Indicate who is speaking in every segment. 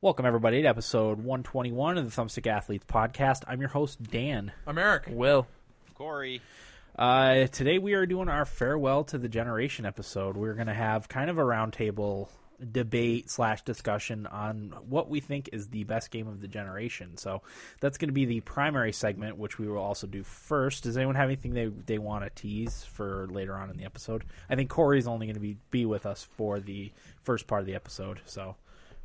Speaker 1: Welcome, everybody, to episode 121 of the Thumbstick Athletes Podcast. I'm your host, Dan.
Speaker 2: I'm Eric.
Speaker 3: Will.
Speaker 4: Corey.
Speaker 1: Uh, today, we are doing our farewell to the generation episode. We're going to have kind of a roundtable debate slash discussion on what we think is the best game of the generation. So that's going to be the primary segment, which we will also do first. Does anyone have anything they, they want to tease for later on in the episode? I think Corey's only going to be, be with us for the first part of the episode. So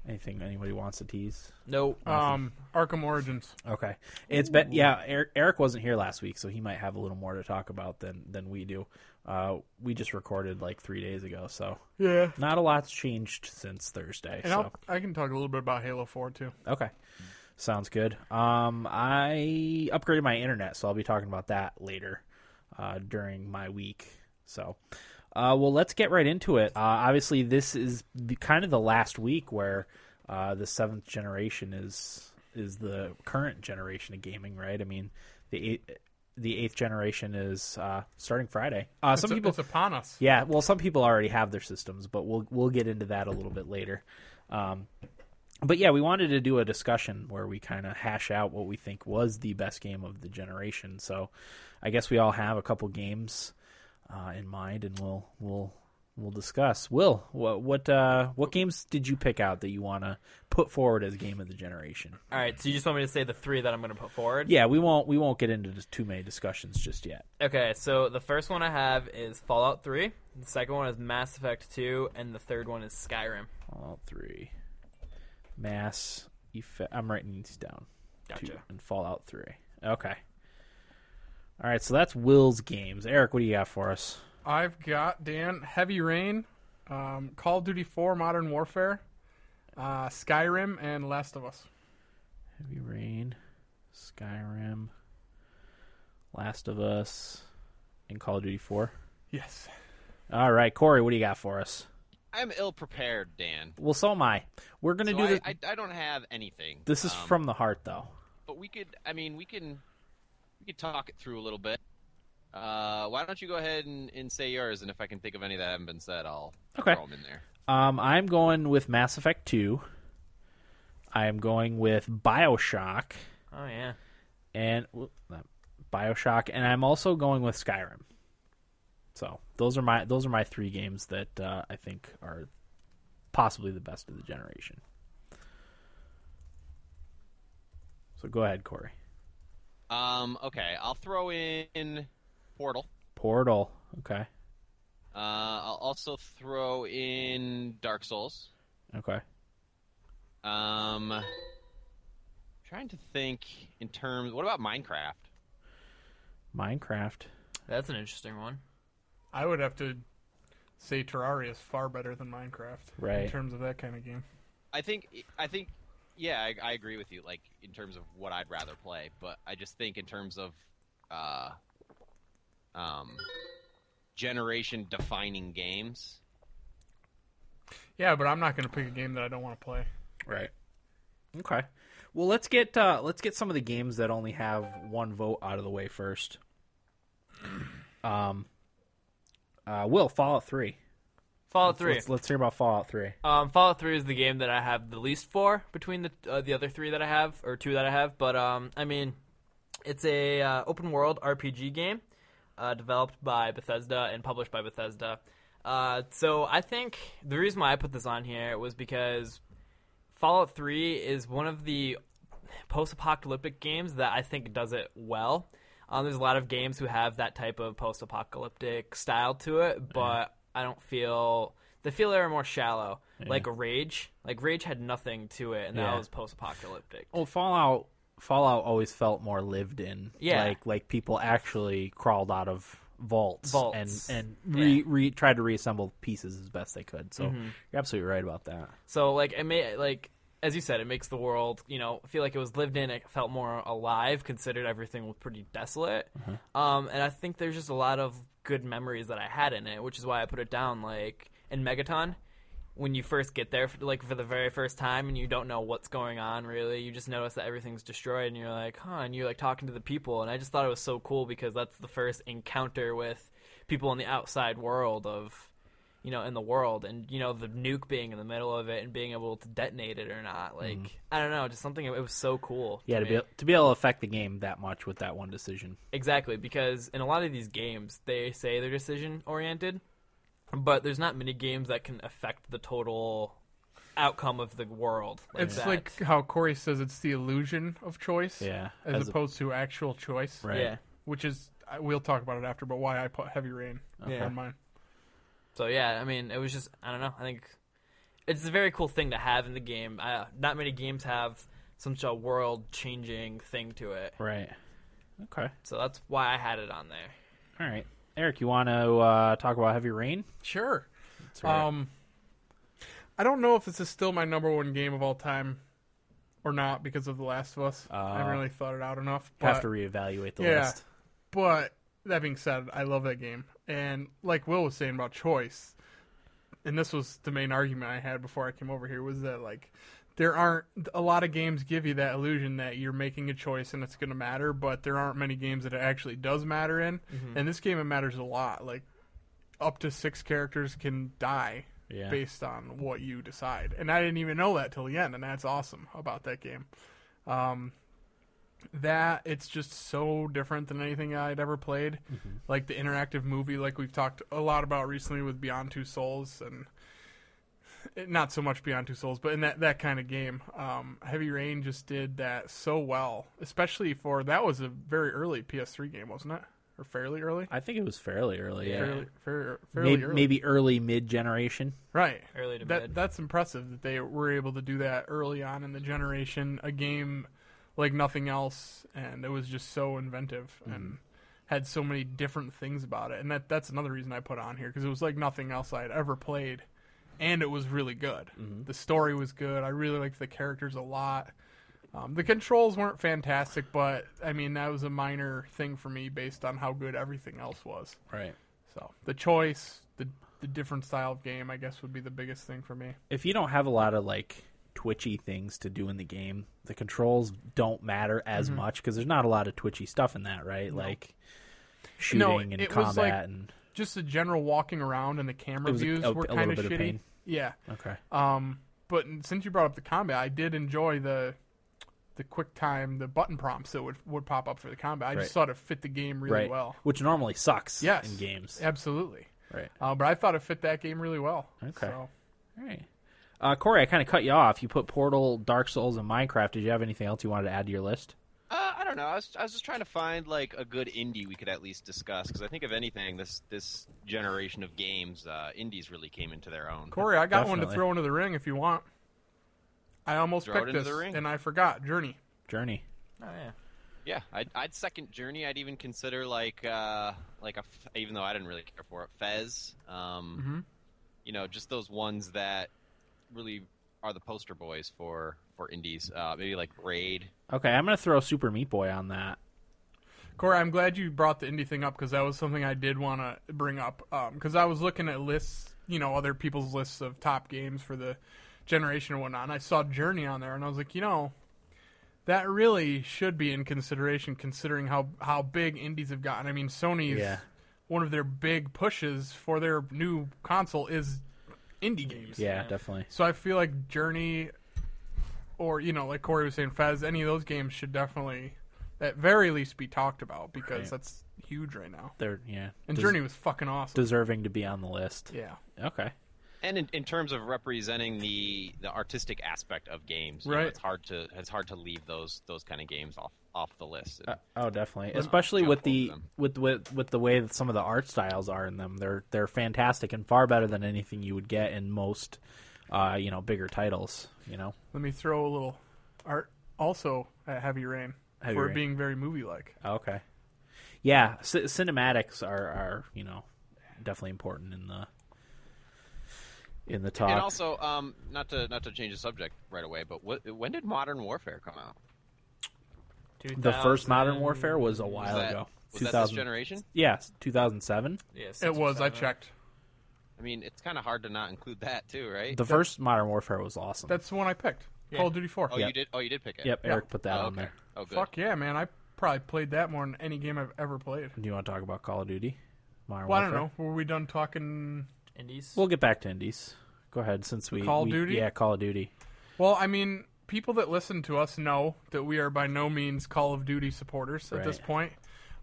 Speaker 1: anything anybody wants to tease?
Speaker 3: No.
Speaker 2: Um, Arkham Origins.
Speaker 1: Okay, it's been yeah. Eric, Eric wasn't here last week, so he might have a little more to talk about than than we do. Uh, we just recorded like three days ago, so
Speaker 2: Yeah.
Speaker 1: not a lot's changed since Thursday.
Speaker 2: And
Speaker 1: so
Speaker 2: I'll, I can talk a little bit about Halo 4 too.
Speaker 1: okay, sounds good. Um, I upgraded my internet, so I'll be talking about that later uh, during my week. So. Uh, well, let's get right into it. Uh, obviously, this is the, kind of the last week where uh, the seventh generation is is the current generation of gaming, right? I mean, the eight, the eighth generation is uh, starting Friday. Uh, some
Speaker 2: It's-
Speaker 1: people,
Speaker 2: it's upon us.
Speaker 1: yeah, well, some people already have their systems, but we'll we'll get into that a little bit later. Um, but yeah, we wanted to do a discussion where we kind of hash out what we think was the best game of the generation. So, I guess we all have a couple games uh, in mind, and we'll we'll we'll discuss. Will what what uh, what games did you pick out that you want to put forward as game of the generation?
Speaker 3: All right. So you just want me to say the three that I'm going to put forward?
Speaker 1: Yeah, we won't we won't get into too many discussions just yet.
Speaker 3: Okay. So the first one I have is Fallout 3. The second one is Mass Effect 2, and the third one is Skyrim.
Speaker 1: All three. Mass effect. I'm writing these down.
Speaker 3: Gotcha.
Speaker 1: and Fallout Three. Okay. All right, so that's Will's games. Eric, what do you got for us?
Speaker 2: I've got Dan Heavy Rain, um, Call of Duty 4 Modern Warfare, uh, Skyrim, and Last of Us.
Speaker 1: Heavy Rain, Skyrim, Last of Us, and Call of Duty Four.
Speaker 2: Yes.
Speaker 1: All right, Corey, what do you got for us?
Speaker 4: I'm ill prepared, Dan.
Speaker 1: Well, so am I. We're gonna
Speaker 4: So
Speaker 1: do
Speaker 4: I,
Speaker 1: this.
Speaker 4: I, I don't have anything.
Speaker 1: this is
Speaker 4: Um,
Speaker 1: from the heart, though.
Speaker 4: But we could. I mean, we can. We could talk it through a little bit. Uh, why don't you go ahead and, and say yours, and if I can think of any that haven't been said, I'll
Speaker 1: Okay.
Speaker 4: throw them in there.
Speaker 1: Um, I'm going with Mass Effect Two. I am going with Bioshock.
Speaker 3: Oh yeah.
Speaker 1: and well, not BioShock, and I'm also going with Skyrim. So those are my those are my three games that uh, I think are possibly the best of the generation. So go ahead, Corey.
Speaker 4: Um, okay, I'll throw in Portal.
Speaker 1: Portal. Okay.
Speaker 4: Uh, I'll also throw in Dark Souls.
Speaker 1: Okay.
Speaker 4: Um, trying to think in terms. What about Minecraft?
Speaker 1: Minecraft.
Speaker 3: That's an interesting one.
Speaker 2: I would have to say Terraria is far better than Minecraft
Speaker 1: Right.
Speaker 2: in terms of that kind of game.
Speaker 4: I think I think yeah, I, I agree with you. Like in terms of what I'd rather play, but I just think in terms of uh, um, generation defining games.
Speaker 2: Yeah, but I'm not going to pick a game that I don't want to play.
Speaker 1: Right. Okay. Well, let's get uh, let's get some of the games that only have one vote out of the way first. Um. Uh, Will Fallout Three.
Speaker 3: Fallout 3.
Speaker 1: Let's, let's hear about Fallout Three.
Speaker 3: Um, Fallout 3 is the game that I have the least for between the uh, the other three that I have or two that I have. But um, I mean, it's a uh, open world RPG game uh, developed by Bethesda and published by Bethesda. Uh, so I think the reason why I put this on here was because Fallout 3 is one of the post-apocalyptic games that I think does it well. Um, there's a lot of games who have that type of post-apocalyptic style to it, but I don't feel they feel they're more shallow. Like Rage, like Rage had nothing to it, and that
Speaker 1: Yeah.
Speaker 3: was post-apocalyptic.
Speaker 1: Well, Fallout Fallout always felt more lived in.
Speaker 3: Yeah.
Speaker 1: like like people actually crawled out of vaults,
Speaker 3: Vaults.
Speaker 1: and and re, re, tried to reassemble pieces as best they could. So
Speaker 3: Mm-hmm.
Speaker 1: you're absolutely right about that.
Speaker 3: So like it may like as you said, it makes the world you know feel like it was lived in. It felt more alive, considered everything was pretty desolate. Um, and I think there's just a lot of good memories that I had in it, which is why I put it down. Like in Megaton, when you first get there, like for the very first time, and you don't know what's going on really, you just notice that everything's destroyed, and you're like, huh, and you're like talking to the people, and I just thought it was so cool because that's the first encounter with people in the outside world of you know in the world, and you know the nuke being in the middle of it and being able to detonate it or not. Like I don't know, just something. It was so cool.
Speaker 1: Mm-hmm. Yeah,
Speaker 3: to
Speaker 1: to
Speaker 3: me.
Speaker 1: be to be able to affect the game that much with that one decision.
Speaker 3: Exactly, because in a lot of these games, they say they're decision oriented, but there's not many games that can affect the total outcome of the world. Like
Speaker 2: it's
Speaker 3: that.
Speaker 2: like how Corey says it's the illusion of choice,
Speaker 1: Yeah,
Speaker 2: as,
Speaker 1: as a-
Speaker 2: opposed to actual choice,
Speaker 1: Right.
Speaker 3: yeah.
Speaker 2: which is I- we'll talk about it after. But why I put Heavy Rain
Speaker 3: Yeah.
Speaker 2: on mine?
Speaker 3: So yeah, I mean, it was just I don't know. I think it's a very cool thing to have in the game. Uh, not many games have such a world-changing thing to it,
Speaker 1: Right. Okay.
Speaker 3: so that's why I had it on there.
Speaker 1: All right. Eric, you want to uh, talk about heavy rain?
Speaker 2: Sure.
Speaker 1: That's right.
Speaker 2: Um, I don't know if this is still my number one game of all time or not because of The Last of Us. I haven't
Speaker 1: Uh,
Speaker 2: really thought it out enough. But,
Speaker 1: have to reevaluate the
Speaker 2: uh, yeah.
Speaker 1: list.
Speaker 2: but that being said, I love that game. And like Will was saying about choice, and this was the main argument I had before I came over here was that like there aren't a lot of games give you that illusion that you're making a choice and it's going to matter, but there aren't many games that it actually does matter in. And this game it matters a lot. Like up to 6 characters can die
Speaker 1: Yeah.
Speaker 2: based on what you decide. And I didn't even know that till the end, and that's awesome about that game. Um, that it's just so different than anything I'd ever played.
Speaker 1: Mm-hmm.
Speaker 2: Like the interactive movie, like we've talked a lot about recently with Beyond Two Souls, and eh, not so much Beyond Two Souls, but in that that kind of game, um, Heavy Rain just did that so well, especially for that was a very early PS3 game, wasn't it? Or fairly early.
Speaker 1: I think it was fairly early. Yeah.
Speaker 2: Fairly, fair, fairly
Speaker 1: maybe,
Speaker 2: early.
Speaker 1: maybe early mid generation.
Speaker 2: Right.
Speaker 3: Early to
Speaker 2: that,
Speaker 3: mid.
Speaker 2: That's impressive that they were able to do that early on in the generation, a game like nothing else, and it was just so inventive and had so many different things about it. And that that's another reason I put it on here because it was like nothing else I had ever played, and it was really good. The story was good. I really liked the characters a lot. Um, the controls weren't fantastic, but I mean that was a minor thing for me based on how good everything else was.
Speaker 1: Right.
Speaker 2: So the choice, the the different style of game, I guess, would be the biggest thing for me.
Speaker 1: If you don't have a lot of like twitchy things to do in the game, the controls don't matter as
Speaker 2: Mm-hmm.
Speaker 1: much because there's not a lot of twitchy stuff in that, right? Like shooting
Speaker 2: No,
Speaker 1: and
Speaker 2: it was,
Speaker 1: combat
Speaker 2: like,
Speaker 1: and
Speaker 2: Just the general walking around and the camera
Speaker 1: It was a-
Speaker 2: views
Speaker 1: a-
Speaker 2: were
Speaker 1: a
Speaker 2: kind
Speaker 1: little
Speaker 2: of
Speaker 1: bit
Speaker 2: shitty.
Speaker 1: of pain.
Speaker 2: Yeah.
Speaker 1: okay.
Speaker 2: Um. But since you brought up the combat, I did enjoy the the quick time, the button prompts that would would pop up for the combat. I
Speaker 1: Right.
Speaker 2: just thought it fit the game really
Speaker 1: right.
Speaker 2: well.
Speaker 1: Which normally sucks.
Speaker 2: Yes.
Speaker 1: In games.
Speaker 2: Absolutely.
Speaker 1: Right.
Speaker 2: Uh, but I thought it fit that game really well.
Speaker 1: Okay.
Speaker 2: So,
Speaker 1: All right. Uh, Corey, I kind of cut you off. You put Portal, Dark Souls, and Minecraft. Did you have anything else you wanted to add to your list?
Speaker 4: Uh, I don't know. I was, I was just trying to find like a good indie we could at least discuss because I think if anything, this this generation of games, uh, indies really came into their own.
Speaker 2: Corey, I got one to
Speaker 1: Definitely.
Speaker 2: throw into the ring if you want. I almost
Speaker 4: Throw it
Speaker 2: picked
Speaker 4: into
Speaker 2: this
Speaker 4: the ring.
Speaker 2: and I forgot Journey.
Speaker 1: Journey.
Speaker 3: Oh yeah.
Speaker 4: Yeah, I'd, I'd second Journey. I'd even consider like uh, like a f- even though I didn't really care for it, Fez.
Speaker 2: Mhm.
Speaker 4: Um, You know, just those ones that really are the poster boys for for indies. Uh, maybe like Raid.
Speaker 1: Okay, I'm gonna throw Super Meat Boy on that.
Speaker 2: Corey, I'm glad you brought the indie thing up because that was something I did want to bring up. Because I was looking at lists, you know, other people's lists of top games for the generation and whatnot, and I saw Journey on there, and I was like, you know, that really should be in consideration considering how, how big indies have gotten. I mean, Sony's
Speaker 1: Yeah.
Speaker 2: one of their big pushes for their new console is indie games.
Speaker 1: Yeah, definitely.
Speaker 2: So I feel like Journey, or you know, like Corey was saying, Fez, any of those games should definitely, at very least, be talked about because
Speaker 1: Right.
Speaker 2: that's huge right now.
Speaker 1: They're yeah.
Speaker 2: And
Speaker 1: des-
Speaker 2: Journey was fucking awesome.
Speaker 1: deserving to be on the list.
Speaker 2: yeah,
Speaker 1: Okay.
Speaker 4: And in, in terms of representing the the artistic aspect of games, you know,
Speaker 2: Right.
Speaker 4: it's hard to it's hard to leave those those kind of games off off the list. And-
Speaker 1: Oh, definitely. Especially
Speaker 4: yeah,
Speaker 1: with
Speaker 4: both of
Speaker 1: the
Speaker 4: them.
Speaker 1: with, with with the way that some of the art styles are in them, they're they're fantastic and far better than anything you would get in most, uh, you know, bigger titles. You know,
Speaker 2: let me throw a little art also at Heavy Rain
Speaker 1: Heavy
Speaker 2: for it
Speaker 1: Rain.
Speaker 2: being very movie-like.
Speaker 1: Oh, Okay. Yeah, c- cinematics are are you know definitely important in the in the talk.
Speaker 4: And also, um, not to not to change the subject right away, but what, when did Modern Warfare come out?
Speaker 1: the first
Speaker 3: 2000
Speaker 1: Modern Warfare was a
Speaker 4: Was
Speaker 1: while
Speaker 4: that,
Speaker 1: ago.
Speaker 4: was that this generation?
Speaker 1: Yes, two thousand seven.
Speaker 3: Yeah, six
Speaker 2: It
Speaker 3: or
Speaker 2: was. I
Speaker 3: seven.
Speaker 2: checked.
Speaker 4: I mean, it's kind of hard to not include that too, right?
Speaker 1: The first Modern Warfare was awesome.
Speaker 2: That's the one I picked. Call of Duty Four.
Speaker 4: oh,
Speaker 1: yeah.
Speaker 4: you did. Oh, you did pick it.
Speaker 1: yep,
Speaker 2: yeah.
Speaker 1: Eric put that
Speaker 4: Oh,
Speaker 1: on
Speaker 4: okay.
Speaker 1: there.
Speaker 4: Oh, good.
Speaker 2: Fuck yeah, man! I probably played that more than any game I've ever played.
Speaker 1: Do you want to talk about Call of Duty? Modern
Speaker 2: Well, I
Speaker 1: Warfare?
Speaker 2: don't know. Were we done talking
Speaker 3: indies.
Speaker 1: We'll get back to indies. Go ahead, since we
Speaker 2: Call of
Speaker 1: we-
Speaker 2: Duty?
Speaker 1: Yeah, Call of Duty.
Speaker 2: Well, I mean, people that listen to us know that we are by no means Call of Duty supporters at this
Speaker 1: Right.
Speaker 2: point.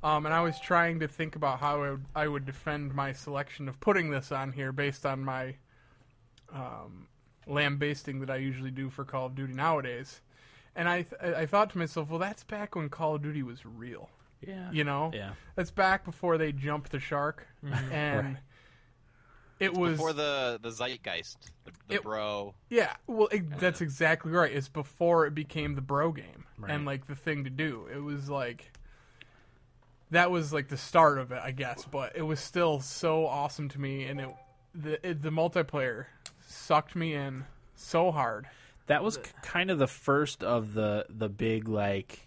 Speaker 2: Um, and I was trying to think about how I would, I would defend my selection of putting this on here based on my um, lambasting that I usually do for Call of Duty nowadays. And I, th- I thought to myself, well, that's back when Call of Duty was real.
Speaker 1: Yeah.
Speaker 2: You know,
Speaker 1: Yeah. Mm-hmm.
Speaker 2: that's back before they jumped the shark, and
Speaker 1: Right.
Speaker 2: it was
Speaker 4: before the the zeitgeist, the, the
Speaker 2: It-
Speaker 4: bro.
Speaker 2: yeah, well, it, that's exactly right. It's before it became the bro game
Speaker 1: Right.
Speaker 2: and like the thing to do. It was like that was like the start of it, I guess. But it was still so awesome to me, and it the it, the multiplayer sucked me in so hard.
Speaker 1: That was k- kind of the first of the the big like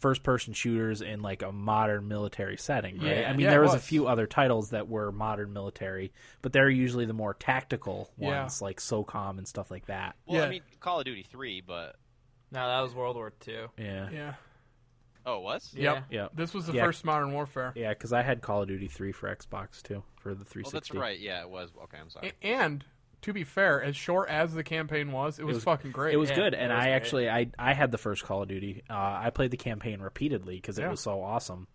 Speaker 1: first person shooters in like a modern military setting, right?
Speaker 2: Yeah.
Speaker 1: I mean,
Speaker 2: Yeah,
Speaker 1: there
Speaker 2: it
Speaker 1: was, a
Speaker 2: was.
Speaker 1: few other titles that were modern military, but they're usually the more tactical
Speaker 2: Yeah.
Speaker 1: ones, like SOCOM and stuff like that.
Speaker 4: Well,
Speaker 2: Yeah.
Speaker 4: I mean Call of Duty three, but
Speaker 3: No, that was World War Two.
Speaker 1: Yeah, yeah,
Speaker 2: Yeah.
Speaker 4: oh, it was
Speaker 3: Yeah.
Speaker 2: Yep.
Speaker 1: yeah,
Speaker 2: This was the
Speaker 1: Yeah.
Speaker 2: first Modern Warfare.
Speaker 1: Because I had Call of Duty three for Xbox too for the three
Speaker 4: Oh,
Speaker 1: sixty.
Speaker 4: that's right. Yeah, it was. Okay, I'm sorry.
Speaker 2: A- And to be fair, as short as the campaign was, it was, fucking great.
Speaker 1: It was
Speaker 3: Yeah,
Speaker 1: good,
Speaker 3: it
Speaker 1: and
Speaker 3: was
Speaker 1: I
Speaker 3: great.
Speaker 1: actually I I had the first Call of Duty. Uh, I played the campaign repeatedly because it
Speaker 2: Yeah.
Speaker 1: was so awesome.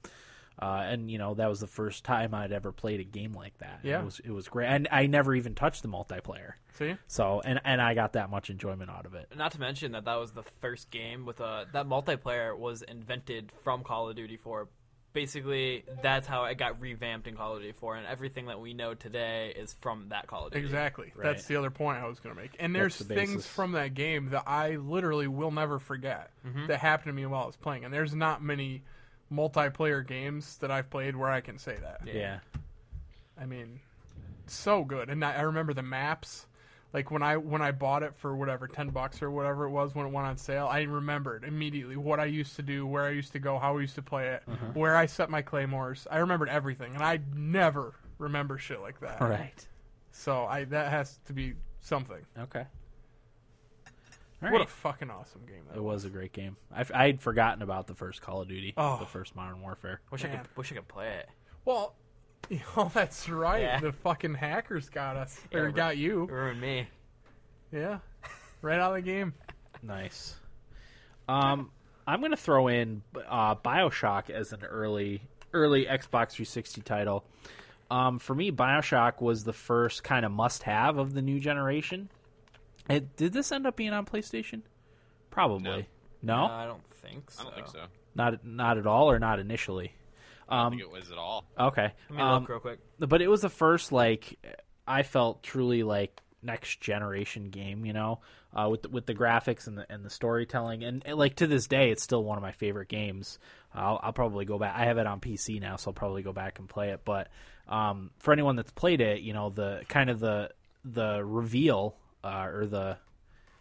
Speaker 1: Uh, and you know that was the first time I'd ever played a game like that.
Speaker 2: Yeah.
Speaker 1: it was it was great, and I never even touched the multiplayer.
Speaker 2: See,
Speaker 1: So and and I got that much enjoyment out of it.
Speaker 3: Not to mention that that was the first game with a that multiplayer was invented from Call of Duty 4. Basically, that's how it got revamped in Call of Duty 4, and everything that we know today is from that Call of Duty.
Speaker 2: Exactly.
Speaker 1: Right.
Speaker 2: That's the other point I was going to make. And there's
Speaker 1: That's the
Speaker 2: things
Speaker 1: basis.
Speaker 2: from that game that I literally will never forget
Speaker 1: Mm-hmm.
Speaker 2: that happened to me while I was playing. And there's not many multiplayer games that I've played where I can say that.
Speaker 1: Yeah,
Speaker 2: I mean, so good. And I, I remember the maps. Like when I when I bought it for whatever ten bucks or whatever it was when it went on sale, I remembered immediately what I used to do, where I used to go, how I used to play it,
Speaker 1: Uh-huh.
Speaker 2: where I set my claymores. I remembered everything, and I never remember shit like that.
Speaker 1: right.
Speaker 2: So I that has to be something.
Speaker 1: Okay. All
Speaker 2: What
Speaker 1: right.
Speaker 2: a fucking awesome game that
Speaker 1: it was
Speaker 2: was.
Speaker 1: a great game. I I had forgotten about the first Call of Duty,
Speaker 2: Oh.
Speaker 1: the first Modern Warfare.
Speaker 3: Wish I
Speaker 2: Man.
Speaker 3: could wish I could play it.
Speaker 2: Well, oh, that's right.
Speaker 3: Yeah.
Speaker 2: The fucking hackers got us.
Speaker 3: Yeah,
Speaker 2: or
Speaker 3: but-
Speaker 2: got you.
Speaker 3: Ruin me.
Speaker 2: Yeah. Right out of the game.
Speaker 1: Nice. Um, I'm gonna throw in uh, Bioshock as an early early Xbox 360 title. Um, for me, Bioshock was the first kind of must have of the new generation. It, did this end up being on PlayStation? Probably. No,
Speaker 3: Uh, I don't think so.
Speaker 4: I don't think so.
Speaker 1: not not at all, or not initially.
Speaker 4: I
Speaker 1: Um,
Speaker 4: don't think it was at all.
Speaker 1: Okay.
Speaker 3: Let me
Speaker 1: Um,
Speaker 3: look real quick.
Speaker 1: but it was the first like I felt truly like next generation game, you know, uh, with the, with the graphics and the and the storytelling, and, and, like to this day, it's still one of my favorite games. I'll, I'll probably go back. I have it on PC now, so I'll probably go back and play it. But um, for anyone that's played it, you know, the kind of the the reveal uh, or the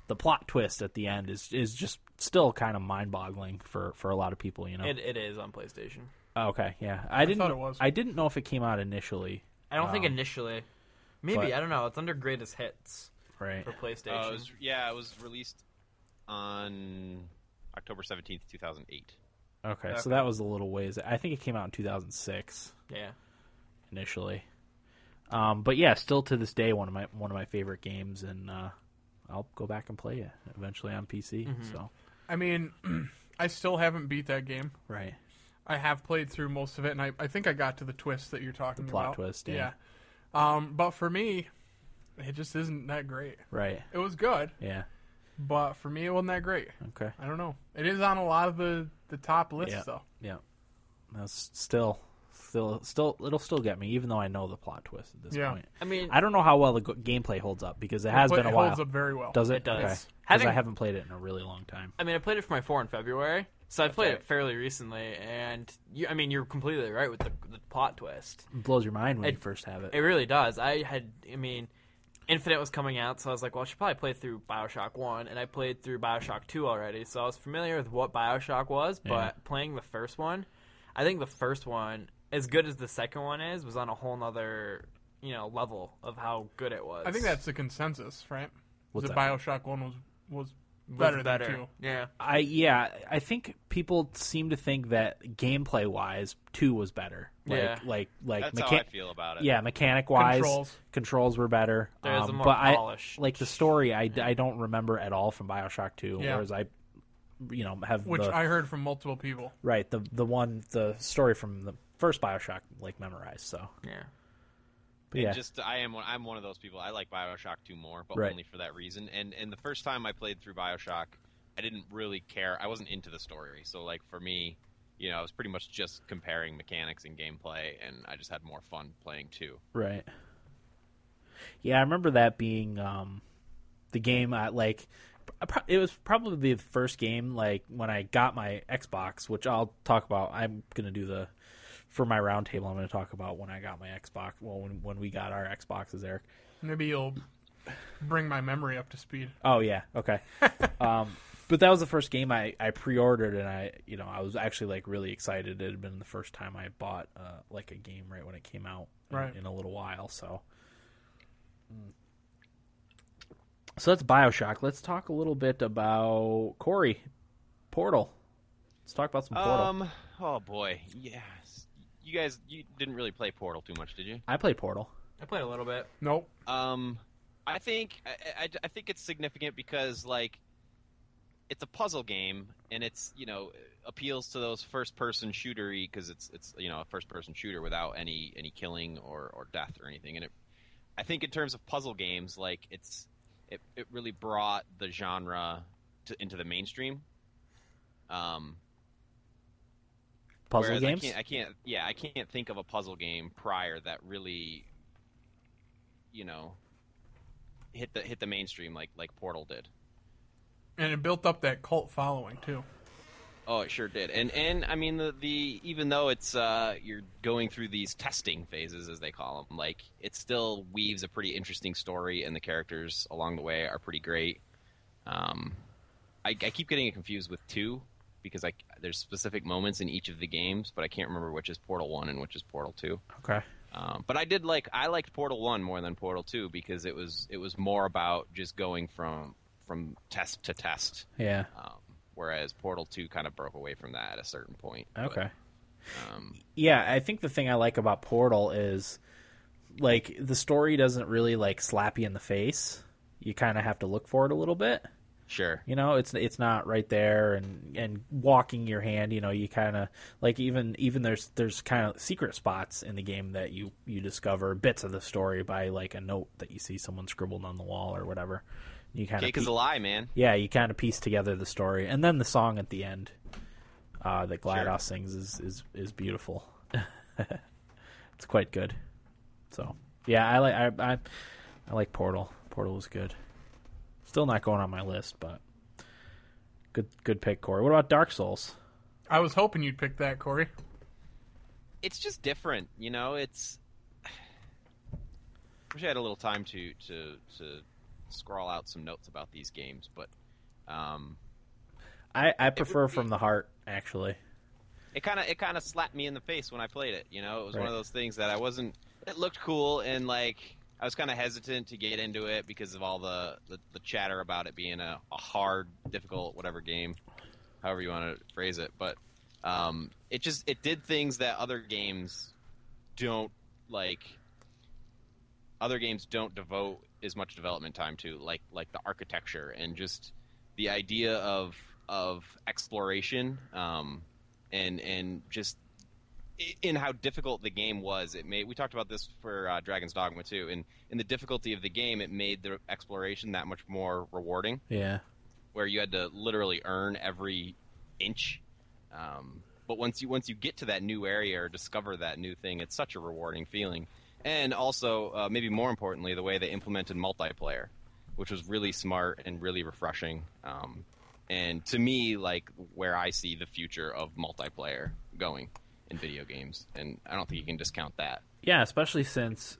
Speaker 1: the plot twist at the end is is just still kind of mind boggling for for a lot of people, you know. Oh,
Speaker 3: It, it is on PlayStation.
Speaker 1: okay, yeah, I, didn't
Speaker 2: thought it was.
Speaker 1: I didn't know if it came out initially,
Speaker 3: I don't think initially. Maybe
Speaker 1: Um, but-
Speaker 3: I don't know. It's under greatest hits
Speaker 1: right?
Speaker 3: for PlayStation.
Speaker 4: Uh, it was, yeah, it was released on October seventeenth, two thousand eight.
Speaker 1: Okay, so
Speaker 3: Okay.
Speaker 1: that was a little ways. I think it came out in 2006
Speaker 3: yeah.
Speaker 1: initially, um, but yeah, still to this day one of my one of my favorite games, and uh, I'll go back and play it eventually on PC.
Speaker 2: Mm-hmm.
Speaker 1: So
Speaker 2: I mean, I still haven't beat that game.
Speaker 1: right,
Speaker 2: I have played through most of it, and I, I think I got to the twist that you're talking
Speaker 1: plot
Speaker 2: about.
Speaker 1: twist, yeah.
Speaker 2: Yeah. Um, but for me, it just isn't that great.
Speaker 1: right,
Speaker 2: It was good,
Speaker 1: yeah,
Speaker 2: but for me, it wasn't that great.
Speaker 1: okay,
Speaker 2: I don't know. It is on a lot of the, the top lists,
Speaker 1: Yeah.
Speaker 2: though.
Speaker 1: yeah. That's still, still, still. It'll still get me, even though I know the plot twist at this
Speaker 2: Yeah.
Speaker 1: point.
Speaker 3: I mean,
Speaker 1: I don't know how well the go- gameplay holds up because it has
Speaker 2: but
Speaker 1: been a
Speaker 2: it
Speaker 1: while.
Speaker 2: holds up very well.
Speaker 1: Does it?
Speaker 3: It does.
Speaker 1: Okay. 'Cause
Speaker 3: Having-
Speaker 1: I haven't played it in a really long time.
Speaker 3: I mean, I played it for my four in February, so I played
Speaker 4: right.
Speaker 3: it fairly recently, and you, I mean, you're completely right with the, the plot twist.
Speaker 1: It blows your mind when you
Speaker 3: It-
Speaker 1: first have it.
Speaker 3: It really does. I had, I mean, Infinite was coming out, so I was like, well, I should probably play through Bioshock 1, and I played through Bioshock 2 already, so I was familiar with what Bioshock was, but
Speaker 1: Yeah.
Speaker 3: playing the first one, I think the first one, as good as the second one is, was on a whole nother, you know, level of how good it was.
Speaker 2: I think that's the consensus, right?
Speaker 1: What's
Speaker 2: the
Speaker 1: that?
Speaker 2: Bioshock one was was
Speaker 3: was
Speaker 2: Better than
Speaker 3: better.
Speaker 2: two.
Speaker 3: Yeah.
Speaker 1: I yeah, I think people seem to think that gameplay wise, two was better. Like
Speaker 3: Yeah.
Speaker 1: like like
Speaker 4: That's how I
Speaker 1: mechan-
Speaker 4: feel about it.
Speaker 1: yeah, mechanic wise,
Speaker 2: Controls.
Speaker 1: were better.
Speaker 3: There's
Speaker 1: um,
Speaker 3: a more
Speaker 1: but I-
Speaker 3: polished-
Speaker 1: like the story. I, I don't remember at all from Bioshock Two,
Speaker 2: Yeah.
Speaker 1: whereas I, you know, have
Speaker 2: which
Speaker 1: the,
Speaker 2: I heard from multiple people.
Speaker 1: right the the one the story from the first Bioshock like memorized. So
Speaker 3: Yeah.
Speaker 1: but yeah,
Speaker 4: And just I am one- I'm one of those people. I like BioShock 2 more, but
Speaker 1: Right.
Speaker 4: only for that reason. And and the first time I played through BioShock, I didn't really care. I wasn't into the story. So like for me, you know, I was pretty much just comparing mechanics and gameplay and I just had more fun playing 2.
Speaker 1: Right. Yeah, I remember that being um, the game. I like. I pro- It was probably the first game like when I got my Xbox, which I'll talk about. I'm gonna do the for my roundtable. I'm gonna talk about when I got my Xbox. Well, when when we got our Xboxes, Eric.
Speaker 2: Maybe you'll bring my memory up to speed.
Speaker 1: Oh yeah, okay. um, but that was the first game I, I pre-ordered, and I you know I was actually like really excited. It had been the first time I bought uh, like a game right when it came out in,
Speaker 2: Right.
Speaker 1: in a little while. So, Mm. so that's Bioshock. Let's talk a little bit about Corey Portal. Let's talk about some Portal.
Speaker 4: Um oh boy. Yes. You guys you didn't really play Portal too much, did you?
Speaker 1: I played Portal.
Speaker 3: I played a little bit.
Speaker 2: Nope.
Speaker 4: Um, I think I, I, I think it's significant because like it's a puzzle game and it's you know appeals to those first person shootery because it's it's you know a first person shooter without any any killing or or death or anything and it I think in terms of puzzle games like it's it it really brought the genre to, into the mainstream. Um,
Speaker 1: Puzzle
Speaker 4: Whereas
Speaker 1: games.
Speaker 4: I can't, I can't. Yeah, I can't think of a puzzle game prior that really, you know, hit the hit the mainstream like like Portal did.
Speaker 2: And it built up that cult following too.
Speaker 4: Oh, it sure did. And and I mean the the even though it's uh you're going through these testing phases as they call them, like it still weaves a pretty interesting story, and the characters along the way are pretty great. Um, I, I keep getting it confused with two because I there's specific moments in each of the games, but I can't remember which is Portal one and which is Portal two.
Speaker 1: Okay.
Speaker 4: Um, but I did like I liked Portal One more than Portal Two because it was it was more about just going from from test to test,
Speaker 1: Yeah.
Speaker 4: um, whereas Portal Two kind of broke away from that at a certain point.
Speaker 1: Okay.
Speaker 4: Um,
Speaker 1: yeah i think the thing i like about portal is like the story doesn't really like slap you in the face you kind of have to look for it a little bit
Speaker 4: sure.
Speaker 1: you know it's it's not right there and and walking your hand you know you kind of like even even there's there's kind of secret spots in the game that you you discover bits of the story by like a note that you see someone scribbled on the wall or whatever you kind of
Speaker 4: Cake is a lie, man.
Speaker 1: yeah, you kind of piece together the story, and then the song at the end uh, that GLaDOS
Speaker 4: Sure.
Speaker 1: sings is is is beautiful. it's quite good. So yeah, I like I, I I like Portal. Portal was good. Still not going on my list, but good good pick, Corey. What about Dark Souls?
Speaker 2: I was hoping you'd pick that, Corey.
Speaker 4: It's just different, you know. It's wish I had a little time to to to scrawl out some notes about these games, but um,
Speaker 1: I I prefer
Speaker 4: be-
Speaker 1: from the heart actually.
Speaker 4: it kind of it kind of slapped me in the face when I played it. You know, it was one
Speaker 1: Right.
Speaker 4: of those things that I wasn't. It looked cool, and like I was kind of hesitant to get into it because of all the the, the chatter about it being a, a hard, difficult, whatever game, however you want to phrase it. But um, it just it did things that other games don't like. Other games don't devote as much development time to, like like the architecture and just the idea of of exploration. Um, and and just i- in how difficult the game was it made we talked about this for uh, dragon's dogma too and in the difficulty of the game it made the exploration that much more rewarding
Speaker 1: Yeah.
Speaker 4: where you had to literally earn every inch um, but once you once you get to that new area or discover that new thing it's such a rewarding feeling and also uh, maybe more importantly the way they implemented multiplayer which was really smart and really refreshing um, and to me like where i see the future of multiplayer going in video games and i don't think you can discount that
Speaker 1: Yeah, especially since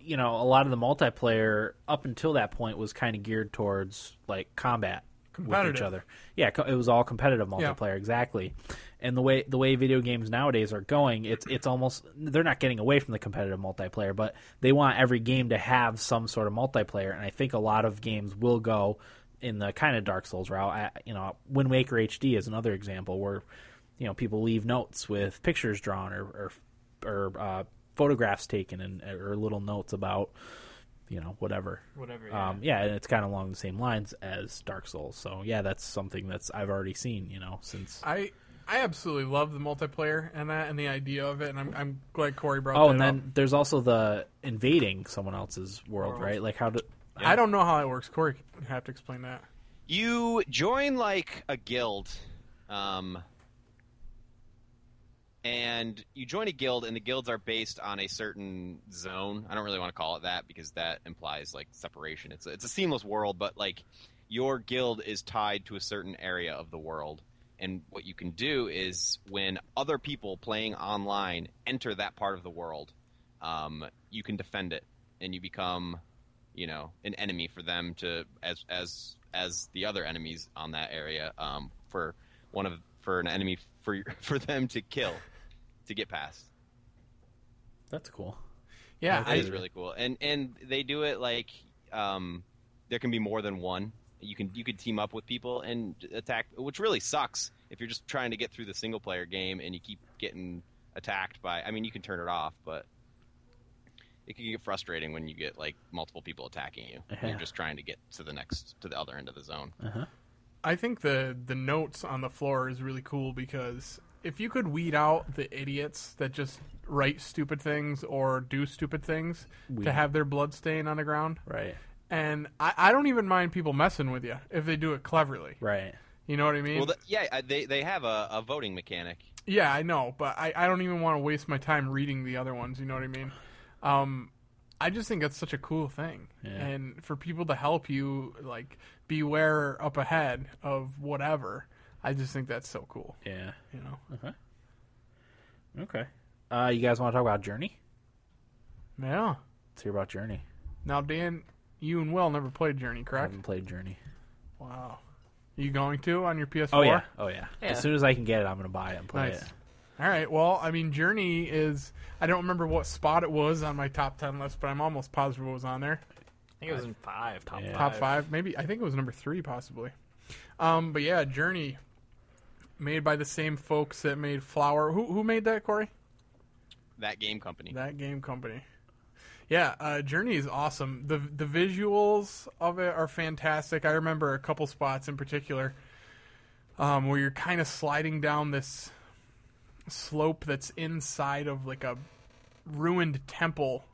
Speaker 1: you know a lot of the multiplayer up until that point was kind of geared towards like combat with each
Speaker 2: Competitive.
Speaker 1: other. Yeah, co- it was all competitive multiplayer exactly. And the way the way video games nowadays are going, it's it's almost they're not getting away from the competitive multiplayer, but they want every game to have some sort of multiplayer. And I think a lot of games will go in the kind of Dark Souls route. I, you know, Wind Waker HD is another example where you know people leave notes with pictures drawn or or, or uh, photographs taken and or little notes about you know whatever.
Speaker 3: Whatever.
Speaker 1: Um, yeah, and it's kind of along the same lines as Dark Souls. So yeah, that's something that's I've already seen. You know, since
Speaker 2: I I absolutely love the multiplayer and that and the idea of it, and I'm, I'm glad Corey brought.
Speaker 1: oh,
Speaker 2: that
Speaker 1: and then
Speaker 2: up.
Speaker 1: there's also the invading someone else's world,
Speaker 3: World.
Speaker 1: right? Like how do
Speaker 2: I don't know how that works. Corey, you have to explain that.
Speaker 4: You join like a guild, um, and you join a guild, and the guilds are based on a certain zone. I don't really want to call it that because that implies like separation. It's a, it's a seamless world, but like your guild is tied to a certain area of the world. And what you can do is when other people playing online enter that part of the world, um, you can defend it, and you become you know an enemy for them to as as as the other enemies on that area um, for one of for an enemy for for them to kill to get past
Speaker 1: that's cool.
Speaker 2: Yeah,
Speaker 4: that
Speaker 2: I,
Speaker 4: is really cool and and they do it like um, there can be more than one you can you could team up with people and attack which really sucks if you're just trying to get through the single player game and you keep getting attacked by i mean you can turn it off but it can get frustrating when you get like multiple people attacking you and
Speaker 1: Yeah.
Speaker 4: you're just trying to get to the next to the other end of the zone
Speaker 2: I think the the notes on the floor is really cool because if you could weed out the idiots that just write stupid things or do stupid things to have their blood stain on the ground,
Speaker 1: Right,
Speaker 2: and I, I don't even mind people messing with you if they do it cleverly.
Speaker 1: right.
Speaker 2: You know what I mean?
Speaker 4: well th yeah I- they they have a, a voting mechanic
Speaker 2: Yeah, I know, but I, I don't even want to waste my time reading the other ones. You know what I mean? Um, I just think that's such a cool thing, and for people to help you, like beware up ahead of whatever. I just think that's so cool.
Speaker 1: Yeah.
Speaker 2: You know,
Speaker 1: Okay. Uh, you guys want to talk about Journey?
Speaker 2: yeah.
Speaker 1: Let's hear about Journey.
Speaker 2: Now, Dan, you and Will never played Journey,
Speaker 1: I
Speaker 2: correct?
Speaker 1: haven't played Journey.
Speaker 2: Wow. You going to on your PS4?
Speaker 1: Oh yeah. Oh yeah.
Speaker 3: Yeah.
Speaker 1: As soon as I can get it, I'm gonna buy it and play
Speaker 2: Nice.
Speaker 1: it.
Speaker 2: All right. Well, I mean, Journey is. I don't remember what spot it was on my top ten list, but I'm almost positive it was on there.
Speaker 3: I think it was in five. Top
Speaker 1: Yeah.
Speaker 2: top five maybe i think it was number three possibly um but yeah journey made by the same folks that made flower who, who made that corey
Speaker 4: that game company
Speaker 2: that game company yeah uh, journey is awesome the the visuals of it are fantastic i remember a couple spots in particular um, where you're kind of sliding down this slope that's inside of like a ruined temple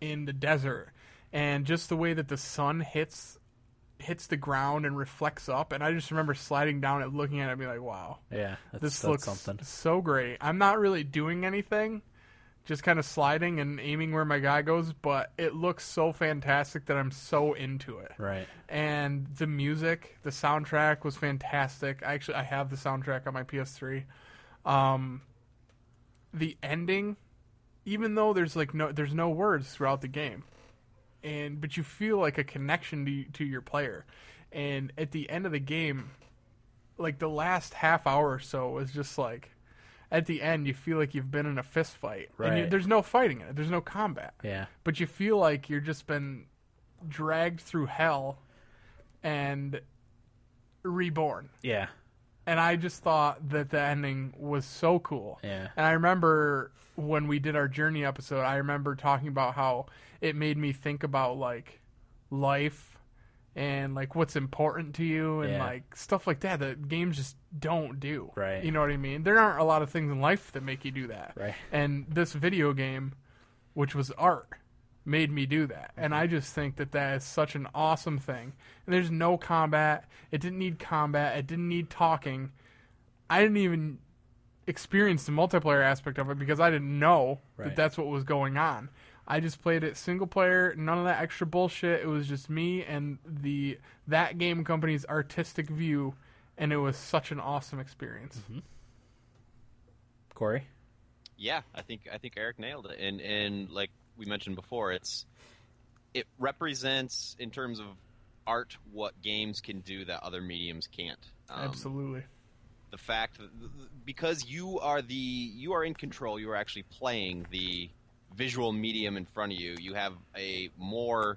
Speaker 2: in the desert and just the way that the sun hits hits the ground and reflects up and i just remember sliding down it looking at it and be like wow
Speaker 1: Yeah. That's,
Speaker 2: this
Speaker 1: that's
Speaker 2: looks
Speaker 1: something.
Speaker 2: so great. I'm not really doing anything, just kind of sliding and aiming where my guy goes, but it looks so fantastic that I'm so into it.
Speaker 1: Right.
Speaker 2: And the music, the soundtrack was fantastic. I actually I have the soundtrack on my PS3. Um, the ending, even though there's like no there's no words throughout the game, and but you feel like a connection to to your player. And at the end of the game, like the last half hour or so was just like at the end you feel like you've been in a fist fight and you,
Speaker 1: Right.
Speaker 2: there's no fighting in it there's no combat
Speaker 1: Yeah.
Speaker 2: but you feel like you're just been dragged through hell and reborn
Speaker 1: Yeah.
Speaker 2: and i just thought that the ending was so cool
Speaker 1: Yeah.
Speaker 2: and i remember when we did our journey episode i remember talking about how it made me think about like life and like what's important to you and
Speaker 1: Yeah.
Speaker 2: like stuff like that that games just don't do
Speaker 1: Right.
Speaker 2: you know what i mean there aren't a lot of things in life that make you do that
Speaker 1: Right.
Speaker 2: and this video game which was art made me do that and
Speaker 1: Mm-hmm.
Speaker 2: i just think that that is such an awesome thing and there's no combat it didn't need combat it didn't need talking i didn't even experience the multiplayer aspect of it because i didn't know that
Speaker 1: Right.
Speaker 2: that's what was going on i just played it single player none of that extra bullshit it was just me and the that game company's artistic view and it was such an awesome experience
Speaker 1: Mm-hmm. Corey.
Speaker 4: Yeah, I think I think Eric nailed it. And and like we mentioned before, it's it represents in terms of art what games can do that other mediums can't. Um,
Speaker 2: absolutely
Speaker 4: The fact that, because you are the you are in control, you are actually playing the visual medium in front of you. You have a more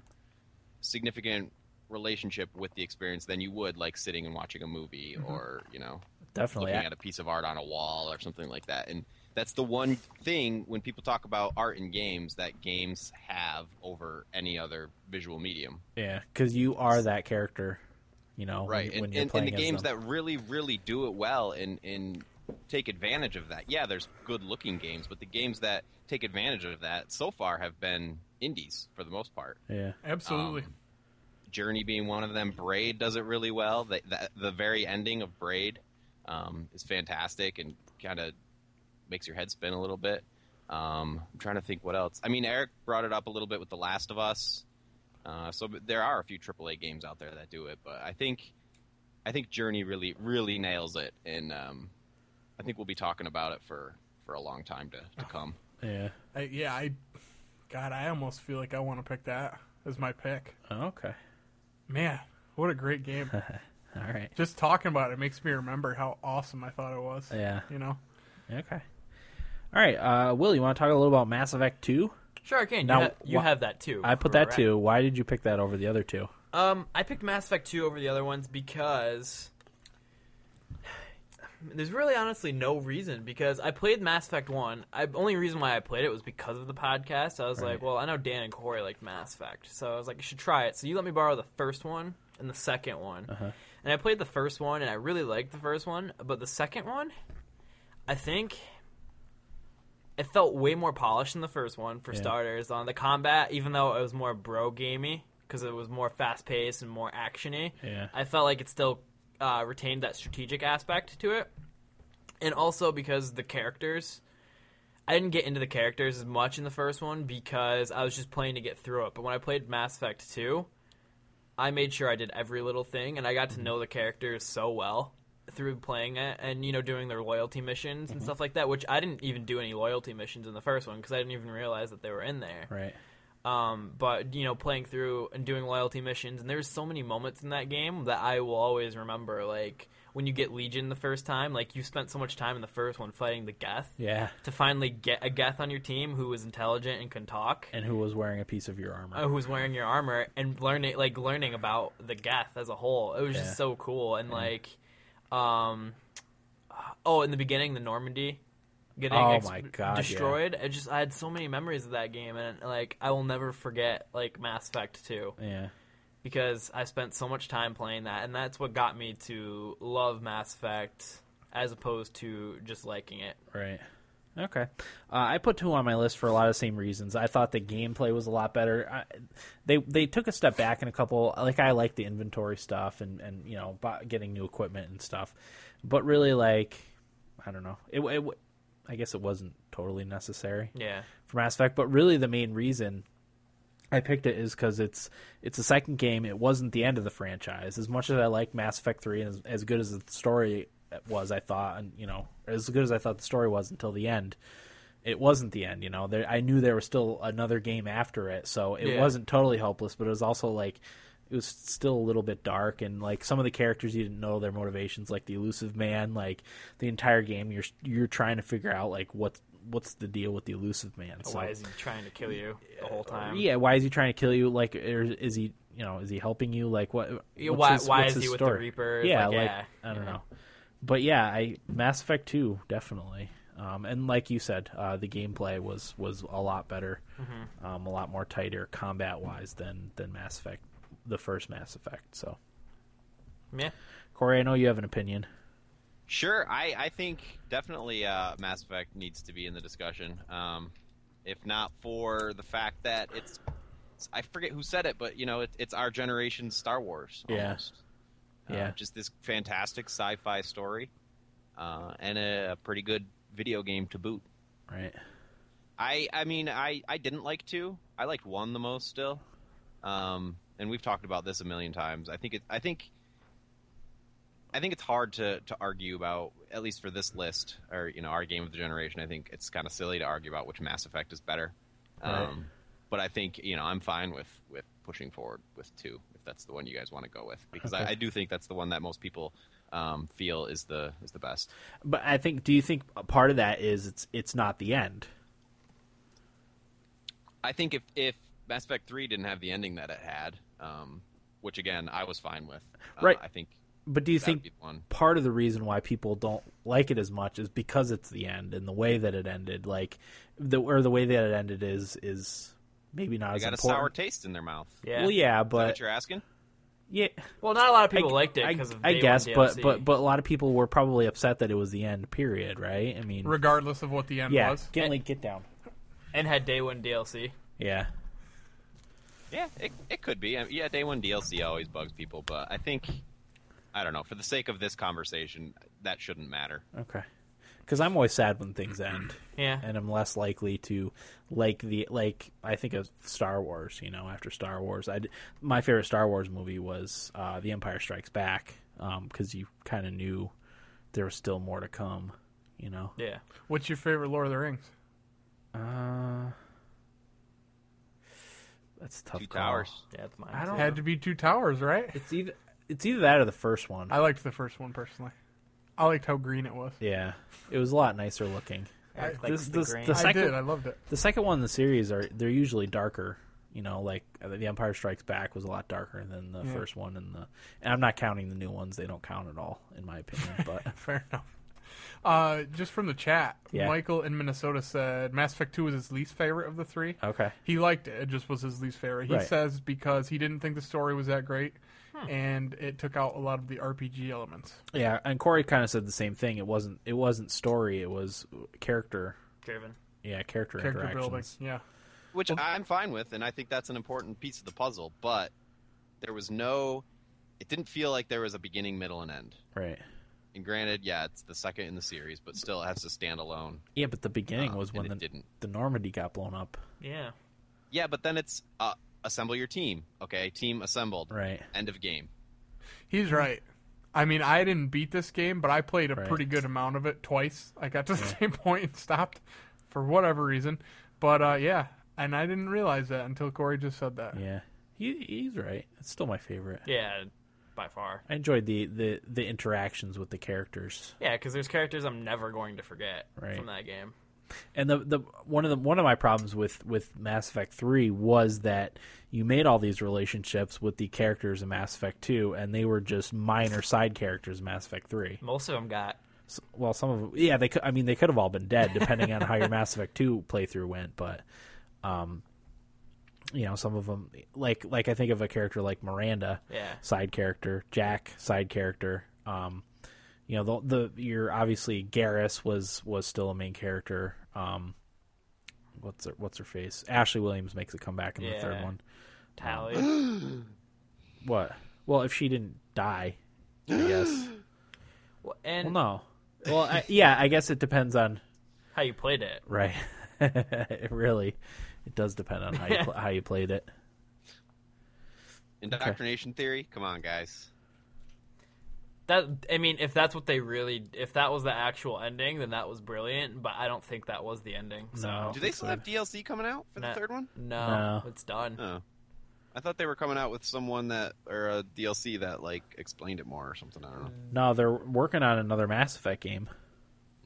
Speaker 4: significant relationship with the experience than you would like sitting and watching a movie or you know
Speaker 1: Definitely.
Speaker 4: looking at a piece of art on a wall or something like that. And that's the one thing when people talk about art in games that games have over any other visual medium.
Speaker 1: Yeah, because you are that character, you know. when
Speaker 4: Right.
Speaker 1: you- When,
Speaker 4: and
Speaker 1: you're
Speaker 4: and,
Speaker 1: playing
Speaker 4: and the
Speaker 1: as
Speaker 4: games
Speaker 1: them.
Speaker 4: that really, really do it well and, and take advantage of that. Yeah, there's good looking games, but the games that take advantage of that so far have been indies for the most part.
Speaker 1: Yeah.
Speaker 2: Absolutely.
Speaker 4: Um, Journey being one of them. Braid does it really well. The, the, the very ending of Braid um, is fantastic and kind of makes your head spin a little bit. Um, I'm trying to think what else. I mean, Eric brought it up a little bit with The Last of Us. Uh, so but there are a few AAA games out there that do it, but I think I think Journey really really nails it, and um, I think we'll be talking about it for, for a long time to, to come.
Speaker 1: Yeah.
Speaker 2: I, yeah, I. God, I almost feel like I want to pick that as my pick.
Speaker 1: Oh, okay.
Speaker 2: Man, what a great game!
Speaker 1: All right.
Speaker 2: Just talking about it makes me remember how awesome I thought it was.
Speaker 1: Yeah.
Speaker 2: You know,
Speaker 1: Okay. All right. Uh, Will, you want to talk a little about Mass Effect Two?
Speaker 3: Sure, I can.
Speaker 1: Now,
Speaker 3: you, ha- you
Speaker 1: wha-
Speaker 3: have that too.
Speaker 1: I put that
Speaker 3: correct?
Speaker 1: too. Why did you pick that over the other two?
Speaker 3: Um, I picked Mass Effect 2 over the other ones because there's really honestly no reason because I played Mass Effect 1. I only reason why I played it was because of the podcast. I was like,
Speaker 1: Right.
Speaker 3: well, I know Dan and Corey liked Mass Effect. So I was like, you should try it. So you let me borrow the first one and the second one.
Speaker 1: Uh-huh.
Speaker 3: And I played the first one and I really liked the first one, but the second one, I think it felt way more polished than the first one for
Speaker 1: Yeah.
Speaker 3: starters on the combat even though it was more bro gamey because it was more fast paced and more actiony
Speaker 1: Yeah.
Speaker 3: i felt like it still uh, retained that strategic aspect to it and also because the characters i didn't get into the characters as much in the first one because i was just playing to get through it but when i played mass effect 2 i made sure i did every little thing and i got to know the characters so well through playing it and you know doing their loyalty missions and stuff like that which i didn't even do any loyalty missions in the first one because i didn't even realize that they were in there
Speaker 1: Right.
Speaker 3: um, but you know playing through and doing loyalty missions and there's so many moments in that game that i will always remember like when you get legion the first time like you spent so much time in the first one fighting the geth
Speaker 1: Yeah.
Speaker 3: to finally get a geth on your team who was intelligent and can talk
Speaker 1: And who was wearing a piece of your armor?
Speaker 3: uh, who's wearing your armor and learning like learning about the Geth as a whole. It was
Speaker 1: Yeah.
Speaker 3: just so cool and like, um, oh, in the beginning the Normandy getting
Speaker 1: Oh
Speaker 3: ex-
Speaker 1: my God, yeah.
Speaker 3: destroyed. I just I had so many memories of that game and like I will never forget like Mass Effect two
Speaker 1: Yeah.
Speaker 3: because I spent so much time playing that and that's what got me to love Mass Effect as opposed to just liking it.
Speaker 1: Right. Okay. Uh, I put two on my list for a lot of the same reasons. I thought the gameplay was a lot better. I, they they took a step back in a couple. Like I like the inventory stuff and and you know bu- getting new equipment and stuff, but really like I don't know. It, it w- I guess it wasn't totally necessary
Speaker 3: Yeah.
Speaker 1: for Mass Effect, but really the main reason I picked it is because it's it's the second game. It wasn't the end of the franchise. As much as I like Mass Effect Three, and as, as good as the story was, I thought, and you know, as good as I thought the story was until the end, it wasn't the end. You know, there, I knew there was still another game after it, so it
Speaker 3: Yeah.
Speaker 1: wasn't totally hopeless. But it was also like it was still a little bit dark, and like some of the characters you didn't know their motivations, like the elusive man. Like the entire game, you're you're trying to figure out like what's what's the deal with the elusive man. So-
Speaker 3: Why is he trying to kill you the whole time?
Speaker 1: yeah, why is he trying to kill you? Like, or is he, you know, is he helping you? Like, what?
Speaker 3: Yeah,
Speaker 1: what's
Speaker 3: why-
Speaker 1: his-
Speaker 3: why
Speaker 1: what's
Speaker 3: is
Speaker 1: his
Speaker 3: he with the
Speaker 1: story?
Speaker 3: Reapers?
Speaker 1: Yeah,
Speaker 3: Like,
Speaker 1: like,
Speaker 3: yeah,
Speaker 1: I don't
Speaker 3: yeah.
Speaker 1: know, but yeah, I Mass Effect Two definitely, um, and like you said, uh, the gameplay was was a lot better,
Speaker 3: Mm-hmm.
Speaker 1: um, a lot more tighter combat wise than than Mass Effect, the first Mass Effect. So,
Speaker 3: Yeah.
Speaker 1: Corey, I know you have an opinion.
Speaker 4: Sure, I, I think definitely uh, Mass Effect needs to be in the discussion. Um, if not for the fact that it's, I forget who said it, but you know, it, it's our generation's Star Wars.
Speaker 1: Yeah.
Speaker 4: Almost. Uh,
Speaker 1: Yeah.
Speaker 4: just this fantastic sci-fi story, uh, and a pretty good video game to boot.
Speaker 1: Right?
Speaker 4: I I mean I I didn't like two. I liked one the most still. Um, and we've talked about this a million times. I think it. I think. I think it's hard to, to argue about, at least for this list, or you know, our game of the generation. I think it's kind of silly to argue about which Mass Effect is better. Um,
Speaker 1: Right.
Speaker 4: But I think you know I'm fine with, with pushing forward with two if that's the one you guys want to go with because I,
Speaker 1: Okay.
Speaker 4: I do think that's the one that most people um, feel is the is the best.
Speaker 1: But I think, do you think a part of that is it's it's not the end?
Speaker 4: I think if if Mass Effect three didn't have the ending that it had, um, which again I was fine with. Uh,
Speaker 1: Right.
Speaker 4: I think
Speaker 1: But do you
Speaker 4: that would
Speaker 1: think
Speaker 4: be the one.
Speaker 1: part of the reason why people don't like it as much is because it's the end and the way that it ended, like the or the way that it ended is is maybe not
Speaker 4: I
Speaker 1: as
Speaker 4: got a
Speaker 1: important.
Speaker 4: sour taste in their mouth. Is
Speaker 3: Yeah.
Speaker 1: Well, yeah,
Speaker 4: that
Speaker 1: but
Speaker 4: what you're asking?
Speaker 1: yeah,
Speaker 3: Well, not a lot of people
Speaker 1: I-
Speaker 3: liked it
Speaker 1: I,
Speaker 3: because of
Speaker 1: I
Speaker 3: day
Speaker 1: guess,
Speaker 3: one
Speaker 1: but
Speaker 3: DLC.
Speaker 1: but but a lot of people were probably upset that it was the end. Period. Right? I mean,
Speaker 2: regardless of what the end
Speaker 1: yeah.
Speaker 2: was.
Speaker 1: Get, like, get down.
Speaker 3: and had day one DLC.
Speaker 1: Yeah.
Speaker 4: Yeah, it, it could be. I mean, yeah, day one DLC always bugs people, but I think I don't know. For the sake of this conversation, that shouldn't matter.
Speaker 1: Okay. Because I'm always sad when things end,
Speaker 3: Yeah.
Speaker 1: and I'm less likely to like the like. I think of Star Wars. You know, after Star Wars, I my favorite Star Wars movie was uh, The Empire Strikes Back because you kind of knew there was still more to come. You know,
Speaker 3: Yeah.
Speaker 2: What's your favorite Lord of the Rings?
Speaker 1: uh, that's a tough.
Speaker 4: Two
Speaker 1: call.
Speaker 4: towers.
Speaker 3: Yeah, it's mine.
Speaker 1: I don't-
Speaker 2: Had to be Two Towers, right?
Speaker 1: It's either it's either that or the first one.
Speaker 2: I liked the first one personally. I liked how green it was.
Speaker 1: Yeah, it was a lot nicer looking.
Speaker 3: I like
Speaker 1: this-
Speaker 3: the
Speaker 1: this-
Speaker 3: grain.
Speaker 1: this-
Speaker 2: I
Speaker 1: second-
Speaker 2: did. I loved it.
Speaker 1: The second one in the series are they're usually darker. You know, like uh, The Empire Strikes Back was a lot darker than the
Speaker 2: Yeah.
Speaker 1: first one, and the and I'm not counting the new ones; they don't count at all, in my opinion. But
Speaker 2: Fair enough. Uh, just from the chat,
Speaker 1: Yeah.
Speaker 2: Michael in Minnesota said Mass Effect 2 was his least favorite of the three.
Speaker 1: okay,
Speaker 2: He liked it. It just was his least favorite. He
Speaker 1: Right.
Speaker 2: says because he didn't think the story was that great, and it took out a lot of the RPG elements.
Speaker 1: yeah, and Corey kind of said the same thing. It wasn't it wasn't story; it was character.
Speaker 3: driven.
Speaker 1: Yeah, character,
Speaker 2: Character building.
Speaker 1: interactions.
Speaker 2: Yeah.
Speaker 4: which I'm fine with, and I think that's an important piece of the puzzle. But there was no, it didn't feel like there was a beginning, middle, and end.
Speaker 1: Right.
Speaker 4: And granted, yeah, it's the second in the series, but still, it has to stand alone.
Speaker 1: Yeah, but the beginning
Speaker 4: Um,
Speaker 1: was when
Speaker 4: and
Speaker 1: the
Speaker 4: it didn't.
Speaker 1: the Normandy got blown up.
Speaker 3: Yeah.
Speaker 4: Yeah, but then it's uh, assemble your team. Okay, team assembled.
Speaker 1: Right.
Speaker 4: End of game.
Speaker 2: He's right. I mean, I didn't beat this game, but I played a
Speaker 1: Right.
Speaker 2: pretty good amount of it twice. I got to the same point and stopped for whatever reason. But uh, yeah, and I didn't realize that until Corey just said that.
Speaker 1: Yeah, he, he's right. It's still my favorite.
Speaker 3: Yeah, by far.
Speaker 1: I enjoyed the, the the interactions with the characters.
Speaker 3: Yeah, because there's characters I'm never going to forget
Speaker 1: Right.
Speaker 3: from that game.
Speaker 1: And the the one of the one of my problems with with Mass Effect 3 was that you made all these relationships with the characters in Mass Effect 2 and they were just minor side characters in Mass Effect 3.
Speaker 3: Most of them got.
Speaker 1: S well, some of yeah, they could, I mean they could have all been dead depending on how your Mass Effect 2 playthrough went, but um you know, some of them like like I think of a character like Miranda
Speaker 3: Yeah.
Speaker 1: side character, Jack side character. Um, you know, the, the your obviously Garrus was was still a main character. Um, what's her what's her face? Ashley Williams makes a comeback in the third
Speaker 3: Yeah.
Speaker 1: one.
Speaker 3: Tally.
Speaker 1: What? Well, if she didn't die, I guess.
Speaker 3: Well, and
Speaker 1: well, no. Well, I, yeah, I guess it depends on
Speaker 3: how you played it.
Speaker 1: right. it really, it does depend on how you pl- how you played it.
Speaker 4: Indoctrination theory. Come on, guys.
Speaker 3: That I mean, if that's what they really, if that was the actual ending, then that was brilliant. But I don't think that was the ending. So
Speaker 1: No.
Speaker 4: Do they
Speaker 1: think
Speaker 4: still
Speaker 1: so.
Speaker 4: have DLC coming out for
Speaker 3: Nah.
Speaker 4: the third one?
Speaker 3: No,
Speaker 1: No.
Speaker 3: it's done.
Speaker 4: Oh. I thought they were coming out with someone that or a DLC that like explained it more or something. I don't know.
Speaker 1: No, they're working on another Mass Effect game.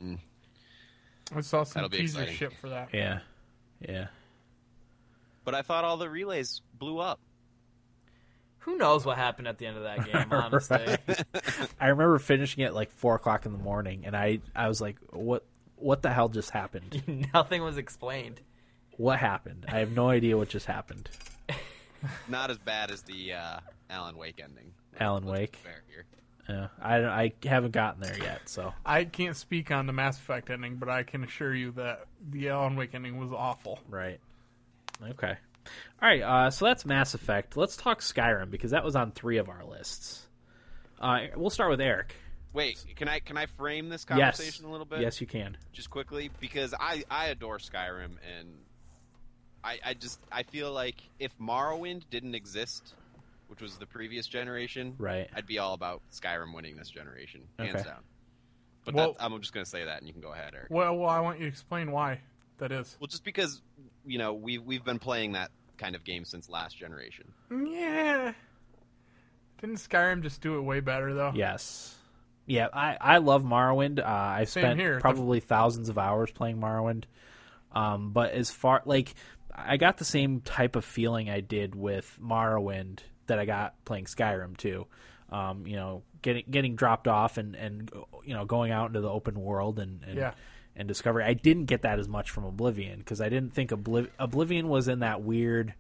Speaker 2: I saw some
Speaker 4: That'll be
Speaker 2: teaser
Speaker 4: exciting.
Speaker 2: shit for that.
Speaker 1: Yeah, yeah.
Speaker 4: But I thought all the relays blew up.
Speaker 3: Who knows what happened at the end of that game? Honestly,
Speaker 1: I remember finishing it like four o'clock in the morning, and I I was like, what what the hell just happened?
Speaker 3: nothing was explained.
Speaker 1: What happened? I have no idea what just happened.
Speaker 4: Not as bad as the uh, Alan Wake ending.
Speaker 1: Alan Wake.
Speaker 4: Fair here.
Speaker 1: Yeah, I don't- I haven't gotten there yet, so
Speaker 2: I can't speak on the Mass Effect ending, but I can assure you that the Alan Wake ending was awful.
Speaker 1: right. Okay. All right. Uh, so that's Mass Effect. Let's talk Skyrim because that was on three of our lists. Uh, we'll start with Eric.
Speaker 4: Wait, can I can I frame this
Speaker 1: Yes.
Speaker 4: conversation a little bit?
Speaker 1: Yes, you can.
Speaker 4: Just quickly because I I adore Skyrim and I I just I feel like if Morrowind didn't exist, which was the previous generation,
Speaker 1: Right.
Speaker 4: I'd be all about Skyrim winning this generation, hands
Speaker 1: Okay.
Speaker 4: down. But
Speaker 2: Well-
Speaker 4: that, I'm just gonna say that, and you can go ahead, Eric.
Speaker 2: Well, well, I want you to explain why that is.
Speaker 4: Well, just because you know we we've been playing that kind of game since last generation.
Speaker 2: Yeah. Didn't Skyrim just do it way better though?
Speaker 1: Yes. Yeah, I, I love Morrowind. Uh, I've
Speaker 2: Same
Speaker 1: spent
Speaker 2: here.
Speaker 1: probably thousands of hours playing Morrowind. Um, but as far like I got the same type of feeling I did with Morrowind that I got playing Skyrim too. Um, you know, getting getting dropped off and and you know going out into the open world and, and
Speaker 2: Yeah.
Speaker 1: and discovery. I didn't get that as much from Oblivion because I didn't think Obliv- Oblivion was in that weird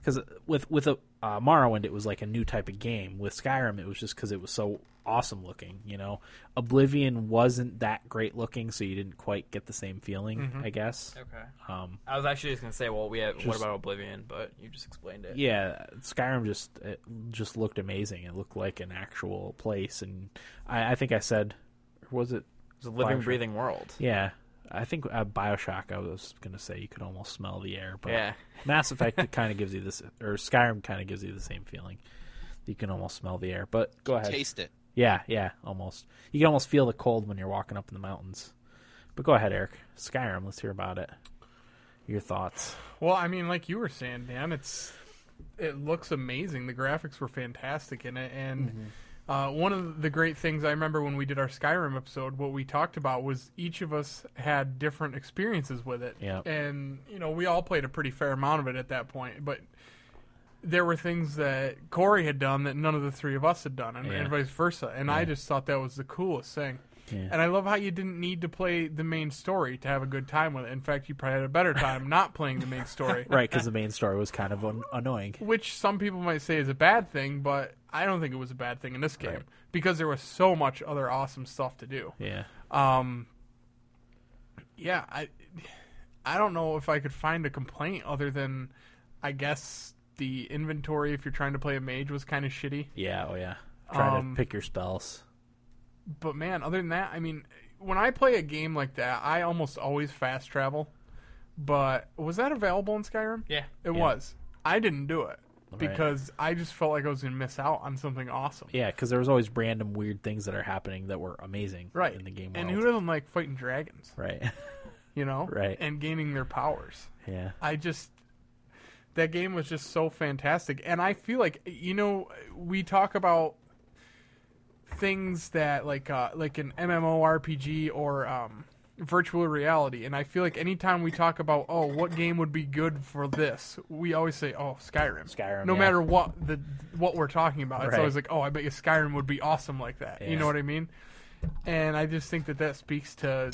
Speaker 1: because with with a uh, Morrowind it was like a new type of game. With Skyrim it was just because it was so awesome looking. You know, Oblivion wasn't that great looking, so you didn't quite get the same feeling. I guess.
Speaker 3: Okay.
Speaker 1: Um,
Speaker 3: I was actually just gonna say, well, we have, what
Speaker 1: Just-
Speaker 3: about Oblivion? But you just explained it.
Speaker 1: yeah, Skyrim just it just looked amazing. It looked like an actual place, and I, I think I said, or was it?
Speaker 3: It's a living,
Speaker 1: Bioshock.
Speaker 3: breathing world.
Speaker 1: Yeah, I think uh, Bioshock. I was gonna say you could almost smell the air, but
Speaker 3: Yeah.
Speaker 1: Mass Effect kind of gives you this, or Skyrim kind of gives you the same feeling. You can almost smell the air, but go ahead.
Speaker 4: Taste it.
Speaker 1: Yeah, yeah, almost. You can almost feel the cold when you're walking up in the mountains. But go ahead, Eric. Skyrim. Let's hear about it. Your thoughts?
Speaker 2: Well, I mean, like you were saying, Dan, it's it looks amazing. The graphics were fantastic in it, and
Speaker 1: Mm-hmm.
Speaker 2: uh, one of the great things I remember when we did our Skyrim episode, what we talked about was each of us had different experiences with it,
Speaker 1: Yeah.
Speaker 2: and you know we all played a pretty fair amount of it at that point, but. There were things that Corey had done that none of the three of us had done, and,
Speaker 1: Yeah.
Speaker 2: and vice versa. And I just thought that was the coolest thing.
Speaker 1: Yeah.
Speaker 2: And I love how you didn't need to play the main story to have a good time with it. In fact, you probably had a better time not playing the main story,
Speaker 1: Right, because the main story was kind of an- annoying.
Speaker 2: which some people might say is a bad thing, but I don't think it was a bad thing in this game
Speaker 1: Right.
Speaker 2: because there was so much other awesome stuff to do.
Speaker 1: Yeah.
Speaker 2: Um, yeah, I I don't know if I could find a complaint other than I guess the inventory if you're trying to play a mage was kind of shitty.
Speaker 1: Yeah. Oh, yeah. Try
Speaker 2: Um,
Speaker 1: to pick your spells.
Speaker 2: but man, other than that, I mean, when I play a game like that, I almost always fast travel. But was that available in Skyrim?
Speaker 3: Yeah.
Speaker 2: It was. I didn't do it because I just felt like I was going to miss out on something awesome.
Speaker 1: Yeah, because there was always random weird things that are happening that were amazing.
Speaker 2: Right.
Speaker 1: In the game world.
Speaker 2: and who doesn't like fighting dragons,
Speaker 1: right.
Speaker 2: you know?
Speaker 1: Right.
Speaker 2: And gaining their powers.
Speaker 1: yeah.
Speaker 2: I just that game was just so fantastic, and I feel like you know we talk about things that like uh, like an MMORPG or um, virtual reality, and I feel like anytime we talk about oh what game would be good for this, we always say oh Skyrim.
Speaker 1: Skyrim,
Speaker 2: No
Speaker 1: yeah.
Speaker 2: matter what the what we're talking about, it's
Speaker 1: Right.
Speaker 2: always like oh I bet you Skyrim would be awesome like that. You
Speaker 1: Yeah.
Speaker 2: know what I mean? And I just think that that speaks to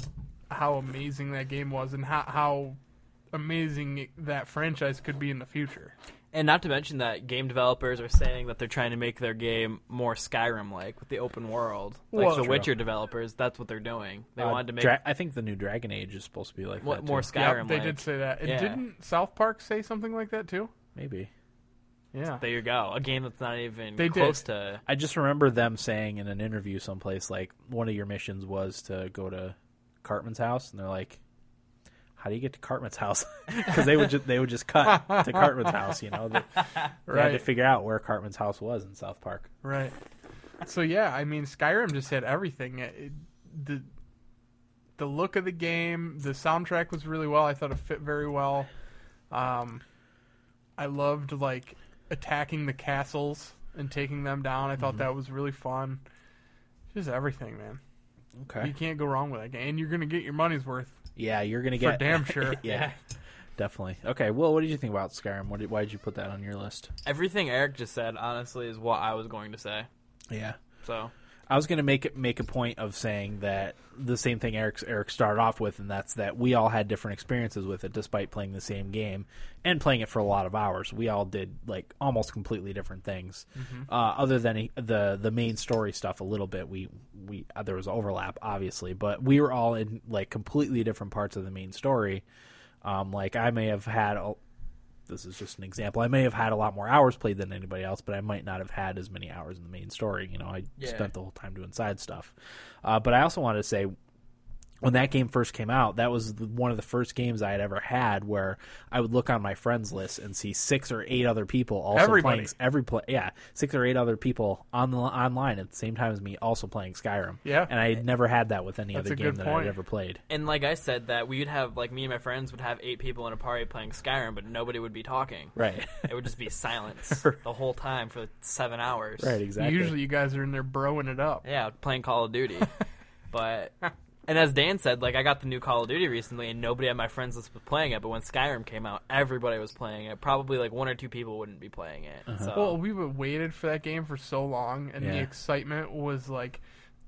Speaker 2: how amazing that game was and how how amazing that franchise could be in the future.
Speaker 3: And not to mention that game developers are saying that they're trying to make their game more Skyrim-like with the open world, like
Speaker 2: Well-
Speaker 3: the
Speaker 2: True.
Speaker 3: Witcher developers. That's what they're doing. They
Speaker 1: Uh,
Speaker 3: wanted to make
Speaker 1: Dra- I think the new Dragon Age is supposed to be like
Speaker 3: mo-
Speaker 1: that,
Speaker 3: more
Speaker 1: too.
Speaker 3: Skyrim-like.
Speaker 2: Yep, they did say that. And
Speaker 3: Yeah.
Speaker 2: didn't South Park say something like that too?
Speaker 1: Maybe.
Speaker 2: Yeah.
Speaker 3: There you go. A game that's not even
Speaker 2: They did.
Speaker 3: close to.
Speaker 1: I just remember them saying in an interview someplace like one of your missions was to go to Cartman's house, and they're like, "How do you get to Cartman's house?" Because they would just they would just cut to Cartman's house. You know, they, they had to
Speaker 2: Right.
Speaker 1: figure out where Cartman's house was in South Park.
Speaker 2: Right. So yeah, I mean Skyrim just had everything. It- it- the the look of the game, the soundtrack was really well. I thought it fit very well. Um, I loved like attacking the castles and taking them down. I thought
Speaker 1: Mm-hmm.
Speaker 2: that was really fun. Just everything, man.
Speaker 1: Okay.
Speaker 2: You can't go wrong with that game, and you're gonna get your money's worth
Speaker 1: Yeah, you're gonna
Speaker 2: for
Speaker 1: get
Speaker 2: damn sure.
Speaker 1: yeah, definitely. Okay, well, what did you think about Skyrim? What did, why did you put that on your list?
Speaker 3: Everything Eric just said, honestly, is what I was going to say.
Speaker 1: Yeah,
Speaker 3: So
Speaker 1: I was gonna make it make a point of saying that the same thing Eric Eric started off with, and that's that we all had different experiences with it, despite playing the same game and playing it for a lot of hours. We all did like almost completely different things, uh, other than a- the the main story stuff a little bit. We we uh, there was overlap obviously, but we were all in like completely different parts of the main story. Um, like I may have had a, this is just an example. I may have had a lot more hours played than anybody else, but I might not have had as many hours in the main story. You know, I
Speaker 3: Yeah.
Speaker 1: spent the whole time doing side stuff. Uh, but I also wanted to say when that game first came out, that was the- one of the first games I had ever had where I would look on my friends list and see six or eight other people also
Speaker 2: Everybody.
Speaker 1: playing every play. Yeah, six or eight other people on online at the same time as me also playing Skyrim.
Speaker 2: Yeah.
Speaker 1: and I had never had that with any
Speaker 2: That's
Speaker 1: other
Speaker 2: a
Speaker 1: game
Speaker 2: good
Speaker 1: that
Speaker 2: point.
Speaker 1: I'd ever played.
Speaker 3: And like I said, that we'd have like me and my friends would have eight people in a party playing Skyrim, but nobody would be talking.
Speaker 1: Right,
Speaker 3: It would just be silence the whole time for seven hours.
Speaker 1: right, exactly.
Speaker 2: Usually, you guys are in there broing it up.
Speaker 3: Yeah, playing Call of Duty. but And as Dan said, like I got the new Call of Duty recently, and nobody on my friends list was playing it. But when Skyrim came out, everybody was playing it. Probably like one or two people wouldn't be playing it. So
Speaker 2: Well, we were waited for that game for so long, and the
Speaker 1: Um, Yeah.
Speaker 2: excitement was like.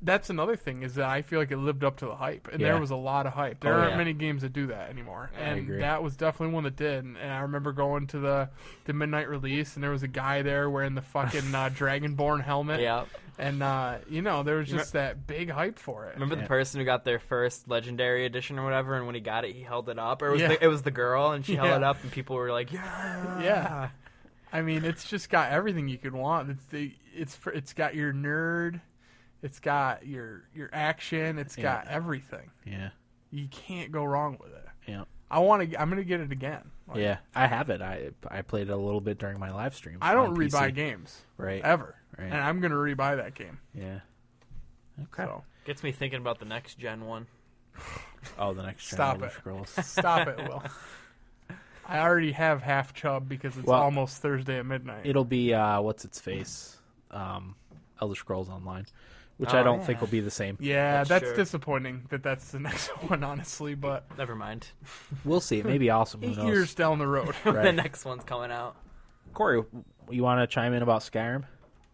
Speaker 2: That's another thing is that I feel like it lived up to the hype, and
Speaker 1: Yeah.
Speaker 2: there was a lot of hype. There
Speaker 1: Oh,
Speaker 2: aren't
Speaker 3: yeah.
Speaker 2: many games that do that anymore, and
Speaker 1: agree.
Speaker 2: that was definitely one that did. And I remember going to the the midnight release, and there was a guy there wearing the fucking uh, Dragonborn helmet,
Speaker 3: yeah.
Speaker 2: and uh, you know there was just that big hype for it.
Speaker 3: Remember
Speaker 1: Yeah.
Speaker 3: the person who got their first legendary edition or whatever, and when he got it, he held it up, or it was
Speaker 2: Yeah.
Speaker 3: the, it was the girl, and she
Speaker 2: Yeah.
Speaker 3: held it up, and people were like, "Yeah,
Speaker 2: Yeah. I mean, it's just got everything you could want. It's the, it's fr- it's got your nerd, it's got your your action, it's got everything.
Speaker 1: Yeah.
Speaker 2: You can't go wrong with it.
Speaker 1: Yeah.
Speaker 2: I want to. I'm gonna get it again. Like,
Speaker 1: Yeah. I have it. I I played it a little bit during my live stream.
Speaker 2: I don't
Speaker 1: on
Speaker 2: rebuy
Speaker 1: PC.
Speaker 2: games
Speaker 1: Right.
Speaker 2: ever,
Speaker 1: Right.
Speaker 2: and I'm gonna rebuy that game.
Speaker 1: Yeah. Okay.
Speaker 2: So
Speaker 3: Gets me thinking about the next gen one.
Speaker 1: Oh, the next gen
Speaker 2: Stop
Speaker 1: Elder
Speaker 2: it.
Speaker 1: Scrolls.
Speaker 2: stop it, Will. I already have half chub because it's
Speaker 1: Well,
Speaker 2: almost Thursday at midnight.
Speaker 1: It'll be uh, what's its face, um, Elder Scrolls Online, which I
Speaker 3: Oh,
Speaker 1: don't
Speaker 3: yeah.
Speaker 1: think will be the same.
Speaker 2: yeah,
Speaker 3: That's
Speaker 2: that's
Speaker 3: sure.
Speaker 2: disappointing that that's the next one, honestly. But
Speaker 3: Never mind.
Speaker 1: We'll see. It may be awesome. Who
Speaker 2: eight
Speaker 1: knows?
Speaker 2: years down the road.
Speaker 1: Right.
Speaker 3: the next one's coming out.
Speaker 1: Corey, you want to chime in about Skyrim?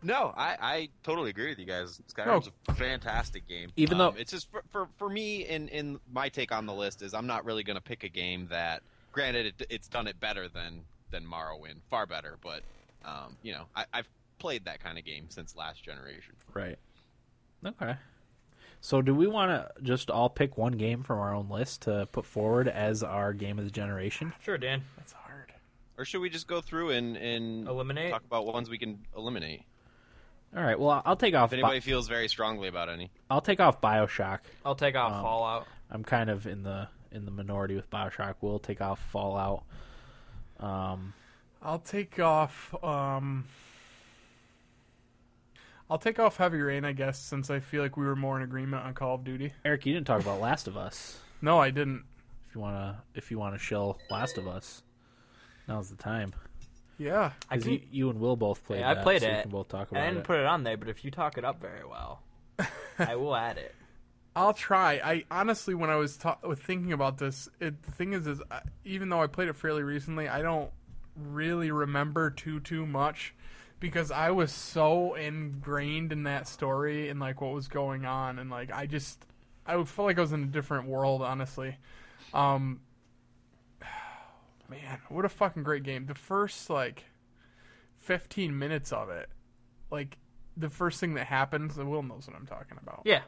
Speaker 4: No, I, I totally agree with you guys. Skyrim's a fantastic game.
Speaker 1: Even
Speaker 4: Um,
Speaker 1: though-
Speaker 4: it's just for, for, for me in in my take on the list is I'm not really going to pick a game that granted it, it's done it better than than Morrowind, far better, but um, you know, I I've played that kind of game since last generation.
Speaker 1: Right. Okay. So, do we want to just all pick one game from our own list to put forward as our game of the generation?
Speaker 3: Sure, Dan.
Speaker 2: that's hard.
Speaker 4: Or should we just go through and and
Speaker 3: Eliminate?
Speaker 4: talk about ones we can eliminate?
Speaker 1: All right. Well, I'll take off.
Speaker 4: If anybody feels very strongly about any.
Speaker 1: I'll take off Bioshock.
Speaker 3: I'll take off
Speaker 1: Um,
Speaker 3: Fallout.
Speaker 1: I'm kind of in the in the minority with Bioshock. We'll take off Fallout. Um,
Speaker 2: I'll take off. Um, I'll take off heavy rain, I guess, since I feel like we were more in agreement on Call of Duty.
Speaker 1: Eric, you didn't talk about Last of Us.
Speaker 2: No, I didn't.
Speaker 1: If you wanna, if you wanna shill Last of Us, now's the time.
Speaker 2: Yeah,
Speaker 3: I
Speaker 1: Because
Speaker 3: can,
Speaker 1: you, you and Will both played.
Speaker 3: yeah, I
Speaker 1: that,
Speaker 3: played
Speaker 1: so
Speaker 3: it.
Speaker 1: We can both talk
Speaker 3: I
Speaker 1: about
Speaker 3: didn't
Speaker 1: it.
Speaker 3: put it on there, but if you talk it up very well, I will add it.
Speaker 2: I'll try. I honestly, when I was ta- was thinking about this, it, the thing is, is I, even though I played it fairly recently, I don't really remember too too much because I was so ingrained in that story and like what was going on, and like I just I felt like I was in a different world, honestly. Um, man, what a fucking great game! The first like fifteen minutes of it, like the first thing that happens, and Will knows what I'm talking about.
Speaker 3: Yeah.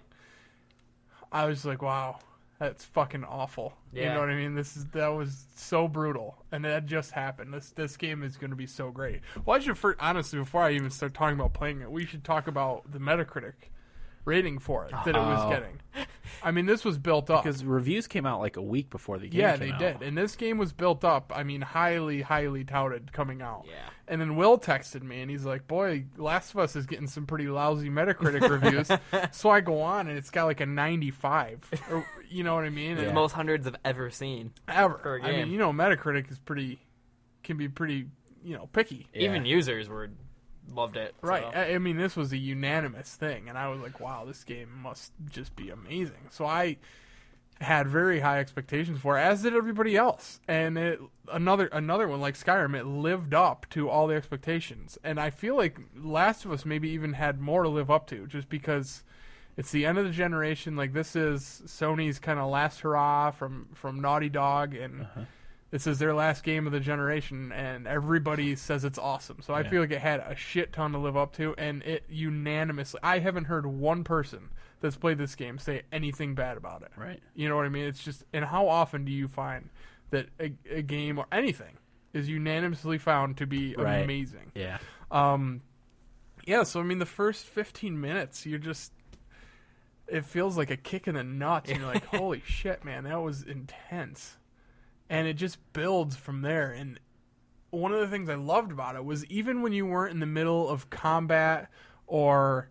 Speaker 2: I was like, wow, that's fucking awful. You
Speaker 3: Yeah.
Speaker 2: know what I mean? This is that was so brutal, and that just happened. This this game is going to be so great. Well, I should first, honestly, before I even start talking about playing it, we should talk about the Metacritic rating for it that it was
Speaker 1: Oh.
Speaker 2: getting. I mean, this was built up.
Speaker 1: Because reviews came out like a week before the game.
Speaker 2: yeah, they
Speaker 1: came out.
Speaker 2: did, and this game was built up. I mean, highly, highly touted coming out.
Speaker 3: Yeah.
Speaker 2: And then Will texted me and he's like, Boy, Last of Us is getting some pretty lousy Metacritic reviews. so I go on and it's got like a 95. Or, you know what I mean?
Speaker 3: The
Speaker 2: And
Speaker 3: most hundreds I've ever seen.
Speaker 2: Ever.
Speaker 3: for a
Speaker 2: I mean,
Speaker 3: game.
Speaker 2: you know, Metacritic is pretty, can be pretty, you know, picky.
Speaker 1: Yeah.
Speaker 3: Even users were loved it. so.
Speaker 2: Right. I, I mean, this was a unanimous thing, and I was like, "Wow, this game must just be amazing." So I had very high expectations for, it, as did everybody else. And it another another one like Skyrim, it lived up to all the expectations, and I feel like Last of Us maybe even had more to live up to, just because it's the end of the generation. Like this is Sony's kind of last hurrah from from Naughty Dog, and
Speaker 1: Uh-huh.
Speaker 2: this is their last game of the generation, and everybody says it's awesome. So I feel like it had a shit ton to live up to, and it unanimously. I haven't heard one person that's played this game say anything bad about it.
Speaker 1: Right.
Speaker 2: You know what I mean? It's just, and how often do you find that a, a game or anything is unanimously found to be
Speaker 1: Right.
Speaker 2: amazing?
Speaker 1: Yeah.
Speaker 2: Yeah, so I mean, the first 15 minutes, you're just. It feels like a kick in the nuts. And you're like, holy shit, man, that was intense. And it just builds from there. And one of the things I loved about it was even when you weren't in the middle of combat or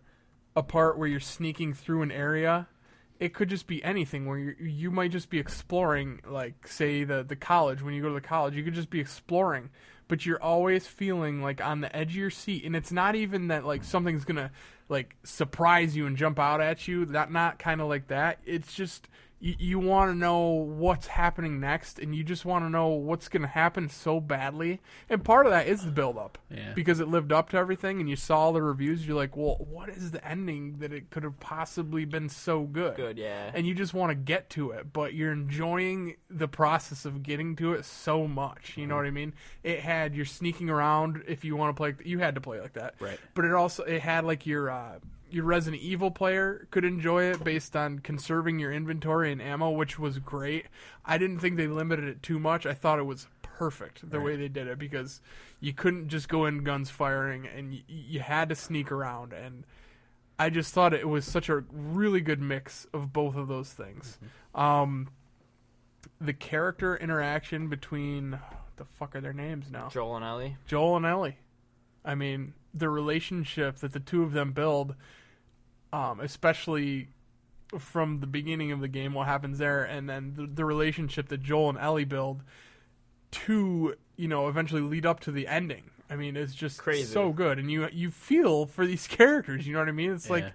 Speaker 2: a part where you're sneaking through an area, it could just be anything where you you might just be exploring, like say the the college. When you go to the college, you could just be exploring, but you're always feeling like on the edge of your seat and it's not even that like something's gonna like surprise you and jump out at you not not kind of like that it's just you, you want to know what's happening next and you just want to know what's gonna happen so badly and part of that is the build up
Speaker 1: Yeah.
Speaker 2: because it lived up to everything and you saw all the reviews you're like well what is the ending that it could have possibly been so good
Speaker 3: Good, yeah.
Speaker 2: and you just want to get to it, but you're enjoying the process of getting to it so much. You know what I mean? It had you're sneaking around if you want to play. You had to play like that,
Speaker 1: Right.
Speaker 2: But it also it had like your uh, your Resident Evil player could enjoy it based on conserving your inventory and ammo, which was great. I didn't think they limited it too much. I thought it was perfect the way they did it because you couldn't just go in guns firing and y- you had to sneak around and. I just thought it was such a really good mix of both of those things. Um, the character interaction between what the fuck are their names now?
Speaker 3: Joel and Ellie.
Speaker 2: Joel and Ellie. I mean, the relationship that the two of them build, um, especially from the beginning of the game, what happens there, and then the, the relationship that Joel and Ellie build to, you know, eventually lead up to the ending. I mean, it's just
Speaker 3: Crazy.
Speaker 2: so good, and you you feel for these characters. You know what I mean? It's
Speaker 1: Yeah.
Speaker 2: like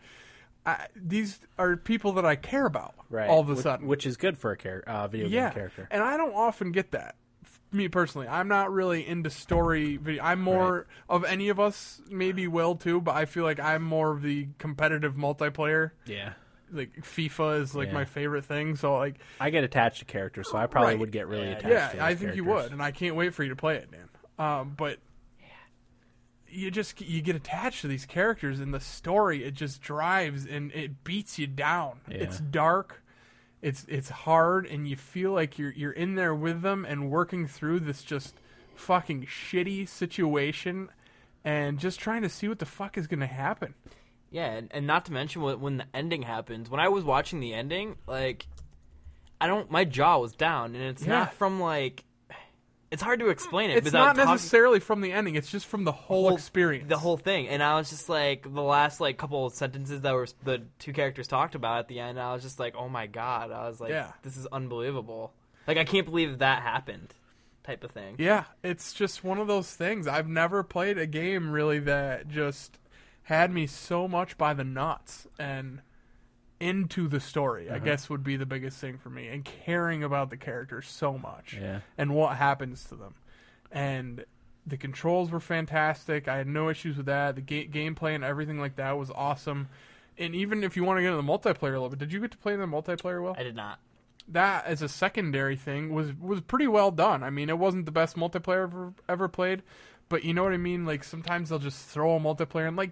Speaker 2: I, these are people that I care about.
Speaker 1: Right.
Speaker 2: All of a
Speaker 1: Which-
Speaker 2: sudden,
Speaker 1: which is good for a char- uh, video
Speaker 2: yeah.
Speaker 1: game character.
Speaker 2: And I don't often get that. F- Me personally, I'm not really into story video. I'm more of any of us, maybe will too, but I feel like I'm more of the competitive multiplayer.
Speaker 1: Yeah,
Speaker 2: Like FIFA is like
Speaker 1: Yeah.
Speaker 2: my favorite thing, so like
Speaker 1: I get attached to characters, so I probably
Speaker 2: Right.
Speaker 1: would get really
Speaker 3: Yeah,
Speaker 1: attached.
Speaker 2: yeah,
Speaker 1: to
Speaker 2: I
Speaker 1: those
Speaker 2: think you
Speaker 1: characters.
Speaker 2: would, and I can't wait for you to play it, Dan. Um, but you just you get attached to these characters, and the story it just drives and it beats you down.
Speaker 1: Yeah.
Speaker 2: It's dark, it's it's hard, and you feel like you're you're in there with them and working through this just fucking shitty situation, and just trying to see what the fuck is gonna happen.
Speaker 3: Yeah, and, and not to mention when, when the ending happens. When I was watching the ending, like, I don't. My jaw was down, and it's
Speaker 2: Yeah.
Speaker 3: not from like. It's hard to explain it.
Speaker 2: It's
Speaker 3: without
Speaker 2: not
Speaker 3: talking-
Speaker 2: necessarily from the ending; it's just from the whole,
Speaker 3: whole-
Speaker 2: experience.
Speaker 3: the whole thing and i was just like the last like couple of sentences that were the two characters talked about at the end i was just like oh my god i was like
Speaker 2: Yeah.
Speaker 3: this is unbelievable like i can't believe that happened type of thing
Speaker 2: Yeah, it's just one of those things. I've never played a game really that just had me so much by the nuts and into the story. I guess would be the biggest thing for me and caring about the characters so much
Speaker 1: Yeah.
Speaker 2: and what happens to them. And the controls were fantastic. I had no issues with that. The ga- gameplay and everything like that was awesome. And even if you want to get into the multiplayer a little bit, did you get to play in the multiplayer? Will
Speaker 3: i did not
Speaker 2: that as a secondary thing was was pretty well done. I mean, it wasn't the best multiplayer ever, ever played, but you know what I mean. Like sometimes they'll just throw a multiplayer and like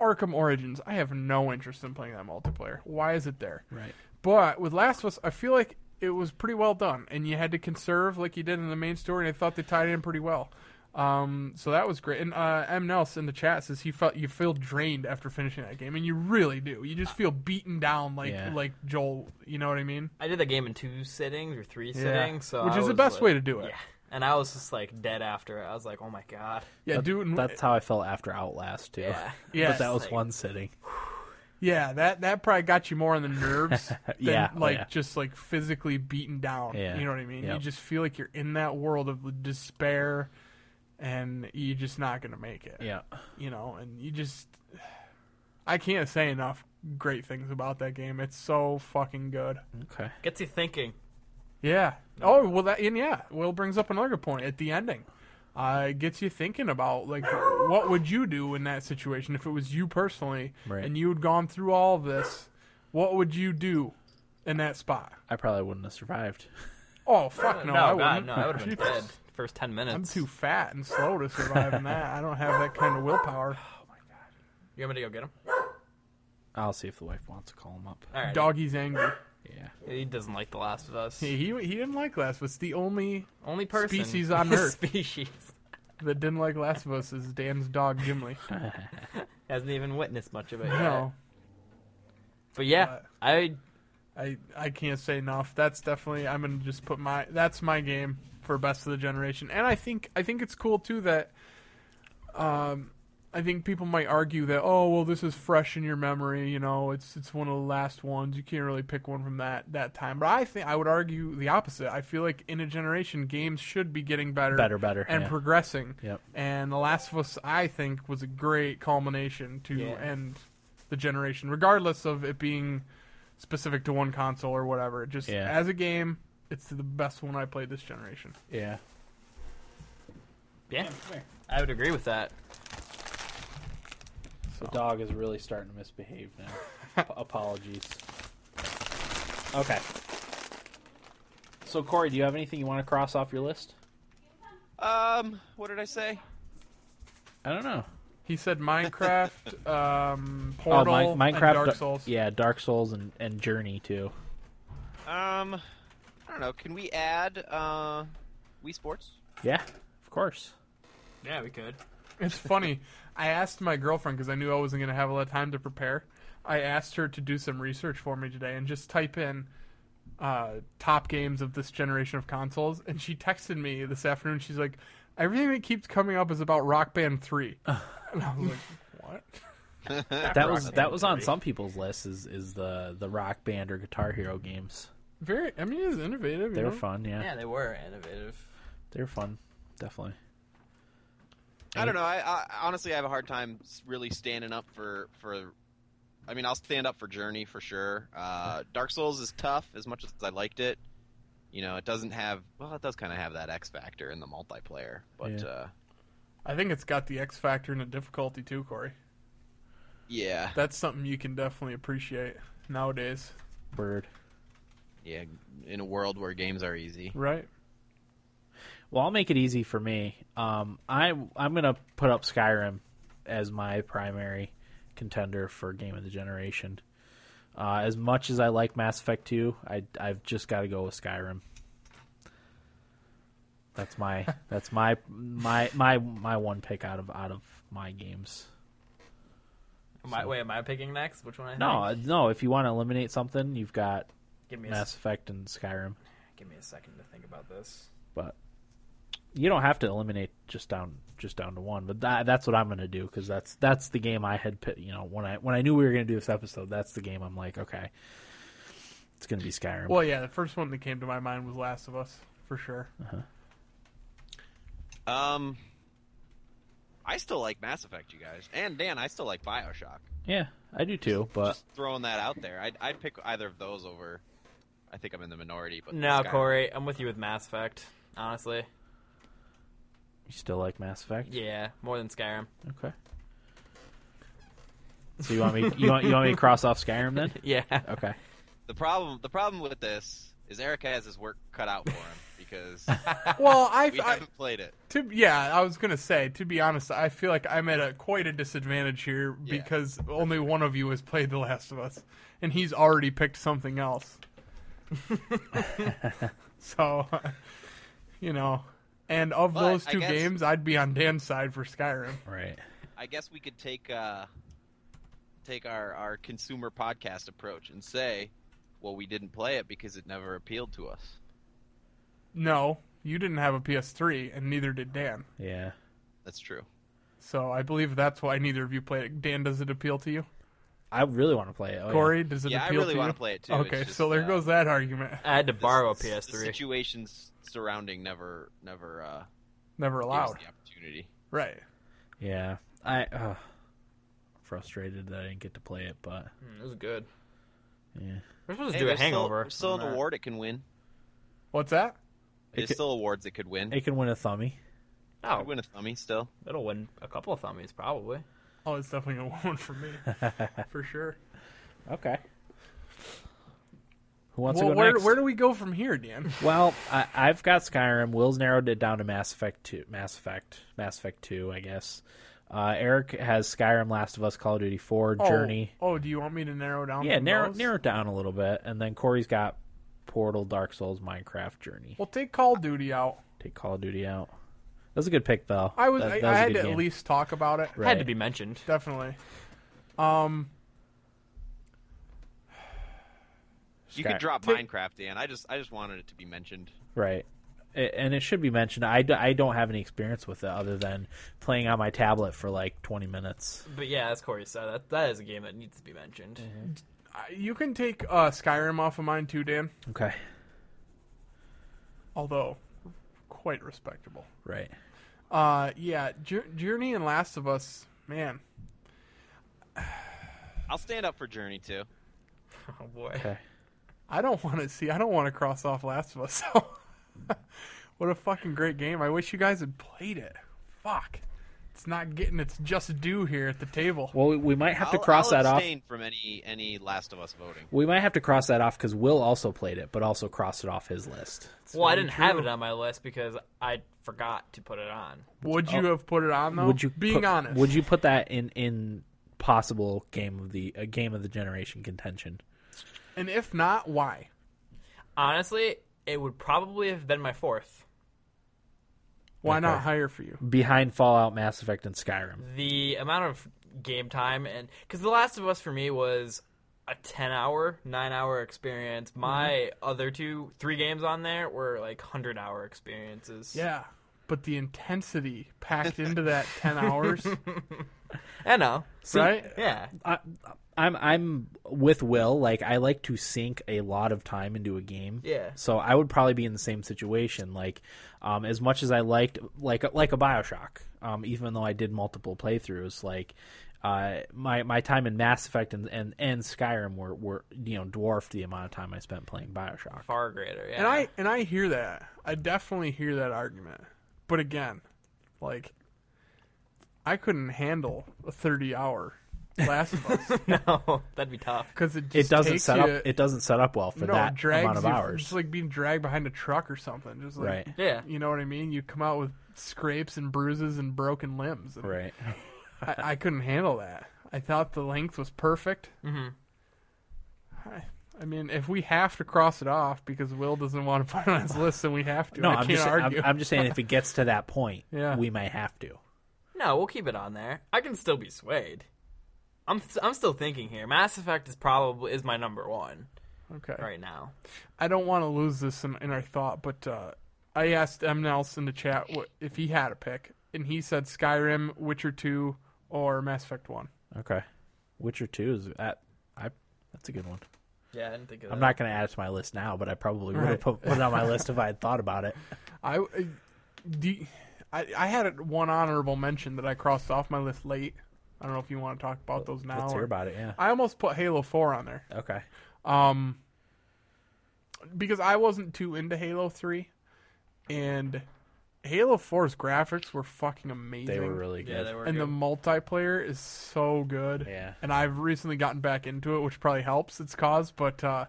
Speaker 2: Arkham Origins. I have no interest in playing that multiplayer. Why is it there?
Speaker 1: Right.
Speaker 2: But with Last of Us, I feel like it was pretty well done, and you had to conserve like you did in the main story, and I thought they tied in pretty well. Um, so that was great. And uh, M. Nels in the chat says he felt you feel drained after finishing that game, and you really do. You just feel beaten down, like
Speaker 1: Uh, Yeah.
Speaker 2: like Joel. You know what I mean?
Speaker 3: i did the game in two sittings or three
Speaker 2: Yeah.
Speaker 3: sittings so
Speaker 2: Which
Speaker 3: I
Speaker 2: is the
Speaker 3: was,
Speaker 2: best
Speaker 3: like-
Speaker 2: way to do it.
Speaker 3: yeah and i was just like dead after it i was like oh my god
Speaker 2: Yeah,
Speaker 1: That-
Speaker 2: do it. in-
Speaker 1: That's how I felt after Outlast too.
Speaker 3: yeah
Speaker 2: Yeah.
Speaker 1: but that was
Speaker 3: Like-
Speaker 1: one sitting.
Speaker 2: yeah, that that probably got you more on the nerves than
Speaker 1: Yeah, oh,
Speaker 2: like
Speaker 1: yeah.
Speaker 2: just like physically beaten down.
Speaker 1: Yeah,
Speaker 2: You know what I mean? You
Speaker 1: yep.
Speaker 2: just feel like you're in that world of despair and you're just not gonna make it.
Speaker 1: Yeah.
Speaker 2: You know, and you just I can't say enough great things about that game. It's so fucking good.
Speaker 1: Okay.
Speaker 3: gets you thinking
Speaker 2: Yeah. Oh well, that and yeah, Will brings up another point at the ending. Uh, it gets you thinking about like what would you do in that situation if it was you personally
Speaker 1: Right.
Speaker 2: and you had gone through all of this. What would you do in that spot?
Speaker 1: I probably wouldn't have survived.
Speaker 2: Oh fuck no!
Speaker 3: no,
Speaker 2: I
Speaker 3: god
Speaker 2: wouldn't.
Speaker 3: no i would have been
Speaker 2: Jesus.
Speaker 3: dead first 10 minutes
Speaker 2: I'm too fat and slow to survive in that. I don't have that kind of willpower.
Speaker 3: you want me to go get him
Speaker 1: I'll see if the wife wants to call him up.
Speaker 3: all right
Speaker 2: Doggy's angry.
Speaker 1: Yeah.
Speaker 3: he doesn't like the last of us
Speaker 2: He, he he didn't like Last of Us. The only
Speaker 3: only person
Speaker 2: Species on Earth.
Speaker 3: species
Speaker 2: that didn't like Last of Us is Dan's dog Gimli.
Speaker 3: hasn't even witnessed much of it. Yet.
Speaker 2: No.
Speaker 3: but yeah,
Speaker 2: But-
Speaker 3: I
Speaker 2: I I can't say enough. That's definitely I'm gonna just put my that's my game for best of the generation. And I think I think it's cool too that um I think people might argue that oh well this is fresh in your memory you know it's it's one of the last ones you can't really pick one from that that time but I think I would argue the opposite I feel like in a generation games should be getting better
Speaker 1: Better, better,
Speaker 2: and
Speaker 1: yeah.
Speaker 2: progressing
Speaker 1: Yep.
Speaker 2: and The Last of Us I think was a great culmination to
Speaker 1: Yeah.
Speaker 2: end the generation regardless of it being specific to one console or whatever It just
Speaker 1: Yeah.
Speaker 2: as a game it's the best one I played this generation
Speaker 1: Yeah.
Speaker 3: Yeah, I would agree with that.
Speaker 1: The dog is really starting to misbehave now. Ap- Apologies. Okay. So Corey, do you have anything you want to cross off your list?
Speaker 4: Um, what did I say?
Speaker 1: I don't know.
Speaker 2: He said Minecraft,
Speaker 1: Oh,
Speaker 2: um, Portal, and Dark Souls.
Speaker 1: Yeah, Dark Souls and, and Journey too.
Speaker 4: Um, I don't know. Can we add uh, Wii Sports?
Speaker 1: Yeah, of course.
Speaker 3: Yeah, we could.
Speaker 2: It's funny. I asked my girlfriend because I knew I wasn't going to have a lot of time to prepare. I asked her to do some research for me today and just type in uh, top games of this generation of consoles. And she texted me this afternoon. She's like, everything that keeps coming up is about Rock Band 3. and I was like, what?
Speaker 1: That was that was on some people's lists. Is is the the Rock Band or Guitar Hero games?
Speaker 2: Very, I mean, it's innovative.
Speaker 1: They
Speaker 2: you
Speaker 1: were
Speaker 2: know?
Speaker 1: fun. Yeah,
Speaker 3: Yeah, they were innovative.
Speaker 1: they were fun. Definitely.
Speaker 4: I don't know. I, I honestly I have a hard time s- really standing up for for. I mean, I'll stand up for Journey for sure. Uh, Dark Souls is tough. As much as I liked it, you know, it doesn't have. Well, it does kind of have that X factor in the multiplayer, but
Speaker 1: Yeah.
Speaker 4: uh,
Speaker 2: I think it's got the X factor and the difficulty too, Corey.
Speaker 4: yeah,
Speaker 2: That's something you can definitely appreciate nowadays,
Speaker 1: Bird.
Speaker 4: yeah. In a world where games are easy,
Speaker 2: right?
Speaker 1: Well, I'll make it easy for me. Um, I I'm gonna put up Skyrim as my primary contender for game of the generation. Uh, as much as I like Mass Effect 2, I I've just got to go with Skyrim. That's my that's my my my my one pick out of out of my games.
Speaker 3: Am I, wait, am I picking next? Which one? I
Speaker 1: No,
Speaker 3: think?
Speaker 1: no. If you want to eliminate something, you've got
Speaker 3: give me a,
Speaker 1: Mass
Speaker 3: s-
Speaker 1: Effect and Skyrim,
Speaker 3: give me a second to think about this.
Speaker 1: but you don't have to eliminate just down just down to one. But that, that's what I'm going to do because that's that's the game I had. pi- You know, when I when I knew we were going to do this episode, that's the game I'm like, okay, it's going to be Skyrim.
Speaker 2: Well, yeah, the first one that came to my mind was Last of Us, for sure.
Speaker 4: um, I still like Mass Effect, you guys, and Dan, I still like Bioshock.
Speaker 1: yeah, I do too. But
Speaker 4: Just throwing that out there, I'd, I'd pick either of those over. I think I'm in the minority, but
Speaker 3: No,
Speaker 4: Skyrim.
Speaker 3: Corey, I'm with you with Mass Effect. Honestly,
Speaker 1: you still like Mass Effect,
Speaker 3: yeah, more than Skyrim.
Speaker 1: Okay. So you want me you want you want me to cross off Skyrim then?
Speaker 3: Yeah,
Speaker 1: Okay.
Speaker 4: The problem, the problem with this is Eric has his work cut out for him because
Speaker 2: Well, I,
Speaker 4: we
Speaker 2: I
Speaker 4: haven't played it.
Speaker 2: to, yeah, I was gonna say. To be honest, I feel like I'm at a quite a disadvantage here
Speaker 4: Yeah.
Speaker 2: because only one of you has played The Last of Us, and he's already picked something else. so, you know, and of
Speaker 4: But
Speaker 2: those
Speaker 4: I
Speaker 2: two
Speaker 4: guess-
Speaker 2: games, I'd be on Dan's side for Skyrim.
Speaker 1: Right.
Speaker 4: I guess we could take uh, take our our consumer podcast approach and say, well, we didn't play it because it never appealed to us.
Speaker 2: No, you didn't have a PS3, and neither did Dan.
Speaker 1: Yeah.
Speaker 4: That's true.
Speaker 2: So I believe that's why neither of you played it. Dan, does it appeal to you?
Speaker 1: I really want to play it. Oh, yeah.
Speaker 2: Corey, does it
Speaker 4: yeah, I
Speaker 2: appeal
Speaker 4: really
Speaker 2: to
Speaker 4: want
Speaker 2: you?
Speaker 4: to play it too.
Speaker 2: okay,
Speaker 4: It's just,
Speaker 2: so there
Speaker 4: uh,
Speaker 2: goes that argument.
Speaker 3: I had to
Speaker 4: the-
Speaker 3: borrow a
Speaker 4: the
Speaker 3: PS3.
Speaker 4: situations surrounding never never uh,
Speaker 2: Never
Speaker 4: gives
Speaker 2: allowed.
Speaker 4: the opportunity.
Speaker 2: Right.
Speaker 1: Yeah, I uh, frustrated that I didn't get to play it, but
Speaker 3: Mm, it was good.
Speaker 1: yeah,
Speaker 3: We're supposed to do
Speaker 4: Hey,
Speaker 3: a
Speaker 4: there's still-
Speaker 3: hangover.
Speaker 4: there's Still,
Speaker 3: on
Speaker 4: an
Speaker 3: that.
Speaker 4: award it can win.
Speaker 2: What's that?
Speaker 4: There's
Speaker 1: could-
Speaker 4: still awards it could win.
Speaker 1: it can win a thummy.
Speaker 4: It could
Speaker 3: Oh,
Speaker 4: win a thummy still.
Speaker 3: it'll win a couple of thummies probably.
Speaker 2: Oh, it's definitely a one for me, for sure.
Speaker 1: Okay. Who wants
Speaker 2: well,
Speaker 1: to go
Speaker 2: where
Speaker 1: next?
Speaker 2: where do we go from here, Dan?
Speaker 1: Well, I, I've got Skyrim. Will's narrowed it down to Mass Effect Two. Mass Effect. Mass Effect Two, I guess. Uh, Eric has Skyrim, Last of Us, Call of Duty Four, Journey.
Speaker 2: Oh, oh, do you want me to narrow down?
Speaker 1: Yeah,
Speaker 2: from
Speaker 1: narrow
Speaker 2: those?
Speaker 1: narrow it down a little bit, and then Corey's got Portal, Dark Souls, Minecraft, Journey.
Speaker 2: Well, take Call of Duty out.
Speaker 1: Take Call of Duty out. That was a good pick, though.
Speaker 2: I was
Speaker 1: That-
Speaker 2: I,
Speaker 1: that was a
Speaker 2: I had
Speaker 1: good
Speaker 2: to at
Speaker 1: game.
Speaker 2: least talk about it.
Speaker 1: Right.
Speaker 3: Had to be mentioned.
Speaker 2: Definitely. Um,
Speaker 4: You
Speaker 1: Sky-
Speaker 4: could drop
Speaker 2: Take-
Speaker 4: Minecraft, Dan. I just I just wanted it to be mentioned.
Speaker 1: right. a- and it should be mentioned, I, d- I don't have any experience with it other than playing on my tablet for like 20 minutes.
Speaker 3: But yeah, as Corey said, that that is a game that needs to be mentioned.
Speaker 1: Mm-hmm.
Speaker 2: I- You can take uh, Skyrim off of mine too, Dan.
Speaker 1: Okay.
Speaker 2: Although, quite respectable.
Speaker 1: Right.
Speaker 2: Uh, yeah, Jour- Journey and Last of Us, man.
Speaker 4: I'll stand up for Journey too.
Speaker 3: Oh boy.
Speaker 1: Okay.
Speaker 2: I don't want to see. I don't want to cross off Last of Us. So. what a fucking great game! I wish you guys had played it. Fuck, it's not getting its just due here at the table.
Speaker 1: Well, we- we might have to
Speaker 4: I'll-
Speaker 1: cross
Speaker 4: I'll
Speaker 1: that off.
Speaker 4: abstain from any any Last of Us voting.
Speaker 1: We might have to cross that off because Will also played it, but also crossed it off his list.
Speaker 3: Well, I didn't have it on my list because I forgot to put it on.
Speaker 2: Would you have put it on though?
Speaker 1: Oh. Would you
Speaker 2: being
Speaker 1: put-
Speaker 2: honest?
Speaker 1: Would you put that in in possible game of the a game of the generation contention?
Speaker 2: And if not, why?
Speaker 3: Honestly, it would probably have been my fourth.
Speaker 2: Why not
Speaker 1: Okay.
Speaker 2: higher for you?
Speaker 1: Behind Fallout, Mass Effect, and Skyrim.
Speaker 3: The amount of game time and because The Last of Us for me was a ten-hour, nine-hour experience.
Speaker 2: Mm-hmm.
Speaker 3: My other two, three games on there were like hundred-hour experiences.
Speaker 2: Yeah, but the intensity packed into that ten hours,
Speaker 3: I know.
Speaker 2: right?
Speaker 3: Yeah,
Speaker 1: I, I'm I'm with Will. Like I like to sink a lot of time into a game.
Speaker 3: Yeah.
Speaker 1: So I would probably be in the same situation. Like, um, as much as I liked like like a Bioshock, um, even though I did multiple playthroughs, like. Uh, my my time in Mass Effect and, and, and Skyrim were, were you know dwarfed the amount of time I spent playing Bioshock.
Speaker 3: far greater. Yeah.
Speaker 2: And I and I hear that. I definitely hear that argument. But again, like I couldn't handle a 30 hour Last of Us
Speaker 3: no, that'd be tough.
Speaker 2: cuz it
Speaker 1: It
Speaker 2: just
Speaker 1: doesn't
Speaker 2: takes
Speaker 1: set
Speaker 2: you,
Speaker 1: up it doesn't set up well for
Speaker 2: no, it
Speaker 1: that
Speaker 2: drags
Speaker 1: amount of
Speaker 2: you,
Speaker 1: hours.
Speaker 2: It's like being dragged behind a truck or something. Just like
Speaker 1: Right.
Speaker 3: Yeah.
Speaker 2: You know what I mean? You come out with scrapes and bruises and broken limbs. And
Speaker 1: right.
Speaker 2: I, I couldn't handle that. I thought the length was perfect.
Speaker 3: Mhm.
Speaker 2: I, I mean, if we have to cross it off because Will doesn't want to put it on his list, then we have to.
Speaker 1: No,
Speaker 2: I
Speaker 1: I'm
Speaker 2: can't
Speaker 1: just
Speaker 2: argue.
Speaker 1: I'm, I'm just saying if it gets to that point,
Speaker 2: Yeah.
Speaker 1: we may have to.
Speaker 3: No, we'll keep it on there. I can still be swayed. I'm I'm still thinking here. Mass Effect is probably is my number one
Speaker 2: okay.
Speaker 3: right now.
Speaker 2: I don't want to lose this in, in our thought, but uh, I asked M. Nelson in the chat what, if he had a pick, and he said Skyrim, Witcher 2, or Mass Effect 1.
Speaker 1: Okay. Witcher Two is that I that's a good one.
Speaker 3: Yeah, I didn't think of
Speaker 1: I'm
Speaker 3: that.
Speaker 1: not gonna add it to my list now, but I probably would have
Speaker 2: Right.
Speaker 1: put, put it on my list if I had thought about it.
Speaker 2: I, uh, do, I, I had one honorable mention that I crossed off my list late. I don't know if you want to talk about those now.
Speaker 1: Let's
Speaker 2: or-
Speaker 1: hear about it, yeah.
Speaker 2: I almost put Halo 4 on there.
Speaker 1: Okay.
Speaker 2: Um, because I wasn't too into Halo 3, and Halo 4's graphics were fucking amazing.
Speaker 1: They were really good.
Speaker 3: Yeah, they were.
Speaker 2: and the
Speaker 3: good.
Speaker 2: multiplayer is so good.
Speaker 1: Yeah.
Speaker 2: And I've recently gotten back into it, which probably helps its cause, but uh,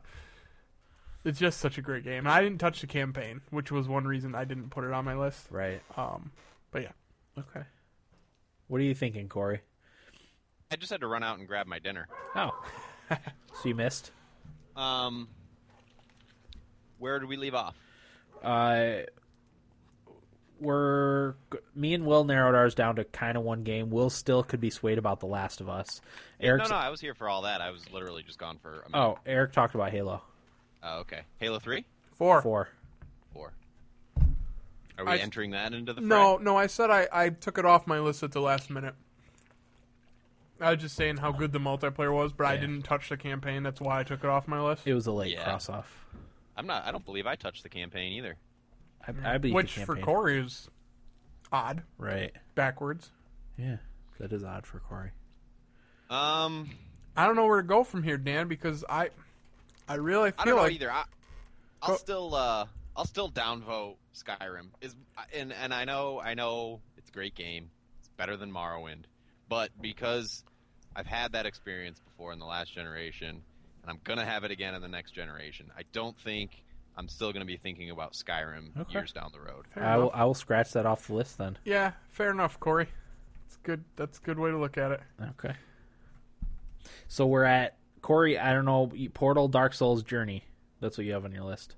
Speaker 2: it's just such a great game. And I didn't touch the campaign, which was one reason I didn't put it on my list.
Speaker 1: Right.
Speaker 2: Um, but yeah,
Speaker 1: Okay. What are you thinking, Corey?
Speaker 4: I just had to run out and grab my dinner.
Speaker 1: Oh. so you missed?
Speaker 4: Um, where did we leave off?
Speaker 1: Uh, we're me and Will narrowed ours down to kind of one game. Will still could be swayed about The Last of Us. Eric,
Speaker 4: no, no, I was here for all that. I was literally just gone for. A minute.
Speaker 1: oh, Eric talked about Halo
Speaker 4: Oh, okay. Halo Three,
Speaker 2: four.
Speaker 1: Four.
Speaker 4: four. Are we
Speaker 2: I-
Speaker 4: entering that into the fray?
Speaker 2: No, no, I said I, I took it off my list at the last minute. I was just saying how good the multiplayer was, but I
Speaker 1: Yeah.
Speaker 2: didn't touch the campaign. That's why I took it off my list.
Speaker 1: It was a late
Speaker 4: Yeah.
Speaker 1: cross off.
Speaker 4: I'm not. I don't believe I touched the campaign either.
Speaker 1: I, I beat
Speaker 2: Which
Speaker 1: the
Speaker 2: for
Speaker 1: campaign.
Speaker 2: Corey is odd,
Speaker 1: right?
Speaker 2: backwards.
Speaker 1: Yeah, that is odd for Corey.
Speaker 4: Um,
Speaker 2: I don't know where to go from here, Dan, because I, I really feel
Speaker 4: I don't know
Speaker 2: like
Speaker 4: either. I, I'll
Speaker 2: Oh.
Speaker 4: still, uh, I'll still downvote Skyrim. Is and and I know, I know, it's a great game. It's better than Morrowind, but because I've had that experience before in the last generation, and I'm gonna have it again in the next generation. I don't think I'm still gonna be thinking about Skyrim
Speaker 1: Okay.
Speaker 4: years down the road.
Speaker 2: Fair
Speaker 1: I will,
Speaker 2: enough.
Speaker 1: I will scratch that off the list then.
Speaker 2: yeah, fair enough, Corey. It's good. That's a good way to look at it.
Speaker 1: Okay. So we're at Corey. I don't know. Portal, Dark Souls, Journey. That's what you have on your list.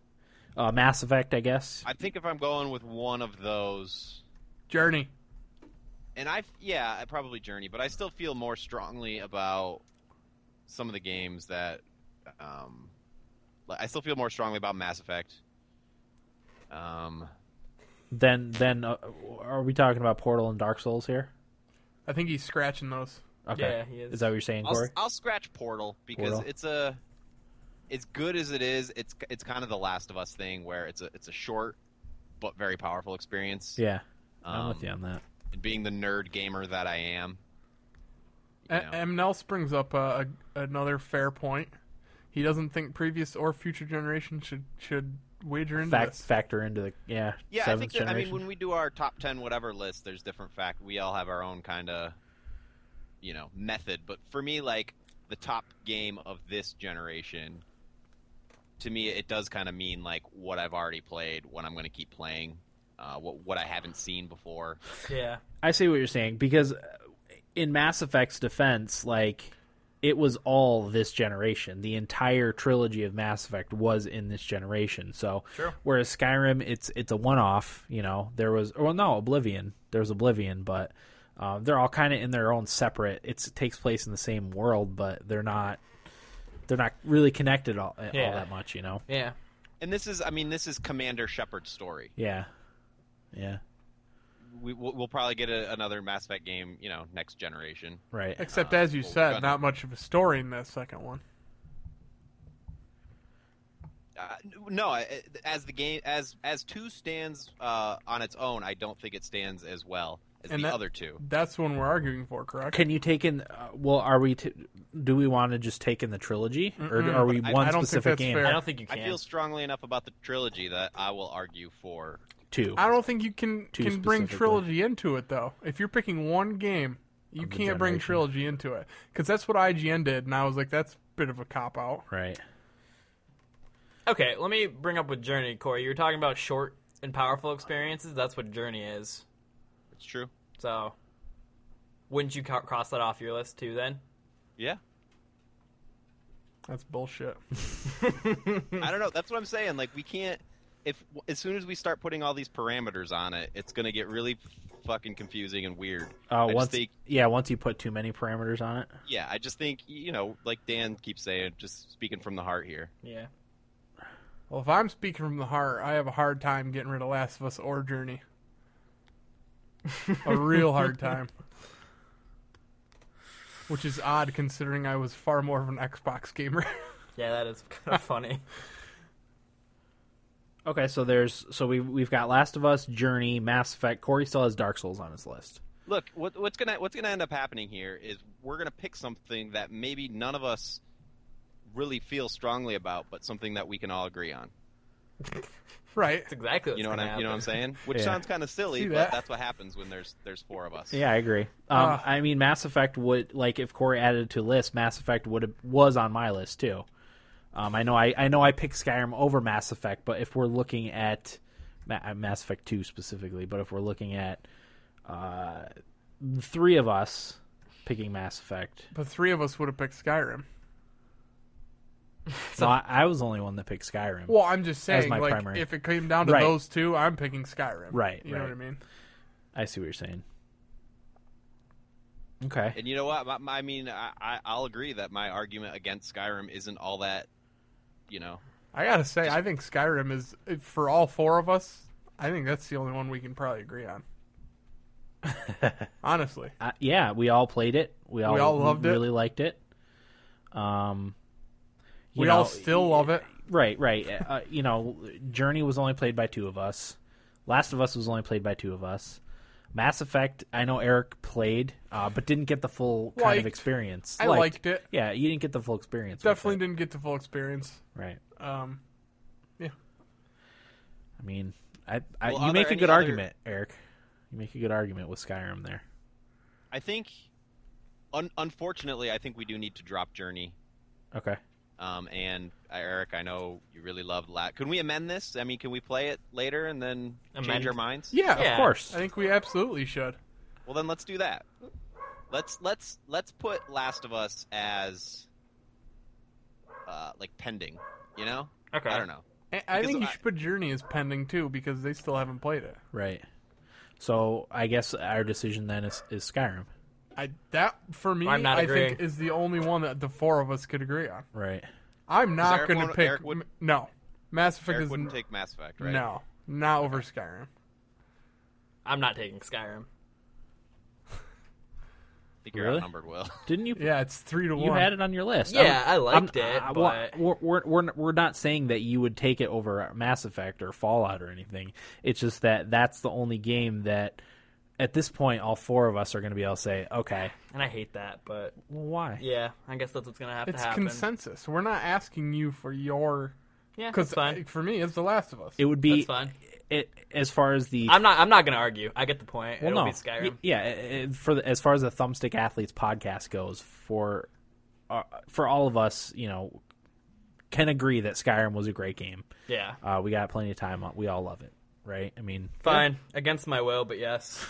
Speaker 1: Uh, Mass Effect, I guess.
Speaker 4: I think if I'm going with one of those,
Speaker 2: Journey.
Speaker 4: and I yeah, I probably Journey, but I still feel more strongly about some of the games that um like, I still feel more strongly about Mass Effect. Um
Speaker 1: Then then uh, are we talking about Portal and Dark Souls here?
Speaker 2: I think he's scratching those.
Speaker 1: Okay.
Speaker 3: Yeah, he is.
Speaker 1: that what you're saying,
Speaker 4: I'll,
Speaker 1: Corey?
Speaker 4: s- I'll scratch Portal because
Speaker 1: Portal.
Speaker 4: it's a as good as it is. It's it's kind of the Last of Us thing where it's a it's a short but very powerful experience.
Speaker 1: yeah, I'm
Speaker 4: Um,
Speaker 1: with you on that.
Speaker 4: And being the nerd gamer that I am, you
Speaker 2: A-
Speaker 4: know.
Speaker 2: Mnels brings up uh, a, another fair point. He doesn't think previous or future generations should should wager into
Speaker 1: Fact
Speaker 2: this.
Speaker 1: factor into the yeah.
Speaker 4: Um, yeah, I
Speaker 1: seventh
Speaker 4: think that, I mean
Speaker 1: generation.
Speaker 4: when we do our top ten whatever list, there's different fact. We all have our own kind of you know method. But for me, like the top game of this generation, to me, it does kind of mean like what I've already played, what I'm going to keep playing, uh, what what I haven't seen before.
Speaker 3: Yeah.
Speaker 1: I see what you're saying because uh, in Mass Effect's defense, like it was all this generation. The entire trilogy of Mass Effect was in this generation. So
Speaker 3: Sure.
Speaker 1: whereas Skyrim, it's it's a one-off. You know, there was well, no Oblivion. There was Oblivion, but um, they're all kind of in their own separate. It's, it takes place in the same world, but they're not. They're not really connected all, all
Speaker 3: Yeah.
Speaker 1: that much, you know.
Speaker 3: Yeah.
Speaker 4: And this is, I mean, this is Commander Shepard's story.
Speaker 1: Yeah, yeah,
Speaker 4: We, we'll, we'll probably get a, another Mass Effect game, you know, next generation.
Speaker 1: right.
Speaker 2: Except
Speaker 4: Uh,
Speaker 2: as you
Speaker 4: well, we're
Speaker 2: said,
Speaker 4: gonna-
Speaker 2: not much of a story in that second one.
Speaker 4: Uh, no, I- as the game as as two stands uh, on its own, I don't think it stands as well as
Speaker 2: And
Speaker 4: the
Speaker 2: that-
Speaker 4: other two.
Speaker 2: That's the one we're arguing for, correct?
Speaker 1: Can you take in? Uh, well, are we? T- do we want to just take in the trilogy, or are we
Speaker 4: but I-
Speaker 1: one
Speaker 2: I don't think
Speaker 1: specific
Speaker 2: that's
Speaker 1: game?
Speaker 2: fair.
Speaker 3: I don't think you
Speaker 4: I
Speaker 3: can.
Speaker 4: feel strongly enough about the trilogy that I will argue for.
Speaker 1: Two.
Speaker 2: I don't think you can
Speaker 1: Two
Speaker 2: can bring
Speaker 1: specifically.
Speaker 2: trilogy into it though. If you're picking one game, you
Speaker 1: Of the
Speaker 2: can't bring
Speaker 1: generation.
Speaker 2: trilogy into it because that's what IGN did, and I was like, that's a bit of a cop out.
Speaker 1: Right.
Speaker 3: Okay, let me bring up with Journey, Corey. You were talking about short and powerful experiences. That's what Journey is.
Speaker 4: It's true.
Speaker 3: So, wouldn't you co- cross that off your list too? Then
Speaker 4: Yeah,
Speaker 2: That's bullshit.
Speaker 4: I don't know. That's what I'm saying. Like we can't. If as soon as we start putting all these parameters on it, it's going to get really fucking confusing and weird. I
Speaker 1: Uh,
Speaker 4: just
Speaker 1: once,
Speaker 4: think-
Speaker 1: yeah, once you put too many parameters on it.
Speaker 4: yeah, I just think you know, like Dan keeps saying, just speaking from the heart here.
Speaker 3: yeah,
Speaker 2: Well, if I'm speaking from the heart, I have a hard time getting rid of Last of Us or Journey. a real hard time. Which is odd considering I was far more of an Xbox gamer.
Speaker 3: yeah, that is kind of funny.
Speaker 1: Okay, so there's so we we've got Last of Us, Journey, Mass Effect. Corey still has Dark Souls on his list.
Speaker 4: Look, what, what's gonna what's gonna end up happening here is we're gonna pick something that maybe none of us really feel strongly about, but something that we can all agree on.
Speaker 2: right.
Speaker 3: That's exactly. What's
Speaker 4: You know what
Speaker 3: gonna
Speaker 4: I'm you know what I'm
Speaker 3: happen.
Speaker 4: saying? Which
Speaker 1: Yeah.
Speaker 4: sounds kind of silly,
Speaker 2: See
Speaker 4: but
Speaker 2: that?
Speaker 4: that's what happens when there's there's four of us.
Speaker 1: Yeah, I agree. Um,
Speaker 2: Ah.
Speaker 1: I mean, Mass Effect would like if Corey added it to list, Mass Effect would was on my list too. Um, I know I I know I picked Skyrim over Mass Effect, but if we're looking at Ma- uh, Mass Effect two specifically, but if we're looking at uh, the three of us picking Mass Effect,
Speaker 2: But three of us would have picked Skyrim.
Speaker 1: so I, I was the only one that picked Skyrim.
Speaker 2: Well, I'm just
Speaker 1: As
Speaker 2: saying,
Speaker 1: my
Speaker 2: like,
Speaker 1: primary.
Speaker 2: if it came down to
Speaker 1: Right.
Speaker 2: those two, I'm picking Skyrim.
Speaker 1: Right,
Speaker 2: You know
Speaker 1: right.
Speaker 2: what I mean?
Speaker 1: I see what you're saying. Okay.
Speaker 4: And you know what? My, my- I mean, I, I I'll agree that my argument against Skyrim isn't all that, you know.
Speaker 2: I gotta say, I think Skyrim is for all four of us. I think that's the only one we can probably agree on. Honestly,
Speaker 1: uh, yeah, we all played it. We all,
Speaker 2: all loved it.
Speaker 1: really liked it. Um, you
Speaker 2: we
Speaker 1: know,
Speaker 2: all still love it.
Speaker 1: right, right. Uh, you know, Journey was only played by two of us. Last of Us was only played by two of us. Mass Effect, I know Eric played, uh, but didn't get the full kind of
Speaker 2: Liked.
Speaker 1: experience.
Speaker 2: I liked it.
Speaker 1: Yeah, you didn't get the full experience. with
Speaker 2: Definitely
Speaker 1: it.
Speaker 2: didn't get the full experience.
Speaker 1: Right.
Speaker 2: Um,
Speaker 1: I mean, I, I
Speaker 4: Well,
Speaker 1: you
Speaker 4: are
Speaker 1: make
Speaker 4: there
Speaker 1: a good
Speaker 4: any other-
Speaker 1: argument, Eric. You make a good argument with Skyrim there.
Speaker 4: I think, un- unfortunately, I think we do need to drop Journey.
Speaker 1: Okay.
Speaker 4: Um, and uh, Eric, I know you really loved Lat. Can we amend this? I mean, can we play it later and then
Speaker 3: Amend?
Speaker 4: change our minds?
Speaker 2: yeah,
Speaker 3: Yeah.
Speaker 1: Of course.
Speaker 2: I think we absolutely should.
Speaker 4: Well, then let's do that. Let's let's let's put Last of Us as uh, like pending. You know,
Speaker 3: Okay.
Speaker 4: I don't know.
Speaker 2: I, I
Speaker 4: Because
Speaker 2: think you
Speaker 4: I-
Speaker 2: should put Journey as pending too because they still haven't played it.
Speaker 1: Right. So I guess our decision then is, is Skyrim.
Speaker 2: I that for me,
Speaker 3: I'm not
Speaker 2: I
Speaker 3: agreeing.
Speaker 2: think is the only one that the four of us could agree on.
Speaker 1: Right.
Speaker 2: I'm not
Speaker 4: Eric
Speaker 2: going to
Speaker 4: won't-
Speaker 2: pick
Speaker 4: Eric would-
Speaker 2: m- no Mass Effect
Speaker 4: Eric
Speaker 2: is
Speaker 4: wouldn't
Speaker 2: n-
Speaker 4: take Mass Effect, right?
Speaker 2: no not over Skyrim.
Speaker 3: I'm not taking Skyrim.
Speaker 4: I think you're
Speaker 1: Really?
Speaker 4: outnumbered, Will.
Speaker 1: Didn't you?
Speaker 2: Yeah, it's three to
Speaker 1: You
Speaker 2: one.
Speaker 1: had it on your list.
Speaker 3: Yeah, I
Speaker 1: I'm-
Speaker 3: liked
Speaker 1: I'm-
Speaker 3: it,
Speaker 1: I-
Speaker 3: but-
Speaker 1: we're, we're, we're, we're not saying that you would take it over Mass Effect or Fallout or anything. It's just that that's the only game that, at this point, all four of us are going to be able to say, okay,
Speaker 3: And I hate that, but
Speaker 1: well, why?
Speaker 3: yeah, I guess that's what's gonna have
Speaker 2: it's
Speaker 3: to happen.
Speaker 2: consensus. We're not asking you for your
Speaker 3: yeah, that's
Speaker 2: because
Speaker 3: fine.
Speaker 2: for me it's The Last of Us.
Speaker 1: It would be
Speaker 3: that's fine.
Speaker 1: it, as far as the
Speaker 3: I'm not. I'm not gonna argue. I get the point.
Speaker 1: well,
Speaker 3: It'll
Speaker 1: no,
Speaker 3: be Skyrim.
Speaker 1: Y- yeah. i- i- For the, as far as the Thumbstick Athletes podcast goes, for uh, for all of us, you know, can agree that Skyrim was a great game.
Speaker 3: yeah,
Speaker 1: Uh, we got plenty of time. on- We all love it, right? I mean,
Speaker 3: fine. Against my will, but yes.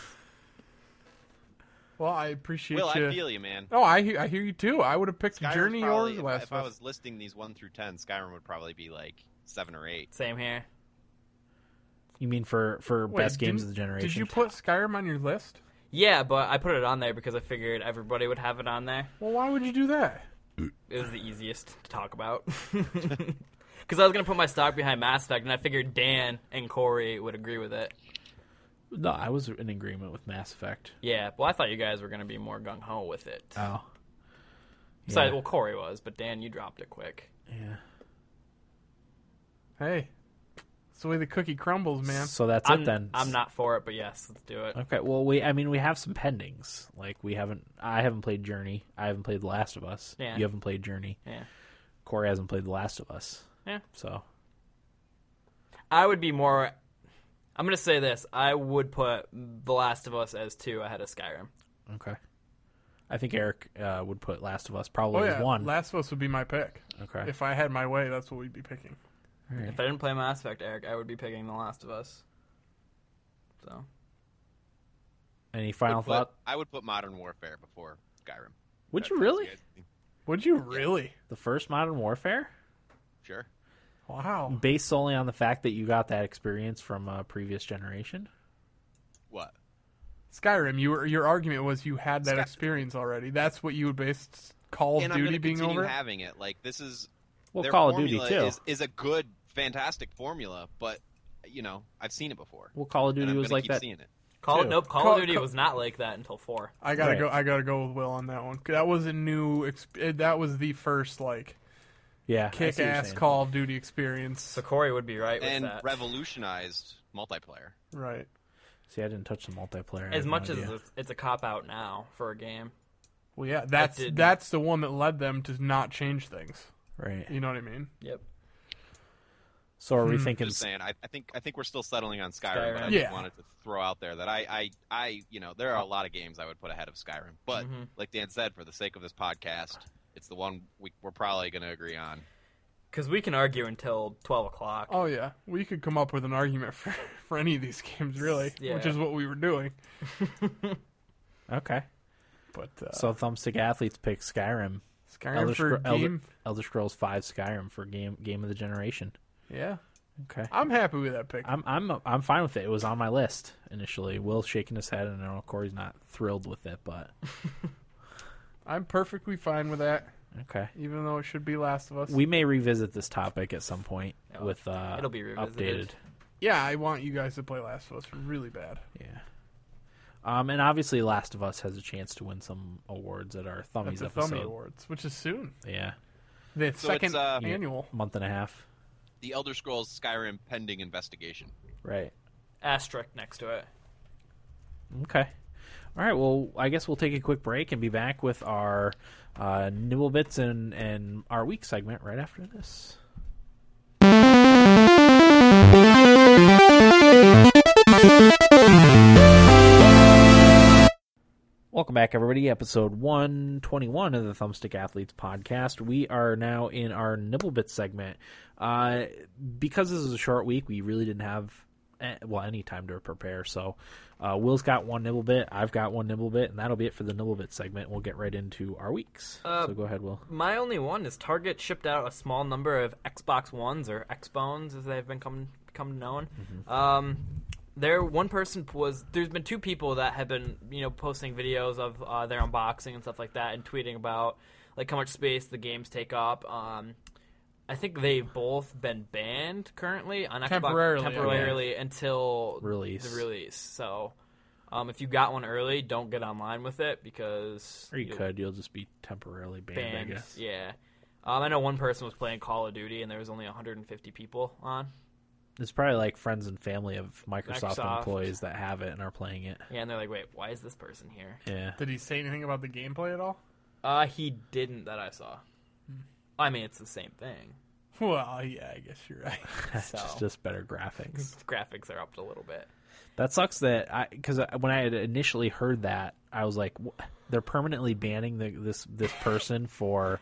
Speaker 2: well, I appreciate
Speaker 4: Will, I
Speaker 2: you.
Speaker 4: feel you, man.
Speaker 2: Oh, I, he- I hear you too. I would have picked
Speaker 4: Skyrim's
Speaker 2: Journey or
Speaker 4: probably- if,
Speaker 2: The
Speaker 4: I-
Speaker 2: Last
Speaker 4: if
Speaker 2: of Us.
Speaker 4: I was listing these one through ten, Skyrim would probably be like seven or eight.
Speaker 3: Same here.
Speaker 1: You mean for for
Speaker 2: Wait,
Speaker 1: best games of
Speaker 2: didn't-
Speaker 1: the generation?
Speaker 2: Did you put Skyrim on your list?
Speaker 3: Yeah, but I put it on there because I figured everybody would have it on there.
Speaker 2: Well, why would you do that?
Speaker 3: It was the easiest to talk about. Because I was gonna put my stock behind Mass Effect, and I figured Dan and Corey would agree with it.
Speaker 1: No, I was in agreement with Mass Effect.
Speaker 3: Yeah, well, I thought you guys were gonna be more gung ho with it.
Speaker 1: Oh,
Speaker 3: Besides, well, Corey was, but Dan, you dropped it quick.
Speaker 1: yeah.
Speaker 2: Hey, it's the way the cookie crumbles, man.
Speaker 1: So that's
Speaker 3: I'm,
Speaker 1: it then.
Speaker 3: I'm not for it, but yes, let's do it.
Speaker 1: Okay. Well, we. I mean, we have some pendings. Like we haven't. I haven't played Journey. I haven't played The Last of Us.
Speaker 3: Yeah.
Speaker 1: You haven't played Journey.
Speaker 3: Yeah.
Speaker 1: Corey hasn't played The Last of Us.
Speaker 3: Yeah.
Speaker 1: So
Speaker 3: I would be more. I'm gonna say this. I would put The Last of Us as two ahead of Skyrim.
Speaker 1: okay. I think Eric uh, would put Last of Us probably
Speaker 2: Oh
Speaker 1: as
Speaker 2: yeah,
Speaker 1: one.
Speaker 2: Last of Us would be my pick.
Speaker 1: okay.
Speaker 2: If I had my way, that's what we'd be picking.
Speaker 1: All right.
Speaker 3: If I didn't play Mass Effect, Eric, I would be picking The Last of Us. So
Speaker 1: Any final
Speaker 4: Would put-
Speaker 1: thought?
Speaker 4: I would put Modern Warfare before Skyrim.
Speaker 1: Would
Speaker 4: That's
Speaker 1: you
Speaker 4: what
Speaker 1: really?
Speaker 4: guys think.
Speaker 2: Would you really?
Speaker 1: The first Modern Warfare,
Speaker 4: Sure.
Speaker 2: Wow.
Speaker 1: based solely on the fact that you got that experience from a previous generation.
Speaker 4: What?
Speaker 2: Skyrim, you were, your argument was you had that
Speaker 4: Sky-
Speaker 2: experience already. That's what you would base Call
Speaker 4: and
Speaker 2: of
Speaker 4: I'm
Speaker 2: Duty
Speaker 4: going to
Speaker 2: being
Speaker 4: continue
Speaker 2: over. it?
Speaker 4: having it. Like this is
Speaker 1: Well,
Speaker 4: their
Speaker 1: Call of Duty
Speaker 4: formula
Speaker 1: too.
Speaker 4: Is, is a good, fantastic formula, but you know I've seen it before.
Speaker 1: Well, Call of
Speaker 4: and
Speaker 1: Duty
Speaker 4: I'm
Speaker 1: was
Speaker 4: gonna
Speaker 1: like
Speaker 4: keep
Speaker 1: that.
Speaker 4: Seeing it.
Speaker 3: Call
Speaker 1: Two.
Speaker 3: nope. Call,
Speaker 2: Call-
Speaker 3: of Duty
Speaker 2: Call-
Speaker 3: was not like that until four.
Speaker 2: I gotta
Speaker 1: Right.
Speaker 2: go. I gotta go with Will on that one. That was a new. Exp- eh, that was the first like
Speaker 1: Yeah, I see what you're
Speaker 2: kick-ass
Speaker 1: saying.
Speaker 2: Call of Duty experience.
Speaker 3: So Corey would be right with
Speaker 4: and
Speaker 3: that.
Speaker 4: revolutionized multiplayer.
Speaker 2: Right.
Speaker 1: See, I didn't touch the multiplayer. I
Speaker 3: as
Speaker 1: have no
Speaker 3: much as
Speaker 1: idea.
Speaker 3: it's, it's a cop out now for a game.
Speaker 2: Well, yeah. That's
Speaker 3: didn't-
Speaker 2: that's the one that led them to not change things.
Speaker 1: right.
Speaker 2: You know what I mean?
Speaker 3: Yep.
Speaker 1: So are we thinking?
Speaker 4: Just saying, I, I think I think we're still settling on Skyrim. But I
Speaker 2: Skyrim.
Speaker 4: just
Speaker 2: Yeah.
Speaker 4: wanted to throw out there that I, I I you know there are a lot of games I would put ahead of Skyrim, but
Speaker 1: Mm-hmm.
Speaker 3: Mhm.
Speaker 4: like Dan said, for the sake of this podcast, it's the one we, we're probably going to agree on.
Speaker 3: Because we can argue until twelve o'clock.
Speaker 2: Oh yeah. We could come up with an argument for for any of these games, really,
Speaker 3: Yeah.
Speaker 2: which is what we were doing.
Speaker 1: Okay.
Speaker 2: But uh,
Speaker 1: So thumbstick athletes pick Skyrim,
Speaker 2: Skyrim
Speaker 1: Elder,
Speaker 2: for
Speaker 1: Scro-
Speaker 2: game.
Speaker 1: Elder, Elder Scrolls Five, Skyrim for game game of the generation.
Speaker 2: Yeah.
Speaker 1: Okay.
Speaker 2: I'm happy with that pick.
Speaker 1: I'm I'm I'm fine with it. It was on my list initially. Will's shaking his head, and I know Corey's not thrilled with it, but
Speaker 2: I'm perfectly fine with that,
Speaker 1: okay.
Speaker 2: even though it should be Last of Us.
Speaker 1: We may revisit this topic at some point
Speaker 3: Yeah,
Speaker 1: with uh,
Speaker 3: it'll be
Speaker 1: updated.
Speaker 3: revisited.
Speaker 2: yeah, I want you guys to play Last of Us really bad.
Speaker 1: Yeah. Um, and obviously, Last of Us has a chance to win some awards at our
Speaker 2: At
Speaker 1: Thummies
Speaker 2: the
Speaker 1: episode.
Speaker 2: Thummy Awards, which is soon.
Speaker 1: Yeah,
Speaker 2: The
Speaker 4: So
Speaker 2: second
Speaker 4: it's, uh,
Speaker 2: annual.
Speaker 1: month and a half.
Speaker 4: The Elder Scrolls Skyrim pending investigation.
Speaker 1: Right.
Speaker 3: Asterisk next to it.
Speaker 1: Okay. All right. Well, I guess we'll take a quick break and be back with our uh, nibble bits and and our week segment right after this. Welcome back, everybody. Episode 121 of the Thumbstick Athletes podcast. We are now in our nibble bit segment. Uh, because this is a short week, we really didn't have eh, well any time to prepare. So, uh, Will's got one nibble bit, I've got one nibble bit, and that'll be it for the nibble bit segment. We'll get right into our weeks.
Speaker 3: Uh,
Speaker 1: so go ahead, Will.
Speaker 3: My only one is Target shipped out a small number of Xbox Ones or Xbones as they've been come, become known.
Speaker 1: Mm-hmm.
Speaker 3: Um, there, one person was. There's been two people that have been, you know, posting videos of uh, their unboxing and stuff like that, and tweeting about like how much space the games take up. Um, I think they've both been banned currently on Xbox
Speaker 2: Temporarily, I
Speaker 3: temporarily until
Speaker 1: Release.
Speaker 3: the release. So Um, if you got one early, don't get online with it because
Speaker 1: Or you
Speaker 3: you'll-
Speaker 1: could. You'll just be temporarily banned, I
Speaker 3: banned.
Speaker 1: guess.
Speaker 3: Yeah. Um, I know one person was playing Call of Duty and there was only 150 people on.
Speaker 1: It's probably like friends and family of Microsoft,
Speaker 3: Microsoft.
Speaker 1: employees that have it and are playing it.
Speaker 3: Yeah, and they're like, "Wait, why is this person here?"
Speaker 1: Yeah.
Speaker 2: Did he say anything about the gameplay at all?
Speaker 3: Uh, he didn't that I saw. I mean, it's the same thing.
Speaker 2: Well, yeah, I guess you're right.
Speaker 1: It's
Speaker 3: So
Speaker 1: just, just better graphics.
Speaker 3: graphics are upped a little bit.
Speaker 1: That sucks that I because when I had initially heard that, I was like, "Wha- they're permanently banning the, this this person for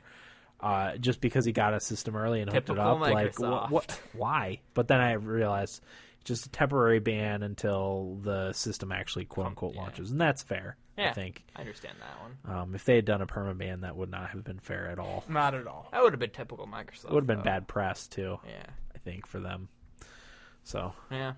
Speaker 1: uh, just because he got a system early and hooked it
Speaker 3: Typical
Speaker 1: up. Like, what, what? Why? But then I realized just a temporary ban until the system actually quote unquote
Speaker 3: yeah.
Speaker 1: launches, and that's fair. I
Speaker 3: Yeah.
Speaker 1: think
Speaker 3: I understand that one.
Speaker 1: um, if they had done a perma ban, that would not have been fair at all.
Speaker 2: Not at all.
Speaker 3: That would have been typical Microsoft.
Speaker 1: It would have been
Speaker 2: Uh,
Speaker 3: though.
Speaker 1: bad press too.
Speaker 3: Yeah.
Speaker 1: I think for them. So
Speaker 3: Yeah.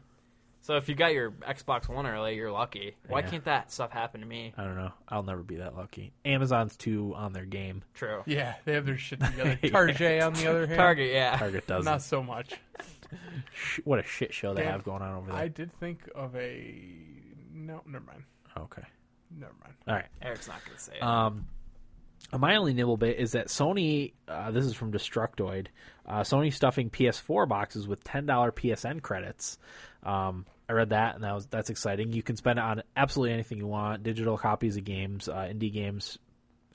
Speaker 3: So if you got your Xbox One early, you're lucky. Why
Speaker 1: Yeah.
Speaker 3: can't that stuff happen to me?
Speaker 1: I don't know. I'll never be that lucky. Amazon's too on their game.
Speaker 3: True.
Speaker 2: Yeah, they have their shit together. Tarjay, on the other hand,
Speaker 3: Target, yeah.
Speaker 1: Target doesn't.
Speaker 2: not so much.
Speaker 1: Sh- what a shit show they
Speaker 2: Damn.
Speaker 1: have going on over
Speaker 2: I
Speaker 1: there.
Speaker 2: did think of a no. Never mind.
Speaker 1: Okay.
Speaker 2: Never mind.
Speaker 1: All right.
Speaker 3: Eric's not gonna say it.
Speaker 1: Um, my only nibble bit is that Sony. Uh, this is from Destructoid. Uh, Sony stuffing PS4 boxes with ten dollar PSN credits. Um, I read that and that was that's exciting. You can spend it on absolutely anything you want. Digital copies of games, uh, indie games.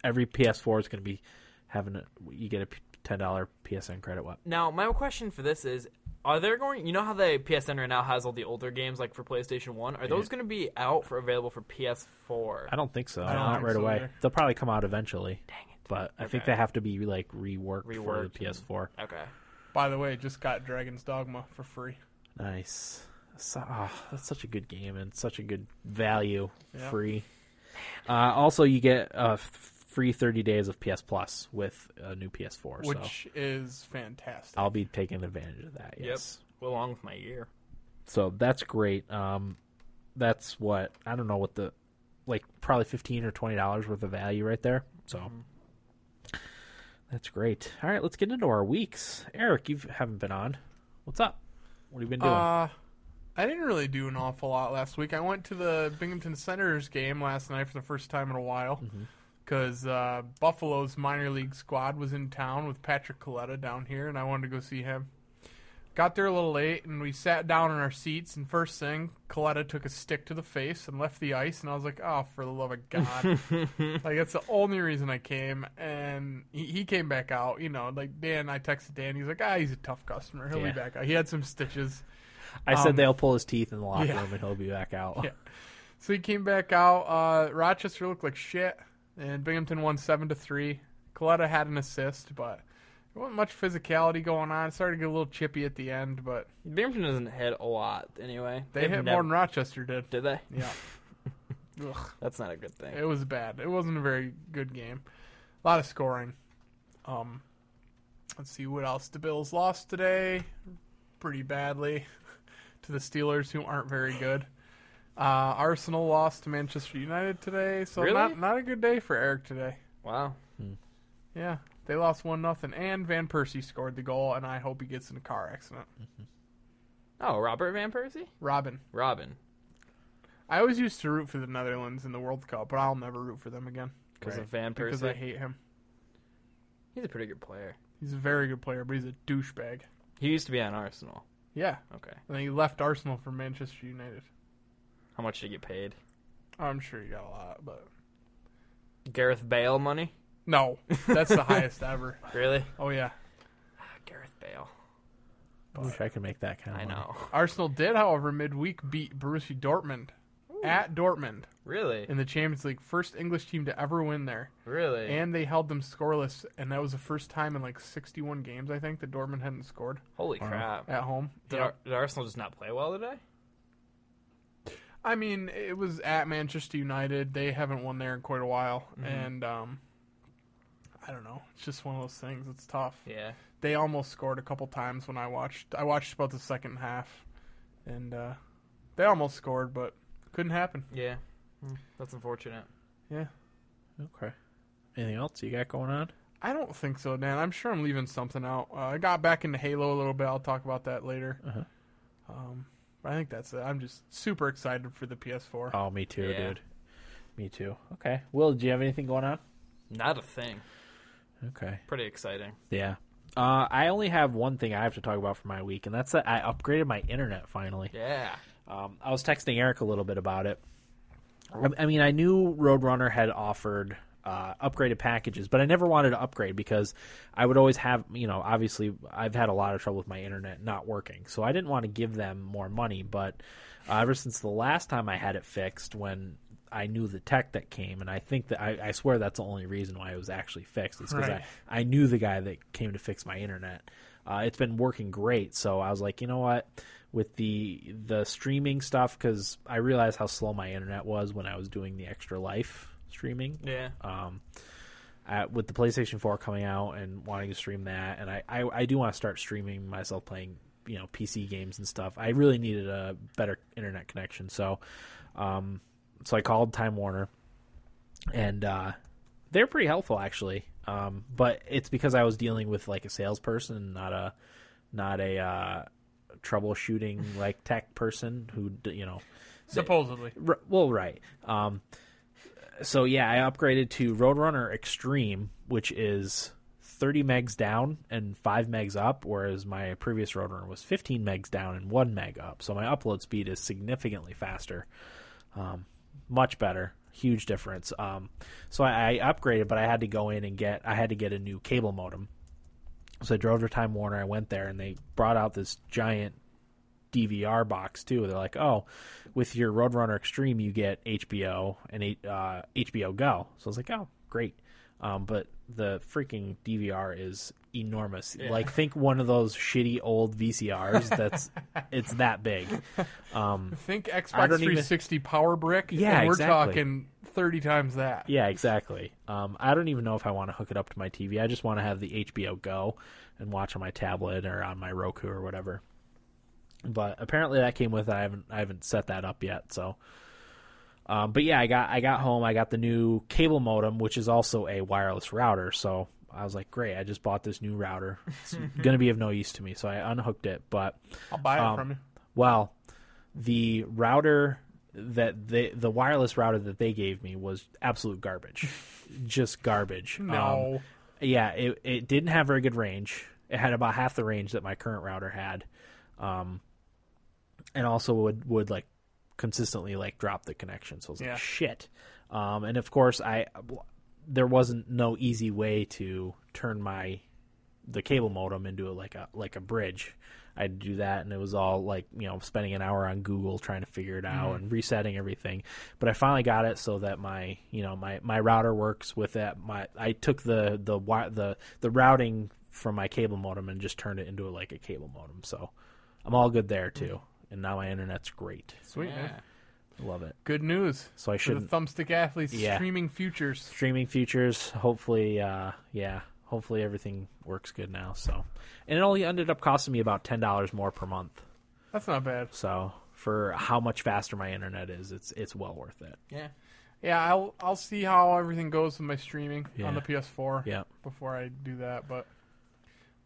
Speaker 1: Every PS4 is going to be having. A, you get a p- ten dollar PSN credit. What?
Speaker 3: now my question for this is are there going you know how the PSN right now has all the older games like for PlayStation 1? Are those going to be out for available for PS4?
Speaker 1: I don't think so.
Speaker 2: don't
Speaker 1: Not
Speaker 2: think
Speaker 1: right
Speaker 2: so
Speaker 1: away.
Speaker 2: either.
Speaker 1: They'll probably come out eventually.
Speaker 3: Dang it.
Speaker 1: But I think
Speaker 3: Okay.
Speaker 1: they have to be like reworked, for the
Speaker 3: Reworked.
Speaker 1: PS4.
Speaker 3: Okay.
Speaker 2: By the way, just got Dragon's Dogma for free.
Speaker 1: Nice. So, ah, that's such a good game and such a good value.
Speaker 2: Yeah.
Speaker 1: Free. Uh, also, you get uh, f- free 30 days of PS Plus with a new PS4. so
Speaker 2: which is fantastic.
Speaker 1: I'll be taking advantage of that. Yes.
Speaker 3: Yep. Along with my year.
Speaker 1: So that's great. Um, that's what I don't know what the like probably 15 or 20 dollars worth of value right there. So
Speaker 2: Mm-hmm.
Speaker 1: that's great. All right, let's get into our weeks. Eric, you haven't been on. What's up? What have you been doing?
Speaker 2: Uh, I didn't really do an awful lot last week. I went to the Binghamton Senators game last night for the first time in a while
Speaker 1: Mm-hmm.
Speaker 2: because uh, Buffalo's minor league squad was in town with Patrick Coletta down here, and I wanted to go see him. Got there a little late, and we sat down in our seats. And first thing, Coletta took a stick to the face and left the ice. And I was like, "Oh, for the love of God!" like that's the only reason I came. And he, he came back out. You know, like Dan, I texted Dan. He's like, "Ah, he's a tough customer. He'll
Speaker 1: Yeah.
Speaker 2: be back out." He had some stitches.
Speaker 1: I said
Speaker 2: um,
Speaker 1: they'll pull his teeth in the locker
Speaker 2: yeah.
Speaker 1: room and he'll be back out.
Speaker 2: Yeah. So he came back out. Uh, Rochester looked like shit, and Binghamton won seven to three. Coletta had an assist, but there wasn't much physicality going on. It started to get a little chippy at the end, but
Speaker 3: Binghamton doesn't hit a lot anyway.
Speaker 2: they
Speaker 3: They've
Speaker 2: hit
Speaker 3: nev-
Speaker 2: more than Rochester did.
Speaker 3: Did they?
Speaker 2: Yeah. Ugh,
Speaker 3: That's not a good thing.
Speaker 2: it was bad. It wasn't a very good game. A lot of scoring. Um, let's see what else. The Bills lost today, pretty badly, to the Steelers, who aren't very good. Uh, Arsenal lost to Manchester United today, so
Speaker 3: Really?
Speaker 2: not not a good day for Eric today.
Speaker 3: Wow.
Speaker 2: Yeah, they lost one nothing, and Van Persie scored the goal, and I hope he gets in a car accident.
Speaker 3: Oh, Robert Van Persie?
Speaker 2: Robin,
Speaker 3: Robin.
Speaker 2: I always used to root for the Netherlands in the World Cup, but I'll never root for them again
Speaker 3: Because
Speaker 1: Right.
Speaker 3: of Van
Speaker 2: because
Speaker 3: Persie.
Speaker 2: I hate him.
Speaker 3: He's a pretty good player.
Speaker 2: He's a very good player, but he's a douchebag.
Speaker 3: He used to be on Arsenal.
Speaker 2: Yeah,
Speaker 3: Okay.
Speaker 2: and then he left Arsenal for Manchester United.
Speaker 3: How much did he get paid?
Speaker 2: I'm sure he got a lot, but
Speaker 3: Gareth Bale money?
Speaker 2: no, that's the highest ever.
Speaker 3: Really?
Speaker 2: Oh yeah,
Speaker 3: Gareth Bale.
Speaker 1: I wish I could make that kind of
Speaker 3: I
Speaker 1: money.
Speaker 3: know.
Speaker 2: Arsenal did, however, midweek beat Borussia Dortmund at Dortmund
Speaker 3: Really?
Speaker 2: in the Champions League, first English team to ever win there.
Speaker 3: Really?
Speaker 2: And they held them scoreless, and that was the first time in like 61 games, I think, that Dortmund hadn't scored
Speaker 3: Holy crap.
Speaker 2: at home.
Speaker 3: Did, Ar- did Arsenal just not play well today?
Speaker 2: I mean, it was at Manchester United. They haven't won there in quite a while, and um, I don't know. It's just one of those things. It's tough.
Speaker 3: Yeah.
Speaker 2: They almost scored a couple times when I watched. I watched about the second half, and uh, they almost scored, but couldn't happen.
Speaker 3: Yeah. That's unfortunate.
Speaker 2: Yeah.
Speaker 1: Okay. Anything else you got going on?
Speaker 2: I don't think so, Dan. I'm sure I'm
Speaker 1: Uh-huh.
Speaker 2: leaving something out. Uh, I got back into Halo a little bit. I'll talk about that later. Um, But I think that's it. I'm just super excited for the PS4.
Speaker 1: Oh, me too,
Speaker 3: Yeah.
Speaker 1: dude. Me too. Okay. Will, do you have anything going on?
Speaker 3: Not a thing.
Speaker 1: Okay.
Speaker 3: Pretty exciting.
Speaker 1: Yeah. Uh, I only have one thing I have to talk about for my week, and that's that I upgraded my internet finally.
Speaker 3: Yeah.
Speaker 1: Um, I was texting Eric a little bit about it. I, I mean, I knew Roadrunner had offered uh, upgraded packages, but I never wanted to upgrade because I would always have, you know, obviously I've had a lot of trouble with my internet not working, so I didn't want to give them more money. But uh, ever since the last time I had it fixed, when I knew the tech that came, and I think that I, I swear that's the only reason why it was actually fixed is because
Speaker 2: Right.
Speaker 1: I, I knew the guy that came to fix my internet. Uh, it's been working great, so I was like, you know what, with the the streaming stuff, because I realized how slow my internet was when I was doing the extra life streaming
Speaker 3: Yeah.
Speaker 1: um, at, with the PlayStation 4 coming out and wanting to stream that, and I, I, I do want to start streaming myself playing you know PC games and stuff. I really needed a better internet connection, so um, so I called Time Warner, and uh, they're pretty helpful actually. Um, but it's because I was dealing with like a salesperson, not a not a uh, troubleshooting like tech person who d- you know
Speaker 2: Supposedly.
Speaker 1: R- well, right. Um, so yeah, I upgraded to Roadrunner Extreme, which is 30 megs down and 5 megs up, whereas my previous Roadrunner was 15 megs down and 1 meg up. So my upload speed is significantly faster. Um, much better. Huge difference. Um, so I, I upgraded, but I had to go in and get I had to get a new cable modem. So I drove to Time Warner. I went there, and they brought out this giant DVR box too. They're like, oh, with your Roadrunner Extreme, you get HBO and uh, HBO Go. So I was like, oh, great. Um, but the freaking DVR is enormous. Like, think one of those shitty old VCRs. That's it's that big. Um,
Speaker 2: Think
Speaker 1: I
Speaker 2: Xbox
Speaker 1: don't even-
Speaker 2: 360 Power Brick.
Speaker 1: Yeah,
Speaker 2: and we're
Speaker 1: exactly.
Speaker 2: talking 30 times that.
Speaker 1: yeah, exactly. Um, I don't even know if I want to hook it up to my TV. I just want to have the HBO Go and watch on my tablet or on my Roku or whatever. But apparently that came with it. I haven't I haven't set that up yet. So, um, but yeah, I got I got home. I got the new cable modem, which is also a wireless router. So I was like, great! I just bought this new router. It's gonna be of no use to me. So I unhooked it, but.
Speaker 2: I'll buy it
Speaker 1: Um,
Speaker 2: from you.
Speaker 1: Well, the router that they, the wireless router that they gave me was absolute garbage, just garbage. Um,
Speaker 2: No.
Speaker 1: yeah, it it didn't have very good range. It had about half the range that my current router had, um, and also would would like consistently like drop the connection. So I was
Speaker 2: Yeah.
Speaker 1: like, shit. Um, and of course, I there wasn't no easy way to turn my the cable modem into a, like a like a bridge. I had to do that, and it was all like you know spending an hour on Google trying to figure it out and resetting everything. But I finally got it so that my you know my my router works with that. My I took the the wi- the the routing from my cable modem and just turned it into like a cable modem. So I'm all good there too. And now my internet's great.
Speaker 2: Sweet, man.
Speaker 3: Yeah.
Speaker 1: Mm-hmm. Love it.
Speaker 2: Good news.
Speaker 1: So I
Speaker 2: For the
Speaker 1: shouldn't
Speaker 2: thumbstick athletes
Speaker 1: Yeah.
Speaker 2: streaming futures.
Speaker 1: streaming futures. Hopefully, uh, yeah, hopefully everything works good now. So, and it only ended up costing me about ten dollars more per month.
Speaker 2: That's not bad.
Speaker 1: So for how much faster my internet is, it's it's well worth it.
Speaker 3: Yeah.
Speaker 2: Yeah, I'll I'll see how everything goes with my streaming
Speaker 1: Yeah.
Speaker 2: on the PS4
Speaker 1: Yeah,
Speaker 2: before I do that, but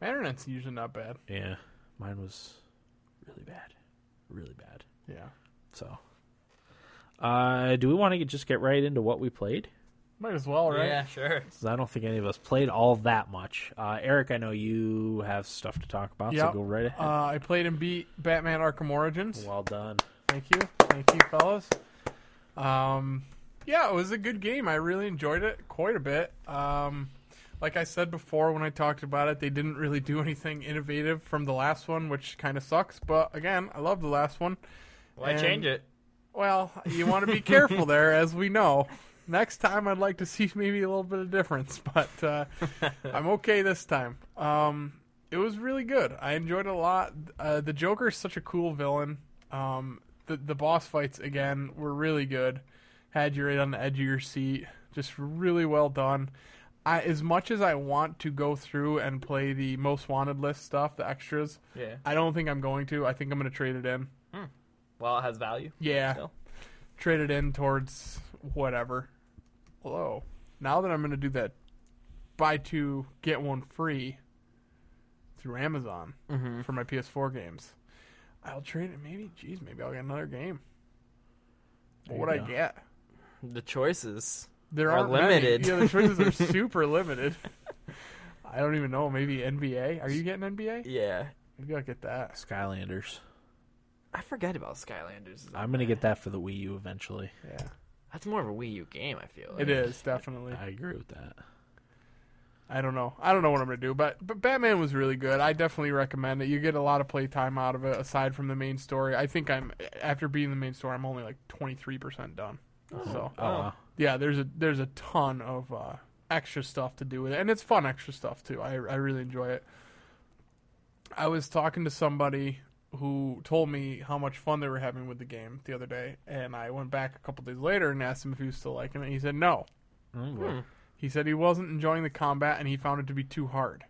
Speaker 2: my internet's usually not bad.
Speaker 1: yeah. Mine was really bad, really bad.
Speaker 2: Yeah.
Speaker 1: So, uh, do we want to just get right into what we played?
Speaker 2: Might as well, right?
Speaker 3: Yeah, sure.
Speaker 1: 'Cause I don't think any of us played all that much. Uh, Eric, I know you have stuff to talk about,
Speaker 2: Yeah.
Speaker 1: so go right ahead.
Speaker 2: Uh, I played and beat Batman Arkham Origins.
Speaker 1: well done.
Speaker 2: Thank you. Thank you, fellas. Um, yeah, it was a good game. I really enjoyed it quite a bit. Um, like I said before when I talked about it, they didn't really do anything innovative from the last one, which kind of sucks. But again, I love the last one.
Speaker 3: Why
Speaker 2: And-
Speaker 3: change it?
Speaker 2: Well, you want to be careful there, as we know. Next time, I'd like to see maybe a little bit of difference, but uh, I'm okay this time. Um, it was really good. I enjoyed it a lot. Uh, the Joker is such a cool villain. Um, the the boss fights again were really good. Had you right on the edge of your seat. Just really well done. I, as much as I want to go through and play the most wanted list stuff, the extras,
Speaker 3: Yeah.
Speaker 2: I don't think I'm going to. I think I'm going to trade it in.
Speaker 3: Well, it has value.
Speaker 2: Yeah.
Speaker 3: So?
Speaker 2: Trade it in towards whatever. Hello. Now that I'm going to do that buy two, get one free through Amazon for my PS4 games, I'll trade it. Maybe, geez, maybe I'll get another game.
Speaker 1: There
Speaker 2: What would
Speaker 1: you
Speaker 2: I
Speaker 1: go.
Speaker 2: get?
Speaker 3: The choices.
Speaker 2: There
Speaker 3: Are
Speaker 2: are
Speaker 3: limited.
Speaker 2: Many. Yeah, the choices are super limited. I don't even know. Maybe NBA. Are you getting NBA?
Speaker 3: Yeah.
Speaker 2: Maybe I'll get that.
Speaker 1: Skylanders.
Speaker 3: I forget about Skylanders. is on
Speaker 1: I'm gonna
Speaker 3: there.
Speaker 1: get that for the Wii U eventually.
Speaker 2: Yeah,
Speaker 3: That's more of a Wii U game. I feel. Like.
Speaker 2: it is definitely.
Speaker 1: I agree with that.
Speaker 2: I don't know. I don't know what I'm gonna do, but but Batman was really good. I definitely recommend it. You get a lot of playtime out of it aside from the main story. I think I'm after beating the main story, I'm only like 23% done. So
Speaker 1: Oh, wow.
Speaker 2: yeah, there's a there's a ton of uh, extra stuff to do with it, and it's fun extra stuff too. I I really enjoy it. I was talking to somebody who told me how much fun they were having with the game the other day, and I went back a couple days later and asked him if he was still liking it. And he said no.
Speaker 1: Mm, well,
Speaker 2: He said he wasn't enjoying the combat and he found it to be too hard.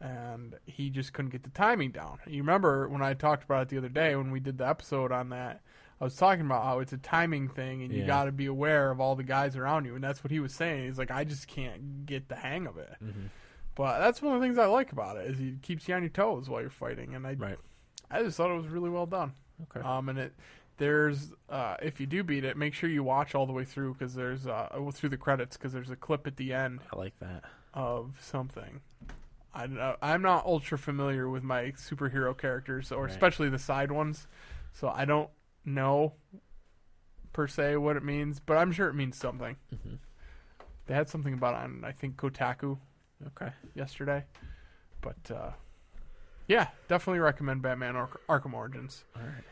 Speaker 2: And he just couldn't get the timing down. You remember when I talked about it the other day when we did the episode on that? I was talking about how it's a timing thing and you
Speaker 1: Yeah.
Speaker 2: got to be aware of all the guys around you. And that's what he was saying. He's like, I just can't get the hang of it.
Speaker 1: Mm-hmm.
Speaker 2: But that's one of the things I like about it is he keeps you on your toes while you're fighting. And I,
Speaker 1: Right.
Speaker 2: I just thought it was really well done.
Speaker 1: Okay.
Speaker 2: Um, and it there's uh, if you do beat it, make sure you watch all the way through because there's uh, well, through the credits because there's a clip at the end
Speaker 1: I like that.
Speaker 2: of something. I don't know. I'm not ultra familiar with my superhero characters or
Speaker 1: Right.
Speaker 2: especially the side ones, so I don't know per se what it means, but I'm sure it means something.
Speaker 1: Mhm.
Speaker 2: They had something about it on I think Kotaku
Speaker 1: Okay.
Speaker 2: yesterday, but uh, yeah, definitely recommend Batman Ar- Arkham Origins.
Speaker 1: All right.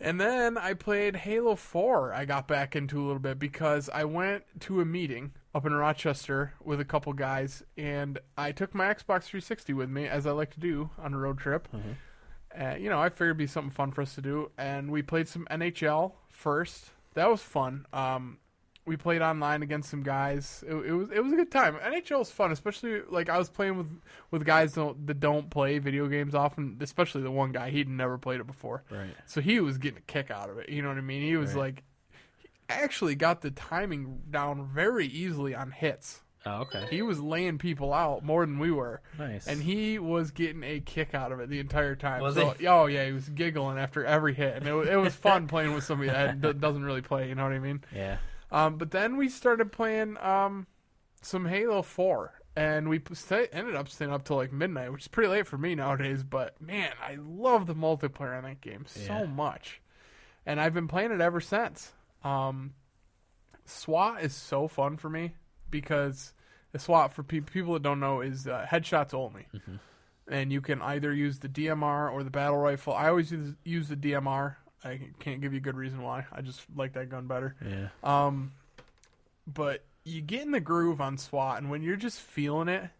Speaker 2: And then I played Halo 4. I got back into a little bit because I went to a meeting up in Rochester with a couple guys and I took my Xbox 360 with me as I like to do on a road trip.
Speaker 1: Mm-hmm.
Speaker 2: Uh, you know, I figured it'd be something fun for us to do and we played some NHL first. That was fun. Um we played online against some guys. It, it was it was a good time. NHL is fun, especially like I was playing with with guys don't, that don't play video games often, especially the one guy he'd never played it before.
Speaker 1: Right.
Speaker 2: So he was getting a kick out of it. You know what I mean? He was
Speaker 1: Right.
Speaker 2: like, he actually got the timing down very easily on hits.
Speaker 1: Oh, okay.
Speaker 2: He was laying people out more than we were,
Speaker 1: Nice.
Speaker 2: and he was getting a kick out of it the entire time.
Speaker 3: Was
Speaker 2: so, Oh yeah, he was giggling after every hit, and it, wa- it was fun playing with somebody that d- doesn't really play. You know what I mean?
Speaker 1: yeah.
Speaker 2: Um, but then we started playing um, some Halo Four, and we p- stay, ended up staying up till like midnight, which is pretty late for me nowadays. But man, I love the multiplayer on that game
Speaker 1: Yeah.
Speaker 2: so much, and I've been playing it ever since. Um, SWAT is so fun for me because the SWAT for pe- people that don't know is uh, headshots only. And you can either use the DMR or the battle rifle. I always use, use the DMR. I can't give you a good reason why. I just like that gun better
Speaker 1: Yeah.
Speaker 2: Um, but you get in the groove on SWAT, and when you're just feeling it,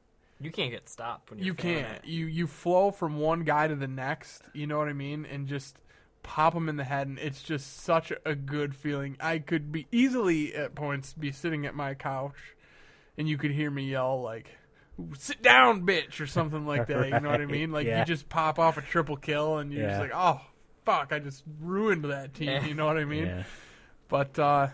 Speaker 3: You can't get stopped when you're
Speaker 2: you
Speaker 3: feeling
Speaker 2: can't.
Speaker 3: it.
Speaker 2: You you flow from one guy to the next. You know what I mean? And just pop them in the head, and it's just such a good feeling. I could be easily at points be sitting at my couch, and you could hear me yell like. Sit down, bitch, or something like that. You know what I
Speaker 1: Right,
Speaker 2: mean? Like
Speaker 1: yeah.
Speaker 2: you just pop off a triple kill, and you're just
Speaker 1: Yeah.
Speaker 2: like, "Oh, fuck! I just ruined that team."
Speaker 3: Yeah.
Speaker 2: You know what I mean?
Speaker 1: Yeah.
Speaker 2: But uh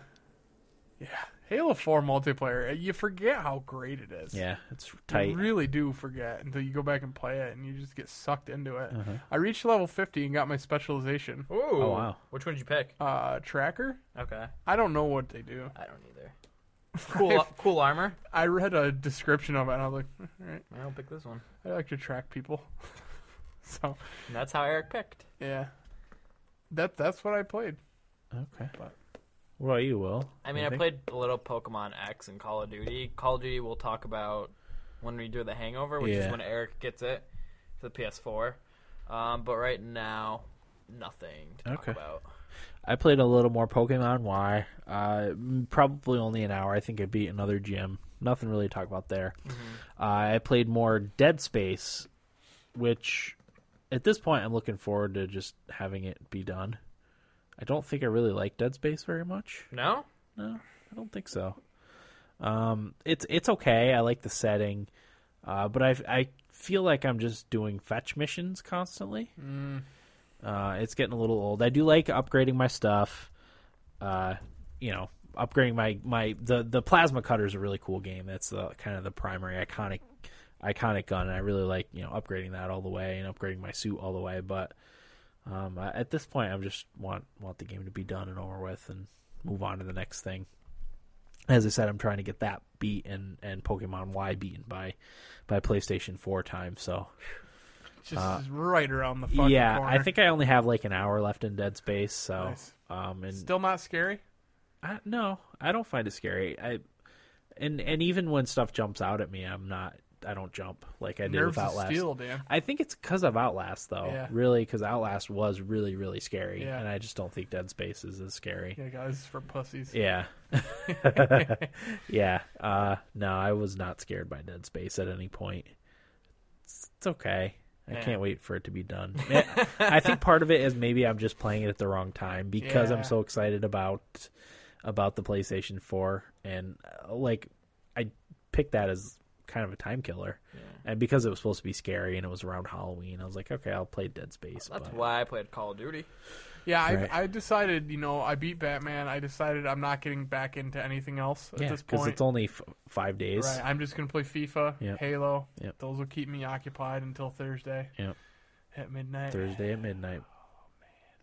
Speaker 2: yeah, Halo 4 multiplayer, uh, you forget how great it is.
Speaker 1: Yeah. It's
Speaker 2: You
Speaker 1: tight.
Speaker 2: really do forget until you go back and play it and you just get sucked into it.
Speaker 1: Uh-huh.
Speaker 2: I reached level 50 and got my specialization
Speaker 3: Ooh. Oh
Speaker 1: wow.
Speaker 3: Which one did you pick?
Speaker 2: uh tracker.
Speaker 3: Okay.
Speaker 2: I don't know what they do.
Speaker 3: I don't either. Cool. cool armor.
Speaker 2: I read a description of it and I was like, all right,
Speaker 3: I don't pick this one.
Speaker 2: I like to track people. so,
Speaker 3: And that's how Eric picked.
Speaker 2: yeah. That that's what I played.
Speaker 1: Okay.
Speaker 2: But-
Speaker 1: What about you, Will?
Speaker 3: I mean, I
Speaker 1: Anything?
Speaker 3: played a little Pokemon X and Call of Duty. Call of Duty, we'll talk about when we do the Hangover, which is
Speaker 1: Yeah.
Speaker 3: when Eric gets it for the PS4. Um, but right now, nothing to talk
Speaker 1: Okay.
Speaker 3: about.
Speaker 1: I played a little more Pokemon Y. Uh, m- probably only an hour. I think I beat another gym. Nothing really to talk about there. Uh, I played more Dead Space, which at this point I'm looking forward to just having it be done. I don't think I really like Dead Space very much.
Speaker 3: No?
Speaker 1: No, I don't think so. Um, it's it's okay. I like the setting, uh, but I I feel like I'm just doing fetch missions constantly. Uh, it's getting a little old. I do like upgrading my stuff. Uh, you know, upgrading my my the the plasma cutter is a really cool game. That's the kind of the primary iconic iconic gun, and I really like you know upgrading that all the way and upgrading my suit all the way. But Um, I, at this point, I just want want the game to be done and over with and move on to the next thing. As I said, I'm trying to get that beat and, and Pokemon Y beaten by by PlayStation Four time. So
Speaker 2: It's Just right around the fucking
Speaker 1: Uh, yeah,
Speaker 2: corner.
Speaker 1: I think I only have like an hour left in Dead Space. So
Speaker 2: Nice.
Speaker 1: um, and
Speaker 2: still not scary.
Speaker 1: I, no, I don't find it scary. I and and even when stuff jumps out at me, I'm not. I don't jump like I did
Speaker 2: Nerves
Speaker 1: with
Speaker 2: of
Speaker 1: Outlast.
Speaker 2: steel, Dan.
Speaker 1: I think it's because of Outlast, though.
Speaker 2: Yeah.
Speaker 1: Really, because Outlast was really, really scary,
Speaker 2: Yeah.
Speaker 1: and I just don't think Dead Space is as scary.
Speaker 2: Yeah, guys, it's for pussies.
Speaker 1: Yeah. yeah. Uh, no, I was not scared by Dead Space at any point. It's, it's okay. I
Speaker 2: Eh.
Speaker 3: Yeah.
Speaker 1: can't wait for it to be done. I- I think part of it is maybe I'm just playing it at the wrong time because
Speaker 2: Yeah.
Speaker 1: I'm so excited about about the PlayStation 4 and uh, like I picked that as kind of a time killer. And because it was supposed to be scary and it was around Halloween, I was like, okay, I'll play Dead Space.
Speaker 3: That's
Speaker 1: but-
Speaker 3: why I played Call of Duty.
Speaker 2: Yeah, I,
Speaker 1: Right.
Speaker 2: I decided, you know, I beat Batman. I decided I'm not getting back into anything else at
Speaker 1: yeah,
Speaker 2: this
Speaker 1: because
Speaker 2: point.
Speaker 1: it's only f- five days.
Speaker 2: right, I'm just gonna play FIFA,
Speaker 1: Yep.
Speaker 2: Halo.
Speaker 1: Yep.
Speaker 2: Those will keep me occupied until Thursday
Speaker 1: Yep.
Speaker 2: at midnight.
Speaker 1: Thursday at midnight.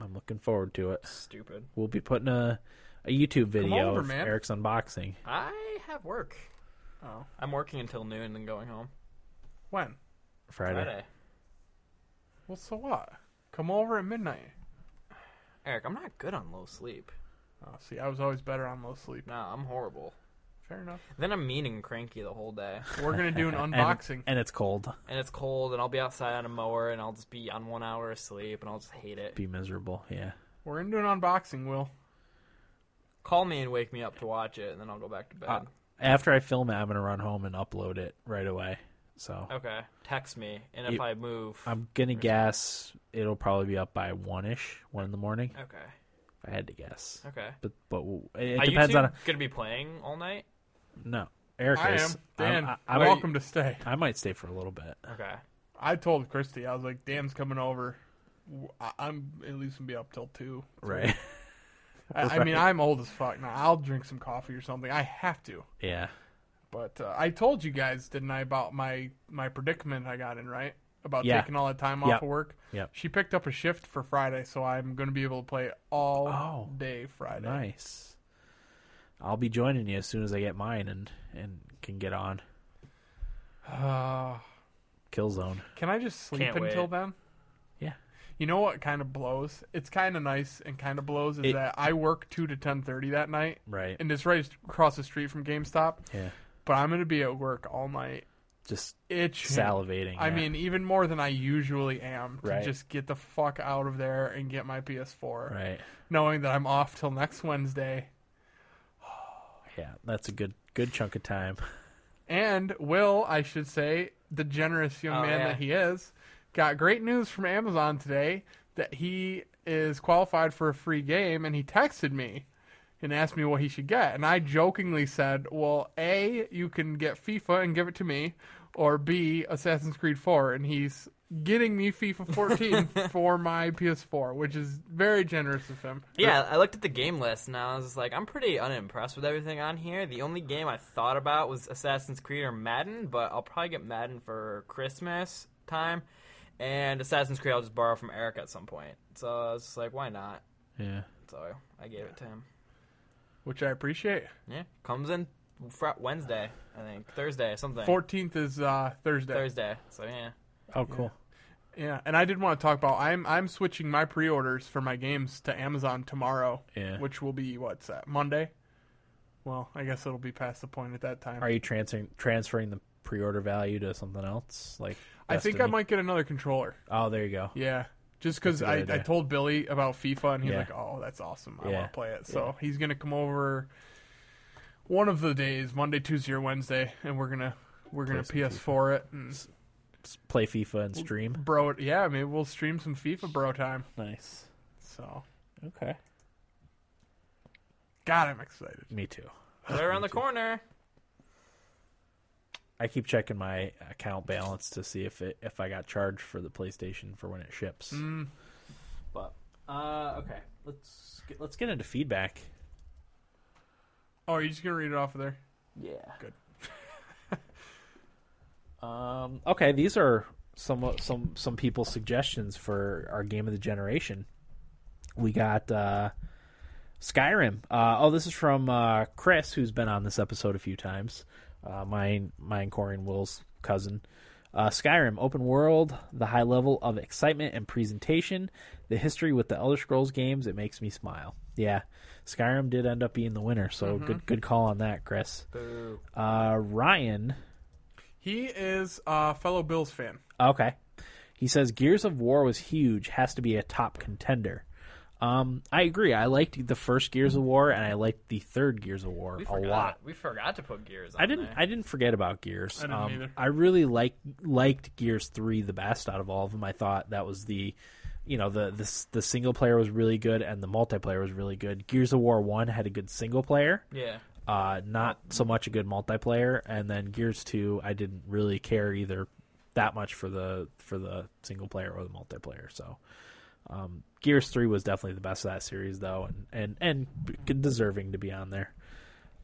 Speaker 1: I'm looking forward to it.
Speaker 3: Stupid.
Speaker 1: We'll be putting a a YouTube video
Speaker 2: over,
Speaker 1: of
Speaker 2: man.
Speaker 1: Eric's unboxing.
Speaker 3: I have work.
Speaker 2: Oh,
Speaker 3: I'm working until noon and then going home.
Speaker 2: when?
Speaker 1: Friday.
Speaker 3: Friday.
Speaker 2: Well, so what? Come over at midnight.
Speaker 3: Eric, I'm not good on low sleep.
Speaker 2: Oh, see, I was always better on low sleep.
Speaker 3: No, I'm horrible.
Speaker 2: Fair enough.
Speaker 3: Then I'm mean and cranky the whole day.
Speaker 2: We're gonna do an
Speaker 1: And-
Speaker 2: unboxing.
Speaker 1: And it's cold.
Speaker 3: And it's cold, and I'll be outside on a mower, and I'll just be on one hour of sleep, and I'll just hate it.
Speaker 1: Be miserable. Yeah.
Speaker 2: We're gonna do an unboxing, Will.
Speaker 3: Call me and wake me up to watch it, and then I'll go back to bed.
Speaker 1: Uh, after I film it, I'm gonna run home and upload it right away. So
Speaker 2: Oh.
Speaker 3: okay. Text me, and if
Speaker 1: You-
Speaker 3: I move.
Speaker 1: I'm gonna guess it'll probably be up by one ish, one in the morning.
Speaker 3: okay.
Speaker 1: If I had to guess.
Speaker 3: Okay.
Speaker 1: But but w- it
Speaker 3: Are
Speaker 1: depends
Speaker 3: you two
Speaker 1: on
Speaker 3: gonna be playing all night?
Speaker 1: no. Eric
Speaker 2: I am.
Speaker 1: is. I'm-
Speaker 2: Dan,
Speaker 1: I, I might-
Speaker 2: welcome to stay.
Speaker 1: I might stay for a little bit.
Speaker 3: Okay.
Speaker 2: I told Christy, I was like, Dan's coming over. W- I- I'm at least gonna be up till two.
Speaker 1: Right.
Speaker 2: I, I mean, I'm old as fuck now. I'll drink some coffee or something. I have to.
Speaker 1: yeah.
Speaker 2: But uh, I told you guys, didn't I, about my my predicament I got in, right? About
Speaker 1: Yeah.
Speaker 2: taking all that time off
Speaker 1: Yeah.
Speaker 2: of work.
Speaker 1: Yep.
Speaker 2: She picked up a shift for Friday, so I'm going to be able to play all
Speaker 1: Oh,
Speaker 2: day Friday.
Speaker 1: Nice. I'll be joining you as soon as I get mine and and can get on
Speaker 2: Uh,
Speaker 1: Killzone.
Speaker 2: can I just sleep
Speaker 3: Can't wait.
Speaker 2: until then?
Speaker 1: Yeah.
Speaker 2: You know what kind of blows? It's kind of nice and kind of blows is
Speaker 1: It-
Speaker 2: that I work 2 to 10.30 that night,
Speaker 1: Right.
Speaker 2: and it's right across the street from GameStop,
Speaker 1: Yeah.
Speaker 2: but I'm going to be at work all night.
Speaker 1: Just
Speaker 2: Itching.
Speaker 1: salivating.
Speaker 2: I
Speaker 1: yeah.
Speaker 2: mean, even more than I usually am to
Speaker 1: Right.
Speaker 2: just get the fuck out of there and get my PS4,
Speaker 1: right.
Speaker 2: knowing that I'm off till next Wednesday.
Speaker 1: Yeah, that's a good good chunk of time.
Speaker 2: And Will, I should say, the generous young
Speaker 3: Oh,
Speaker 2: man
Speaker 3: yeah.
Speaker 2: that he is, got great news from Amazon today that he is qualified for a free game, and he texted me and asked me what he should get, and I jokingly said, "Well, a you can get FIFA and give it to me." Or B, Assassin's Creed 4, and he's getting me FIFA 14 for my PS4, which is very generous of him.
Speaker 3: Yeah, I looked at the game list and I was just like, I'm pretty unimpressed with everything on here. The only game I thought about was Assassin's Creed or Madden, but I'll probably get Madden for Christmas time. And Assassin's Creed I'll just borrow from Eric at some point. So I was just like, why not?
Speaker 1: Yeah.
Speaker 3: So I gave it to him.
Speaker 2: Which I appreciate.
Speaker 3: Yeah, comes in fr- Wednesday, I think. Thursday, something.
Speaker 2: 14th is uh,
Speaker 3: Thursday. So yeah.
Speaker 1: Oh, cool.
Speaker 2: Yeah, and I did want to talk about I'm I'm switching my pre-orders for my games to Amazon tomorrow,
Speaker 1: Yeah.
Speaker 2: which will be what's that Monday. Well, I guess it'll be past the point at that time.
Speaker 1: Are you transferring transferring the pre-order value to something else? Like
Speaker 2: I think I
Speaker 1: Destiny?
Speaker 2: might get another controller.
Speaker 1: Oh, there you go.
Speaker 2: Yeah, just because
Speaker 1: That's a
Speaker 2: I,
Speaker 1: good
Speaker 2: I
Speaker 1: idea.
Speaker 2: told Billy about FIFA and he's
Speaker 1: Yeah.
Speaker 2: like, "Oh, that's awesome! I
Speaker 1: Yeah.
Speaker 2: want to play it." So he's gonna come over one of the days, Monday, Tuesday, or Wednesday, and we're gonna we're gonna
Speaker 1: Play some
Speaker 2: PS4 it and
Speaker 1: S- Play FIFA and stream.
Speaker 2: bro. it- Yeah, maybe we'll stream some FIFA bro time.
Speaker 1: Nice.
Speaker 2: So
Speaker 1: Okay.
Speaker 2: God, I'm excited.
Speaker 1: Me too.
Speaker 3: They're around the corner.
Speaker 1: I keep checking my account balance to see if it if I got charged for the PlayStation for when it ships.
Speaker 2: Mm.
Speaker 1: But uh, okay, let's get, let's get into feedback.
Speaker 2: Oh, are you just gonna read it off of there?
Speaker 1: Yeah.
Speaker 2: Good.
Speaker 1: um, okay, these are some some some people's suggestions for our game of the generation. We got uh, Skyrim. Uh, oh, this is from uh, Chris, who's been on this episode a few times. Uh, mine, mine, Corey and Will's cousin. Uh, Skyrim, open world, the high level of excitement and presentation, the history with the Elder Scrolls games, it makes me smile. Yeah, Skyrim did end up being the winner, so good, good call on that, Chris. Uh, Ryan,
Speaker 2: He is a fellow Bills fan.
Speaker 1: Okay. He says Gears of War was huge, has to be a top contender. Um, I agree. I liked the first Gears of War and I liked the third Gears of War
Speaker 3: We
Speaker 1: a
Speaker 3: forgot.
Speaker 1: lot.
Speaker 3: We forgot to put gears. on
Speaker 1: I didn't
Speaker 3: there.
Speaker 1: I didn't forget about Gears. I
Speaker 2: didn't
Speaker 1: um,
Speaker 2: either.
Speaker 1: I really liked liked Gears 3 the best out of all of them. I thought that was the you know the the the single player was really good and the multiplayer was really good. Gears of War 1 had a good single player
Speaker 3: Yeah.
Speaker 1: uh, not so much a good multiplayer, and then Gears Two, I didn't really care either that much for the for the single player or the multiplayer. So, um, Gears Three was definitely the best of that series, though, and and and deserving to be on there.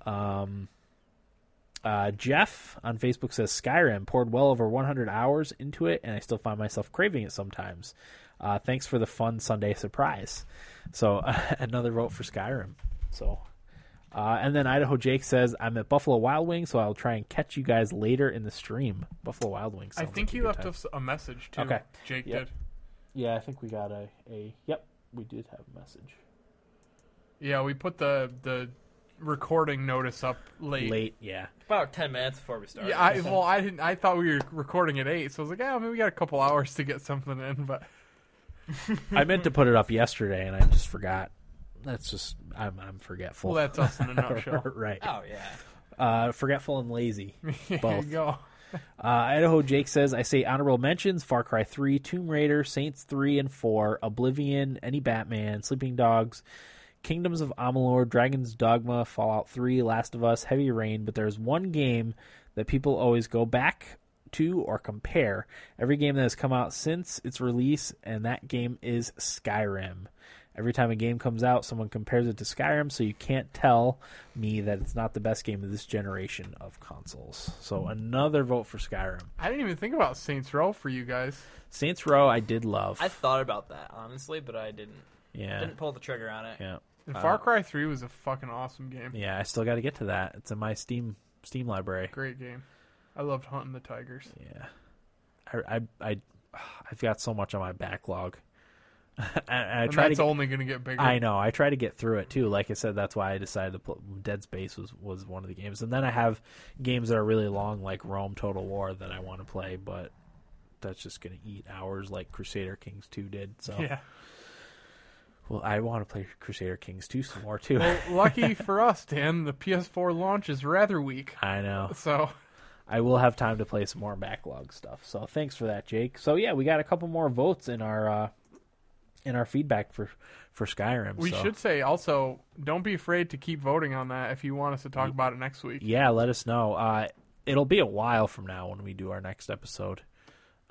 Speaker 1: Um, uh, Jeff on Facebook says Skyrim poured well over 100 hours into it, and I still find myself craving it sometimes. Uh, thanks for the fun Sunday surprise. So another vote for Skyrim. So, uh, and then Idaho Jake says I'm at Buffalo Wild Wings, so I'll try and catch you guys later in the stream. Buffalo Wild Wings.
Speaker 2: I
Speaker 1: sounds
Speaker 2: think
Speaker 1: like a
Speaker 2: he
Speaker 1: good
Speaker 2: left
Speaker 1: time.
Speaker 2: us a message too.
Speaker 1: Okay.
Speaker 2: Jake
Speaker 1: Yep.
Speaker 2: did.
Speaker 1: Yeah, I think we got a a. Yep, we did have a message
Speaker 2: Yeah, we put the the recording notice up late.
Speaker 1: late. Yeah.
Speaker 3: About ten minutes before we started.
Speaker 2: Yeah, I, well, I didn't. I thought we were recording at eight, so I was like, "Yeah, maybe we got a couple hours to get something in." But
Speaker 1: I meant to put it up yesterday and I just forgot. That's just I'm I'm forgetful.
Speaker 2: well, that's us in a nutshell.
Speaker 1: right.
Speaker 3: Oh yeah.
Speaker 1: Uh, forgetful and lazy.
Speaker 2: There you
Speaker 1: Both.
Speaker 2: go.
Speaker 1: Uh, Idaho Jake says I say honorable mentions: Far Cry Three, Tomb Raider, Saints Three and Four, Oblivion, any Batman, Sleeping Dogs. Kingdoms of Amalur, Dragon's Dogma, Fallout 3, Last of Us, Heavy Rain, but there's one game that people always go back to or compare. Every game that has come out since its release, and that game is Skyrim. Every time a game comes out, someone compares it to Skyrim, so you can't tell me that it's not the best game of this generation of consoles. So another vote for Skyrim.
Speaker 2: I didn't even think about Saints Row for you guys.
Speaker 1: Saints Row, I did love.
Speaker 3: I thought about that honestly, but I didn't.
Speaker 1: yeah,
Speaker 3: Didn't pull the trigger on it.
Speaker 1: yeah,
Speaker 2: And Far Cry Three was a fucking awesome game.
Speaker 1: Uh, yeah. I still got to get to that. It's in my Steam Steam library.
Speaker 2: Great game. I loved hunting the tigers.
Speaker 1: Yeah, I, I, I I've got so much on my backlog. I, I
Speaker 2: and
Speaker 1: try to.
Speaker 2: that's
Speaker 1: Get,
Speaker 2: only going to get bigger.
Speaker 1: I know. I try to get through it too. Like I said, that's why I decided to put Dead Space was was one of the games, and then I have games that are really long, like Rome Total War, that I want to play, but that's just going to eat hours, like Crusader Kings Two did. So,
Speaker 2: Yeah.
Speaker 1: well, I want to play Crusader Kings Two some more too.
Speaker 2: Well, lucky for us, Dan, the PS4 launch is rather weak.
Speaker 1: I know.
Speaker 2: So
Speaker 1: I will have time to play some more backlog stuff. So thanks for that, Jake. So yeah, we got a couple more votes in our uh, in our feedback for for Skyrim.
Speaker 2: we
Speaker 1: so.
Speaker 2: should say also, don't be afraid to keep voting on that if you want us to talk about it next week.
Speaker 1: yeah, let us know. Uh, it'll be a while from now when we do our next episode.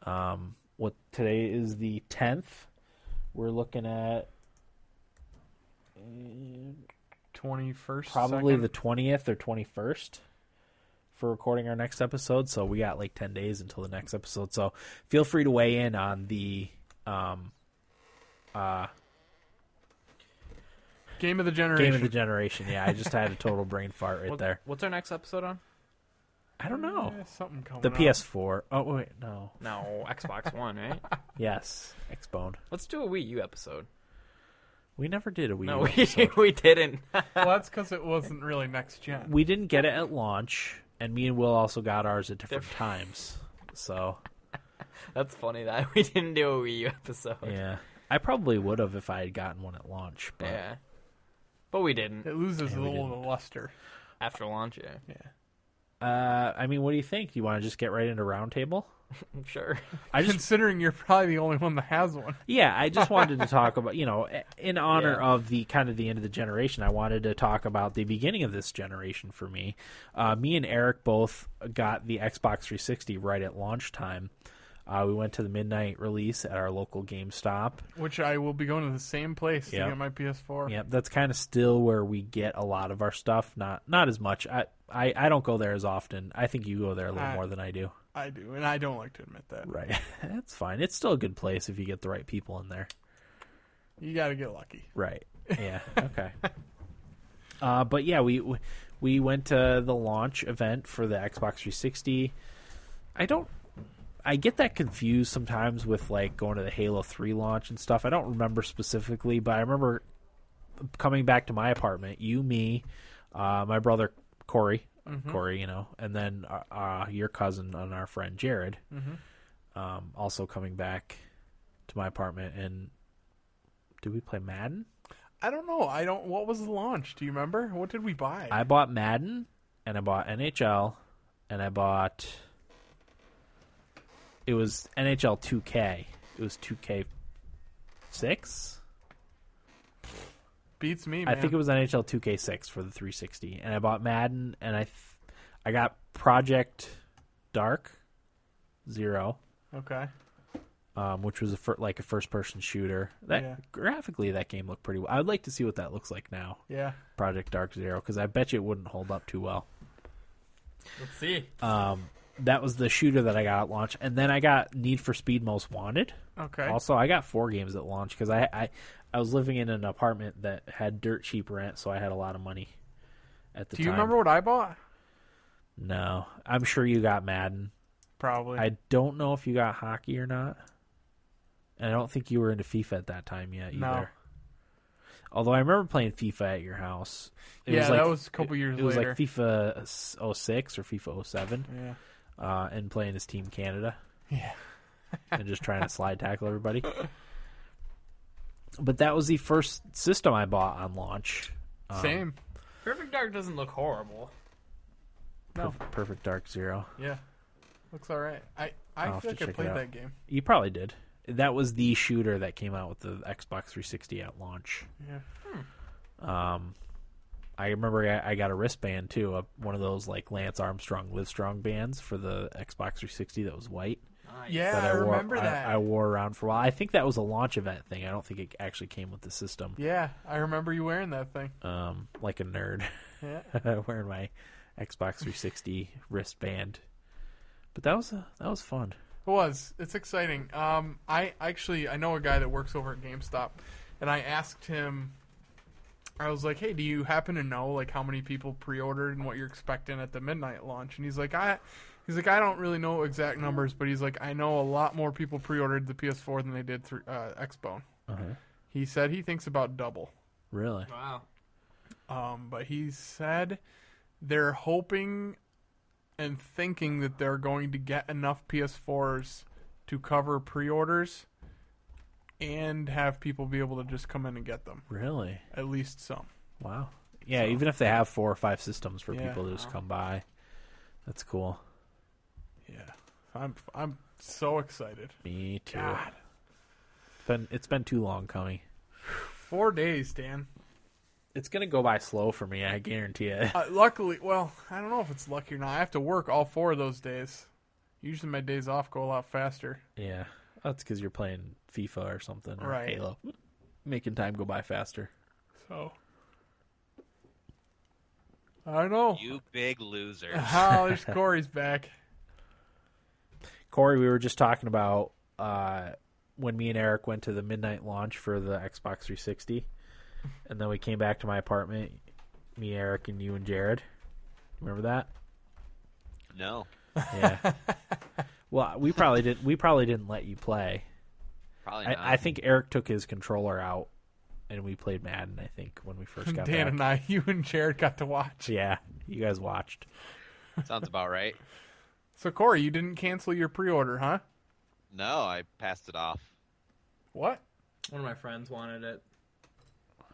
Speaker 1: Um, what today is the tenth. We're looking at
Speaker 2: 21st.
Speaker 1: probably
Speaker 2: second.
Speaker 1: the twentieth or twenty first for recording our next episode. So we got like ten days until the next episode. So feel free to weigh in on the um,
Speaker 2: game of the
Speaker 1: game
Speaker 2: generation.
Speaker 1: of the generation. Yeah, I just had a total brain fart right there.
Speaker 3: What's our next episode on?
Speaker 1: I don't know.
Speaker 2: Eh, something coming.
Speaker 1: Oh. The
Speaker 2: up.
Speaker 1: PS4. Oh wait, no.
Speaker 3: No, Xbox One, right?
Speaker 1: Yes, Xbone.
Speaker 3: Let's do a Wii U episode.
Speaker 1: We never did a Wii.
Speaker 3: No,
Speaker 1: U
Speaker 3: we,
Speaker 1: episode.
Speaker 3: we didn't.
Speaker 2: Well, that's because it wasn't really next gen.
Speaker 1: we didn't get it at launch, and me and Will also got ours at different
Speaker 3: Different.
Speaker 1: times. So
Speaker 3: That's funny that we didn't do a Wii U episode.
Speaker 1: yeah, I probably would have if I had gotten one at launch. But
Speaker 3: Yeah. But we didn't
Speaker 2: It loses a
Speaker 1: we
Speaker 2: little of the luster.
Speaker 3: after launch, yeah.
Speaker 1: uh, I mean, what do you think? You want to just get right into roundtable?
Speaker 3: I'm sure.
Speaker 1: I just
Speaker 2: Considering you're probably the only one that has one.
Speaker 1: Yeah, I just wanted to talk about you know in honor
Speaker 3: Yeah.
Speaker 1: of the kind of the end of the generation. I wanted to talk about the beginning of this generation for me. Uh, me and Eric both got the Xbox 360 right at launch time. Uh, we went to the midnight release at our local GameStop.
Speaker 2: Which I will be going to the same place
Speaker 1: Yeah.
Speaker 2: to get my PS4.
Speaker 1: Yep, that's kind of still where we get a lot of our stuff. Not not as much. I I, I don't go there as often. I think you go there a little
Speaker 2: Uh,
Speaker 1: more than I do.
Speaker 2: I do, and I don't like to admit that.
Speaker 1: Right. That's fine. It's still a good place if you get the right people in there.
Speaker 2: You got to get lucky.
Speaker 1: Right. Yeah. Okay. uh, but yeah, we we went to the launch event for the Xbox 360. I don't. I get that confused sometimes with like going to the Halo 3 launch and stuff. I don't remember specifically, but I remember coming back to my apartment. You, me, uh, my brother Corey, Corey, you know, and then uh, uh, your cousin and our friend Jared, um, also coming back to my apartment. And did we play Madden?
Speaker 2: I don't know. I don't. What was the launch? Do you remember? What did we buy?
Speaker 1: I bought Madden and I bought NHL and I bought it was NHL 2K. It was 2K 6.
Speaker 2: Beats me.
Speaker 1: I
Speaker 2: Man.
Speaker 1: think it was NHL 2K 6 for the 360 and I bought Madden and I th- I got Project Dark 0
Speaker 2: okay.
Speaker 1: um, which was a fir- like a first person shooter. That
Speaker 2: Yeah.
Speaker 1: graphically that game looked pretty well. I would like to see what that looks like now.
Speaker 2: Yeah.
Speaker 1: Project Dark 0 cuz I bet you it wouldn't hold up too well.
Speaker 3: Let's see.
Speaker 1: Um, that was the shooter that I got at launch, and then I got Need for Speed Most Wanted.
Speaker 2: Okay.
Speaker 1: Also, I got four games at launch because I, I I was living in an apartment that had dirt cheap rent, so I had a lot of money at the
Speaker 2: Do you
Speaker 1: time.
Speaker 2: remember what I bought?
Speaker 1: No, I'm sure you got Madden.
Speaker 2: Probably.
Speaker 1: I don't know if you got hockey or not, and I don't think you were into FIFA at that time yet either.
Speaker 2: No.
Speaker 1: Although I remember playing FIFA at your house.
Speaker 2: Yeah, that was a couple years
Speaker 1: It was
Speaker 2: later.
Speaker 1: like FIFA 06 or FIFA 07
Speaker 2: yeah.
Speaker 1: uh, and playing as Team Canada.
Speaker 2: Yeah.
Speaker 1: and just trying to slide tackle everybody. But that was the first system I bought on launch.
Speaker 2: Same.
Speaker 3: Perfect Dark doesn't look horrible.
Speaker 1: Per- Perfect Dark Zero.
Speaker 2: Yeah. Looks all right. I I
Speaker 1: I'll have
Speaker 2: feel
Speaker 1: to
Speaker 2: like I
Speaker 1: check it
Speaker 2: played
Speaker 1: out.
Speaker 2: that game.
Speaker 1: You probably did. That was the shooter that came out with the Xbox 360 at launch.
Speaker 2: Yeah.
Speaker 1: Um, I remember I, I got a wristband too, a, one of those like Lance Armstrong Livestrong bands for the Xbox 360 that was white.
Speaker 3: Nice.
Speaker 2: Yeah,
Speaker 1: that
Speaker 2: I,
Speaker 1: wore,
Speaker 2: remember that.
Speaker 1: I, wore around for a while. I think that was a launch event thing. I don't think it actually came with the system.
Speaker 2: yeah, I remember you wearing that thing.
Speaker 1: Um, like a nerd.
Speaker 2: Yeah.
Speaker 1: wearing my Xbox 360 wristband. But that was a, that was fun.
Speaker 2: It was. It's exciting. Um, I actually I know a guy that works over at GameStop, and I asked him. I was like, "Hey, do you happen to know like how many people pre-ordered and what you're expecting at the midnight launch?" And he's like, "I." He's like, I don't really know exact numbers, but he's like, I know a lot more people pre-ordered the PS4 than they did through uh, Xbone. He said he thinks about double,
Speaker 1: Really?
Speaker 3: Wow.
Speaker 2: um, but he said they're hoping and thinking that they're going to get enough PS4s to cover pre-orders and have people be able to just come in and get them.
Speaker 1: Really?
Speaker 2: At least some.
Speaker 1: Wow. Yeah, even if they have four or five systems for
Speaker 2: Yeah.
Speaker 1: people to just come by. That's cool.
Speaker 2: Yeah. I'm I'm so excited.
Speaker 1: Me too.
Speaker 2: God.
Speaker 1: It's been it's been too long coming.
Speaker 2: 4 days, Dan.
Speaker 1: It's gonna go by slow for me, I guarantee it.
Speaker 2: Uh, luckily, well, I don't know if it's lucky or not. I have to work all four of those days. Usually my days off go a lot faster.
Speaker 1: yeah. That's because you're playing FIFA or something or
Speaker 2: Right.
Speaker 1: Halo. Making time go by faster.
Speaker 2: So I don't know.
Speaker 4: You big losers.
Speaker 2: Oh, there's Corey's back.
Speaker 1: Corey, we were just talking about uh, when me and Eric went to the midnight launch for the Xbox 360, and then we came back to my apartment. Me, Eric, and you and Jared. Remember that?
Speaker 4: No,
Speaker 1: Yeah. well, we probably didn't. We probably didn't let you play.
Speaker 4: probably not.
Speaker 1: I, I think Eric took his controller out, and we played Madden. I think when we first got
Speaker 2: Dan
Speaker 1: back.
Speaker 2: and I, you and Jared got to watch.
Speaker 1: Yeah, you guys watched.
Speaker 4: Sounds about right.
Speaker 2: So Corey, you didn't cancel your pre-order, huh?
Speaker 4: No, I passed it off.
Speaker 2: What?
Speaker 3: One of my friends wanted it.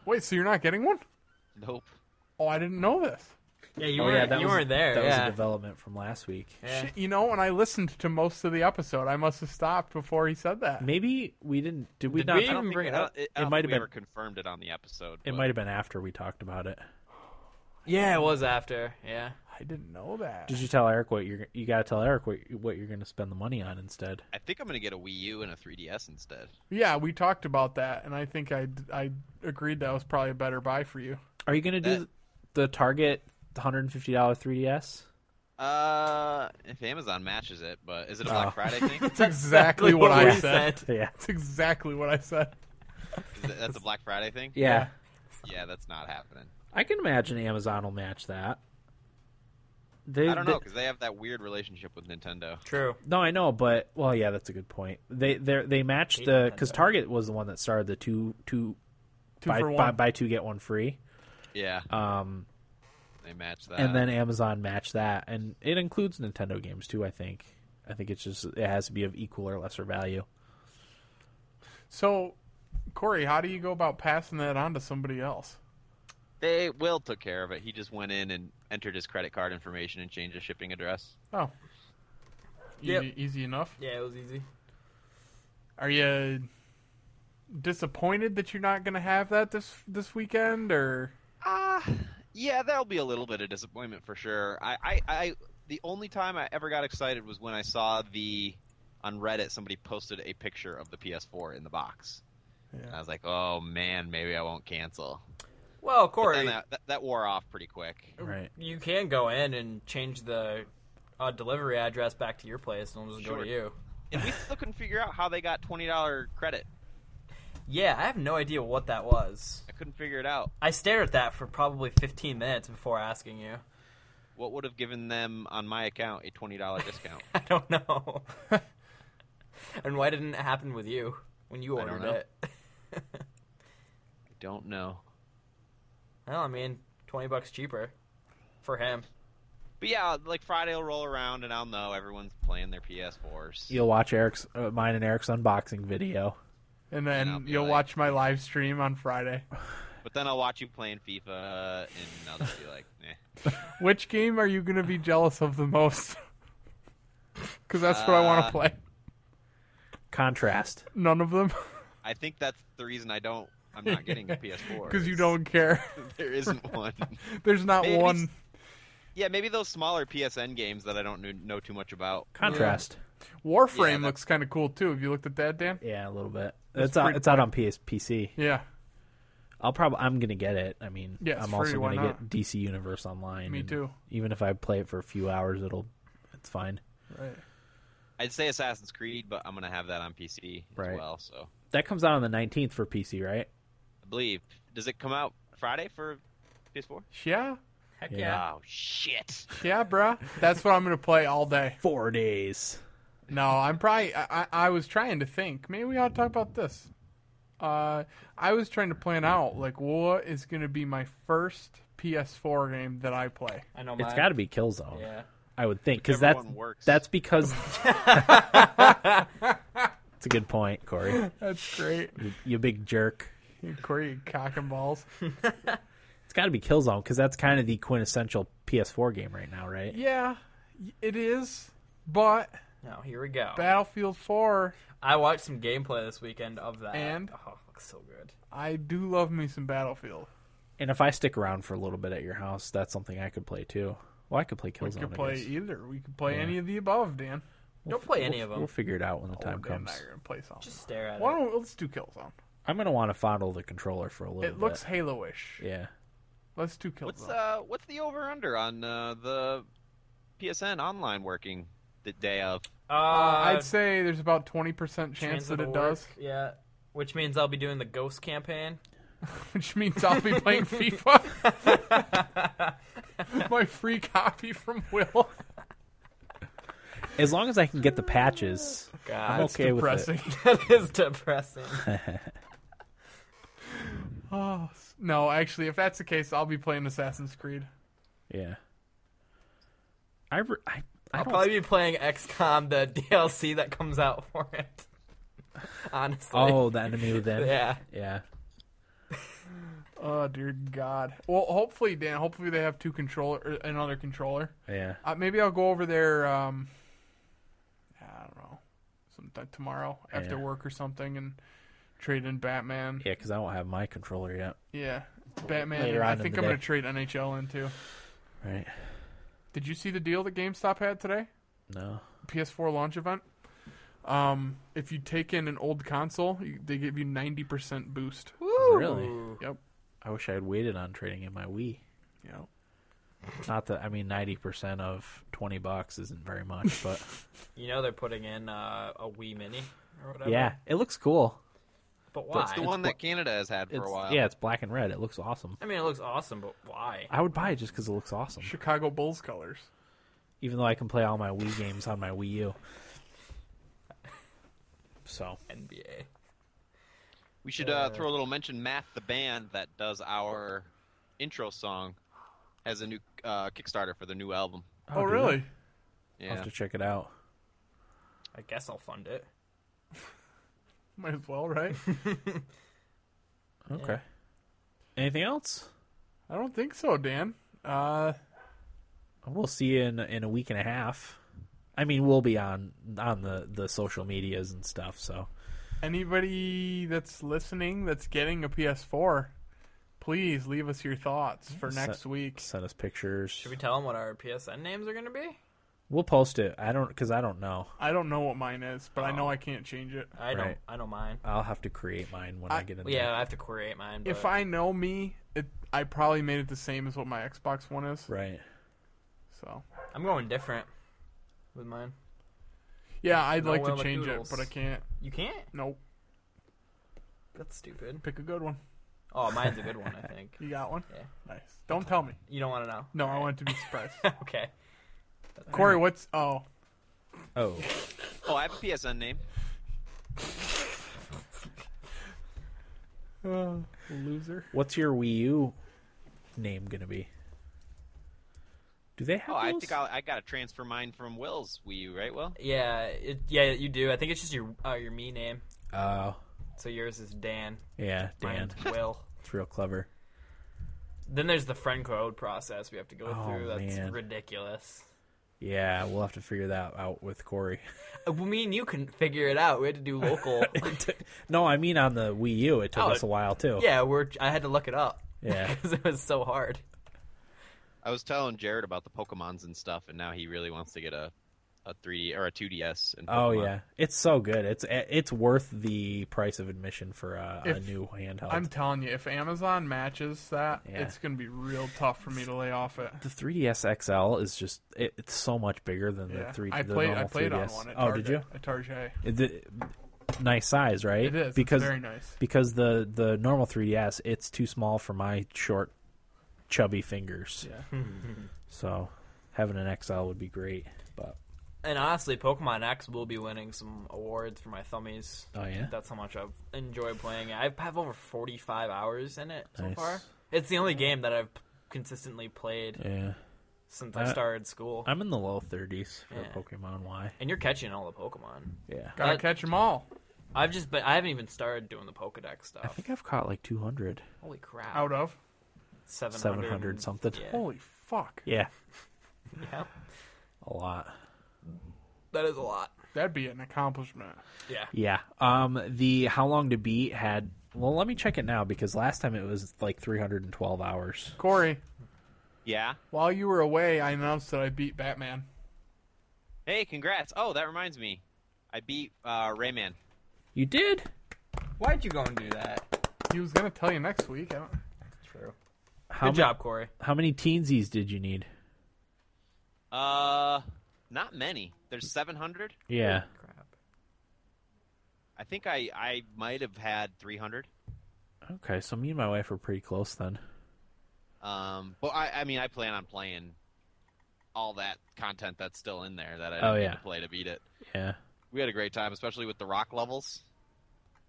Speaker 2: Wait, so you're not getting one?
Speaker 4: Nope.
Speaker 2: Oh, I didn't know this.
Speaker 3: Yeah, you
Speaker 1: Oh,
Speaker 3: were.
Speaker 1: yeah,
Speaker 3: Yeah,
Speaker 1: that
Speaker 3: you
Speaker 1: was-
Speaker 3: weren't there.
Speaker 1: That
Speaker 3: yeah.
Speaker 1: was a development from last week.
Speaker 3: Yeah.
Speaker 2: Shit, you know, when I listened to most of the episode, I must have stopped before he said that.
Speaker 1: Maybe we didn't. Did we
Speaker 3: Did
Speaker 1: not?
Speaker 3: we
Speaker 4: I don't
Speaker 3: even
Speaker 4: think,
Speaker 3: bring it
Speaker 4: I don't-
Speaker 3: up?
Speaker 4: I don't
Speaker 1: might have
Speaker 4: think we
Speaker 1: been-
Speaker 4: ever confirmed it on the episode.
Speaker 1: It
Speaker 4: but-
Speaker 1: might have been after we talked about it.
Speaker 3: Yeah, it was after. Yeah.
Speaker 2: I didn't know that.
Speaker 1: Did you tell Eric what you're? You gotta tell Eric what what you're gonna spend the money on instead.
Speaker 4: I think I'm gonna get a Wii U and a 3DS instead.
Speaker 2: Yeah, we talked about that, and I think I, I agreed that was probably a better buy for you.
Speaker 1: Are you gonna do
Speaker 4: That-
Speaker 1: the Target 150 dollar 3ds?
Speaker 4: Uh, if Amazon matches it, but is it a
Speaker 1: Oh.
Speaker 4: Black Friday thing?
Speaker 2: That's exactly what
Speaker 1: what
Speaker 2: I
Speaker 1: we
Speaker 2: said.
Speaker 1: Yeah.
Speaker 2: That's exactly what I said.
Speaker 4: Is that, that's a Black Friday thing.
Speaker 1: Yeah.
Speaker 4: Yeah, that's not happening.
Speaker 1: I can imagine Amazon will match that. They,
Speaker 4: I don't
Speaker 1: they-
Speaker 4: know because they have that weird relationship with Nintendo.
Speaker 3: True.
Speaker 1: no, I know, but well, yeah, that's a good point. They they they matched
Speaker 3: Hate
Speaker 1: the
Speaker 3: Nintendo.
Speaker 1: because Target was the one that started the two two
Speaker 2: Two
Speaker 1: buy,
Speaker 2: for one.
Speaker 1: buy buy two get one free.
Speaker 4: Yeah,
Speaker 1: Um,
Speaker 4: they match that.
Speaker 1: and then Amazon matched that, and it includes Nintendo games too. I think. I think it's just it has to be of equal or lesser value.
Speaker 2: So, Corey, how do you go about passing that on to somebody else?
Speaker 4: they Will took care of it. He just went in and entered his credit card information and changed his shipping address.
Speaker 2: Oh, easy,
Speaker 3: Yep.
Speaker 2: easy enough.
Speaker 3: Yeah, it was easy.
Speaker 2: Are you disappointed that you're not going to have that this this weekend? Or
Speaker 4: Ah, yeah, that'll be a little bit of disappointment for sure. I, I, I, the only time I ever got excited was when I saw the on Reddit somebody posted a picture of the PS4 in the box. And I was like, oh man, maybe I won't cancel.
Speaker 3: Well,
Speaker 4: But
Speaker 3: Corey,
Speaker 4: then that, that, that wore off pretty quick.
Speaker 1: Right.
Speaker 3: you can go in and change the uh, delivery address back to your place, and it'll just go
Speaker 4: Sure.
Speaker 3: to you.
Speaker 4: And we still couldn't figure out how they got twenty dollar credit.
Speaker 3: Yeah, I have no idea what that was.
Speaker 4: I couldn't figure it out.
Speaker 3: I stared at that for probably 15 minutes before asking you.
Speaker 4: What would have given them on my account a twenty dollar discount?
Speaker 3: I don't know. and why didn't it happen with you when you
Speaker 4: I don't
Speaker 3: ordered
Speaker 4: know.
Speaker 3: it?
Speaker 4: I don't know.
Speaker 3: Well, I mean, 20 bucks cheaper for him.
Speaker 4: But yeah, like Friday will roll around and I'll know everyone's playing their PS4s.
Speaker 1: You'll watch Eric's uh, mine and Eric's unboxing video.
Speaker 2: and
Speaker 4: And I'll
Speaker 2: then
Speaker 4: be
Speaker 2: you'll
Speaker 4: like-
Speaker 2: watch my live stream on Friday.
Speaker 4: But then I'll watch you playing FIFA, and I'll just be like, eh.
Speaker 2: Which game are you going to be jealous of the most? Because that's what I want
Speaker 4: Uh,
Speaker 2: to play.
Speaker 1: Contrast.
Speaker 2: None of them,
Speaker 4: I think that's the reason I don't. I'm not getting a PS4
Speaker 2: because you
Speaker 4: is
Speaker 2: don't care.
Speaker 4: There isn't one.
Speaker 2: There's not
Speaker 4: Maybe
Speaker 2: one.
Speaker 4: yeah, maybe those smaller PSN games that I don't kn- know too much about.
Speaker 1: Contrast.
Speaker 4: Yeah,
Speaker 2: Warframe
Speaker 4: that-
Speaker 2: looks kind of cool too. Have you looked at that, Dan?
Speaker 1: Yeah, a little bit.
Speaker 2: That's
Speaker 1: It's out,
Speaker 2: pretty
Speaker 1: it's out on PS, PC.
Speaker 2: Yeah,
Speaker 1: I'll probably I'm gonna get it. I mean,
Speaker 2: Yeah, it's
Speaker 1: I'm
Speaker 2: free,
Speaker 1: also
Speaker 2: why
Speaker 1: gonna
Speaker 2: not?
Speaker 1: get DC Universe Online.
Speaker 2: me
Speaker 1: and
Speaker 2: too.
Speaker 1: Even if I play it for a few hours, it'll it's fine.
Speaker 2: Right.
Speaker 4: I'd say Assassin's Creed, but I'm gonna have that on PC
Speaker 1: Right.
Speaker 4: as well. So
Speaker 1: That comes out on the 19th for PC, right?
Speaker 4: I believe does it come out Friday for PS4?
Speaker 2: Yeah,
Speaker 3: Heck
Speaker 1: Yeah.
Speaker 4: Oh shit!
Speaker 2: yeah, bruh. That's what I'm going to play all day.
Speaker 1: Four days.
Speaker 2: No, I'm probably. I, I, I was trying to think. Maybe we ought to talk about this. Uh, I was trying to plan out like what is going to be my first PS4 game that I play.
Speaker 3: I know
Speaker 1: It's got to be Killzone,
Speaker 3: Yeah.
Speaker 1: I would think, because that's
Speaker 4: Everyone works.
Speaker 1: that's because it's a good point, Corey.
Speaker 2: That's great,
Speaker 1: You big jerk.
Speaker 2: Corey, you cock and balls.
Speaker 1: It's got to be Killzone because that's kind of the quintessential PS4 game right now, right?
Speaker 2: Yeah, it is. But
Speaker 3: Now, Oh, here we go.
Speaker 2: Battlefield 4,
Speaker 3: I watched some gameplay this weekend of that.
Speaker 2: And?
Speaker 3: Oh, it looks so good.
Speaker 2: I do love me some Battlefield.
Speaker 1: And if I stick around for a little bit at your house, that's something I could play too. Well, I could play
Speaker 2: We
Speaker 1: Killzone.
Speaker 2: could
Speaker 1: I
Speaker 2: play
Speaker 1: guess.
Speaker 2: either. We could play
Speaker 1: Yeah.
Speaker 2: any of the above, Dan.
Speaker 3: Don't play
Speaker 1: We'll-
Speaker 3: any of them.
Speaker 1: We'll figure it out when the
Speaker 2: Oh,
Speaker 1: time
Speaker 2: Dan and
Speaker 1: comes.
Speaker 2: I are gonna play something.
Speaker 3: Just stare at
Speaker 2: Why
Speaker 3: it.
Speaker 2: don't we- let's do Killzone?
Speaker 1: I'm gonna want to fondle the controller for a little.
Speaker 2: It looks
Speaker 1: bit.
Speaker 2: Halo-ish.
Speaker 1: yeah.
Speaker 2: Let's do Killzone.
Speaker 4: What's uh what's the over under on uh, the PSN online working the day of?
Speaker 3: Uh,
Speaker 2: Uh, I'd say there's about 20% chance
Speaker 3: chance
Speaker 2: that
Speaker 3: it'll
Speaker 2: it does,
Speaker 3: work, Yeah. Which means I'll be doing the ghost campaign.
Speaker 2: which means I'll be playing FIFA. My free copy from Will.
Speaker 1: As long as I can get the patches, I'm
Speaker 3: God,
Speaker 2: That's
Speaker 1: okay with it.
Speaker 2: depressing.
Speaker 3: that is depressing.
Speaker 2: Oh, s- no, actually, if that's the case, I'll be playing Assassin's Creed.
Speaker 1: Yeah. I re- I, I
Speaker 3: I'll
Speaker 1: don't.
Speaker 3: probably be playing XCOM, the DLC that comes out for it. Honestly.
Speaker 1: oh, the enemy within.
Speaker 3: Yeah.
Speaker 1: Yeah.
Speaker 2: Oh, dear God. Well, hopefully, Dan, hopefully they have two controller, er, another controller.
Speaker 1: Yeah.
Speaker 2: Uh, maybe I'll go over there. Um, I don't know, sometime tomorrow after
Speaker 1: Yeah.
Speaker 2: work or something, and trade in Batman.
Speaker 1: Yeah, because I don't have my controller yet.
Speaker 2: Yeah, Batman.
Speaker 1: Later
Speaker 2: and
Speaker 1: on
Speaker 2: I
Speaker 1: in
Speaker 2: think
Speaker 1: the
Speaker 2: I'm gonna
Speaker 1: day.
Speaker 2: trade NHL in too.
Speaker 1: Right.
Speaker 2: Did you see the deal that GameStop had today?
Speaker 1: No.
Speaker 2: PS4 launch event. Um, if you take in an old console, you, they give you 90% boost.
Speaker 1: Really?
Speaker 3: Ooh.
Speaker 2: Yep.
Speaker 1: I wish I had waited on trading in my Wii.
Speaker 2: Yep.
Speaker 1: Not that I mean, ninety percent of twenty bucks isn't very much, but
Speaker 3: You know they're putting in uh, a Wii Mini or whatever.
Speaker 1: yeah, it looks cool.
Speaker 3: But why?
Speaker 4: That's the one that Canada has had for
Speaker 1: It's-
Speaker 4: a while.
Speaker 1: yeah, it's black and red. It looks awesome.
Speaker 3: I mean, it looks awesome, but why?
Speaker 1: I would buy it just because it looks awesome.
Speaker 2: Chicago Bulls colors.
Speaker 1: Even though I can play all my Wii games on my Wii U. So
Speaker 3: NBA.
Speaker 4: We should uh, throw a little mention. Math, the band that does our intro song, has a new uh, Kickstarter for their new album.
Speaker 2: Oh,
Speaker 1: do
Speaker 2: really?
Speaker 1: I'll
Speaker 4: Yeah,
Speaker 1: have to check it out.
Speaker 3: I guess I'll fund it.
Speaker 2: Might as well, right?
Speaker 1: Okay. Anything else?
Speaker 2: I don't think so, Dan. Uh,
Speaker 1: We'll see you in in a week and a half. I mean, we'll be on on the the social medias and stuff. So
Speaker 2: anybody that's listening that's getting a PS4, please leave us your thoughts for
Speaker 1: Yes,
Speaker 2: next
Speaker 1: that-
Speaker 2: week.
Speaker 1: send us pictures.
Speaker 3: Should we tell them what our PSN names are going to be?
Speaker 1: We'll post it. I don't because I don't know.
Speaker 2: I don't know what mine is, but I know I can't change it.
Speaker 3: I don't.
Speaker 1: Right.
Speaker 3: I don't mind.
Speaker 1: I'll have to create mine when I,
Speaker 2: I-
Speaker 1: get in.
Speaker 3: Well, yeah, I have to create mine. But
Speaker 2: If I know me, it, I probably made it the same as what my Xbox One is.
Speaker 1: there. right.
Speaker 2: So
Speaker 3: I'm going different with mine.
Speaker 2: yeah, I'd
Speaker 3: No
Speaker 2: like
Speaker 3: Wella
Speaker 2: to change
Speaker 3: Doodles.
Speaker 2: it, but I can't.
Speaker 3: You can't.
Speaker 2: Nope.
Speaker 3: That's stupid.
Speaker 2: Pick a good one.
Speaker 3: Oh, mine's a good one. I think.
Speaker 2: You got one?
Speaker 3: Yeah.
Speaker 2: Nice. Don't tell me.
Speaker 3: You don't want to know.
Speaker 2: No, I want it to be surprised.
Speaker 3: okay.
Speaker 2: Corey, what's oh
Speaker 1: Oh,
Speaker 4: Oh, I have a PSN name.
Speaker 2: loser?
Speaker 1: what's your Wii U name gonna be? Do they have?
Speaker 4: Oh, I
Speaker 1: those?
Speaker 4: think I'll, I got to transfer mine from Will's Wii U, right? Will?
Speaker 3: Yeah. It, yeah. You do. I think it's just your uh, your me name.
Speaker 1: Oh,
Speaker 3: So yours is Dan.
Speaker 1: yeah, Dan.
Speaker 3: Mine's Will.
Speaker 1: It's real clever.
Speaker 3: Then there's the friend code process we have to go
Speaker 1: Oh,
Speaker 3: through. That's
Speaker 1: man.
Speaker 3: ridiculous.
Speaker 1: Yeah, we'll have to figure that out with Corey.
Speaker 3: Uh, Well, me and you couldn't figure it out. We had to do local.
Speaker 1: no, I mean on the Wii U, it took
Speaker 3: Oh,
Speaker 1: us a while too.
Speaker 3: yeah, we're. I had to look it up.
Speaker 1: Yeah.
Speaker 3: because it was so hard.
Speaker 4: I was telling Jared about the Pokemons and stuff, and now he really wants to get a a 3D or a 2DS. And
Speaker 1: Oh yeah, it's so good. It's it's worth the price of admission for a, a
Speaker 2: If-
Speaker 1: new handheld.
Speaker 2: I'm telling you, if Amazon matches that,
Speaker 1: Yeah.
Speaker 2: it's gonna be real tough for me to lay off it.
Speaker 1: the 3ds XL is just it, it's so much bigger than
Speaker 2: Yeah.
Speaker 1: the three.
Speaker 2: I
Speaker 1: the
Speaker 2: played. I
Speaker 1: normal
Speaker 2: played
Speaker 1: 3DS.
Speaker 2: on one. At
Speaker 1: oh, did you?
Speaker 2: Target- At Target.
Speaker 1: The, nice size, right?
Speaker 2: It is.
Speaker 1: because
Speaker 2: it's very nice.
Speaker 1: because the the normal 3ds it's too small for my short, chubby fingers.
Speaker 2: Yeah.
Speaker 3: Hmm.
Speaker 1: So having an XL would be great. But
Speaker 3: And honestly, Pokemon X will be winning some awards for my thummies.
Speaker 1: Oh, yeah?
Speaker 3: that's how much I've enjoyed playing it. I have over forty-five hours in it so
Speaker 1: Nice.
Speaker 3: far. It's the only game that I've consistently played
Speaker 1: yeah,
Speaker 3: since
Speaker 1: Uh,
Speaker 3: I started school.
Speaker 1: I'm in the low 30s for
Speaker 3: Yeah.
Speaker 1: Pokemon Y.
Speaker 3: and you're catching all the Pokemon.
Speaker 1: Yeah.
Speaker 2: Gotta 'em
Speaker 3: That-
Speaker 2: catch them all.
Speaker 3: I've just, but I haven't even started doing the Pokedex
Speaker 1: I
Speaker 3: stuff.
Speaker 1: think I've caught like 200,
Speaker 3: Holy crap!
Speaker 2: Out of.
Speaker 3: seven
Speaker 1: 700 something. Oh,
Speaker 3: Yeah.
Speaker 2: Holy fuck.
Speaker 1: Yeah,
Speaker 3: yeah,
Speaker 1: a lot.
Speaker 3: that is a lot.
Speaker 2: That'd be an accomplishment.
Speaker 3: Yeah,
Speaker 1: Yeah. Um the how long to beat had well, let me check it now because last time it was like 312 hours.
Speaker 2: Corey,
Speaker 4: Yeah.
Speaker 2: while you were away, I announced that I beat Batman.
Speaker 4: Hey, congrats! Oh, that reminds me, I beat uh, Rayman.
Speaker 1: You did?
Speaker 3: why'd you go and do that?
Speaker 2: He was gonna tell you next week. I don't.
Speaker 3: True.
Speaker 1: How
Speaker 3: Good
Speaker 1: ma-
Speaker 3: job, Corey.
Speaker 1: How many teensies did you need?
Speaker 4: Uh, not many. There's 700.
Speaker 1: Yeah.
Speaker 3: Crap.
Speaker 4: I think I I might have had 300.
Speaker 1: Okay, so me and my wife were pretty close then.
Speaker 4: Um, but I I mean I plan on playing all that content that's still in there that I
Speaker 1: Oh,
Speaker 4: didn't
Speaker 1: yeah.
Speaker 4: need to play to beat it.
Speaker 1: Yeah.
Speaker 4: We had a great time, especially with the rock levels,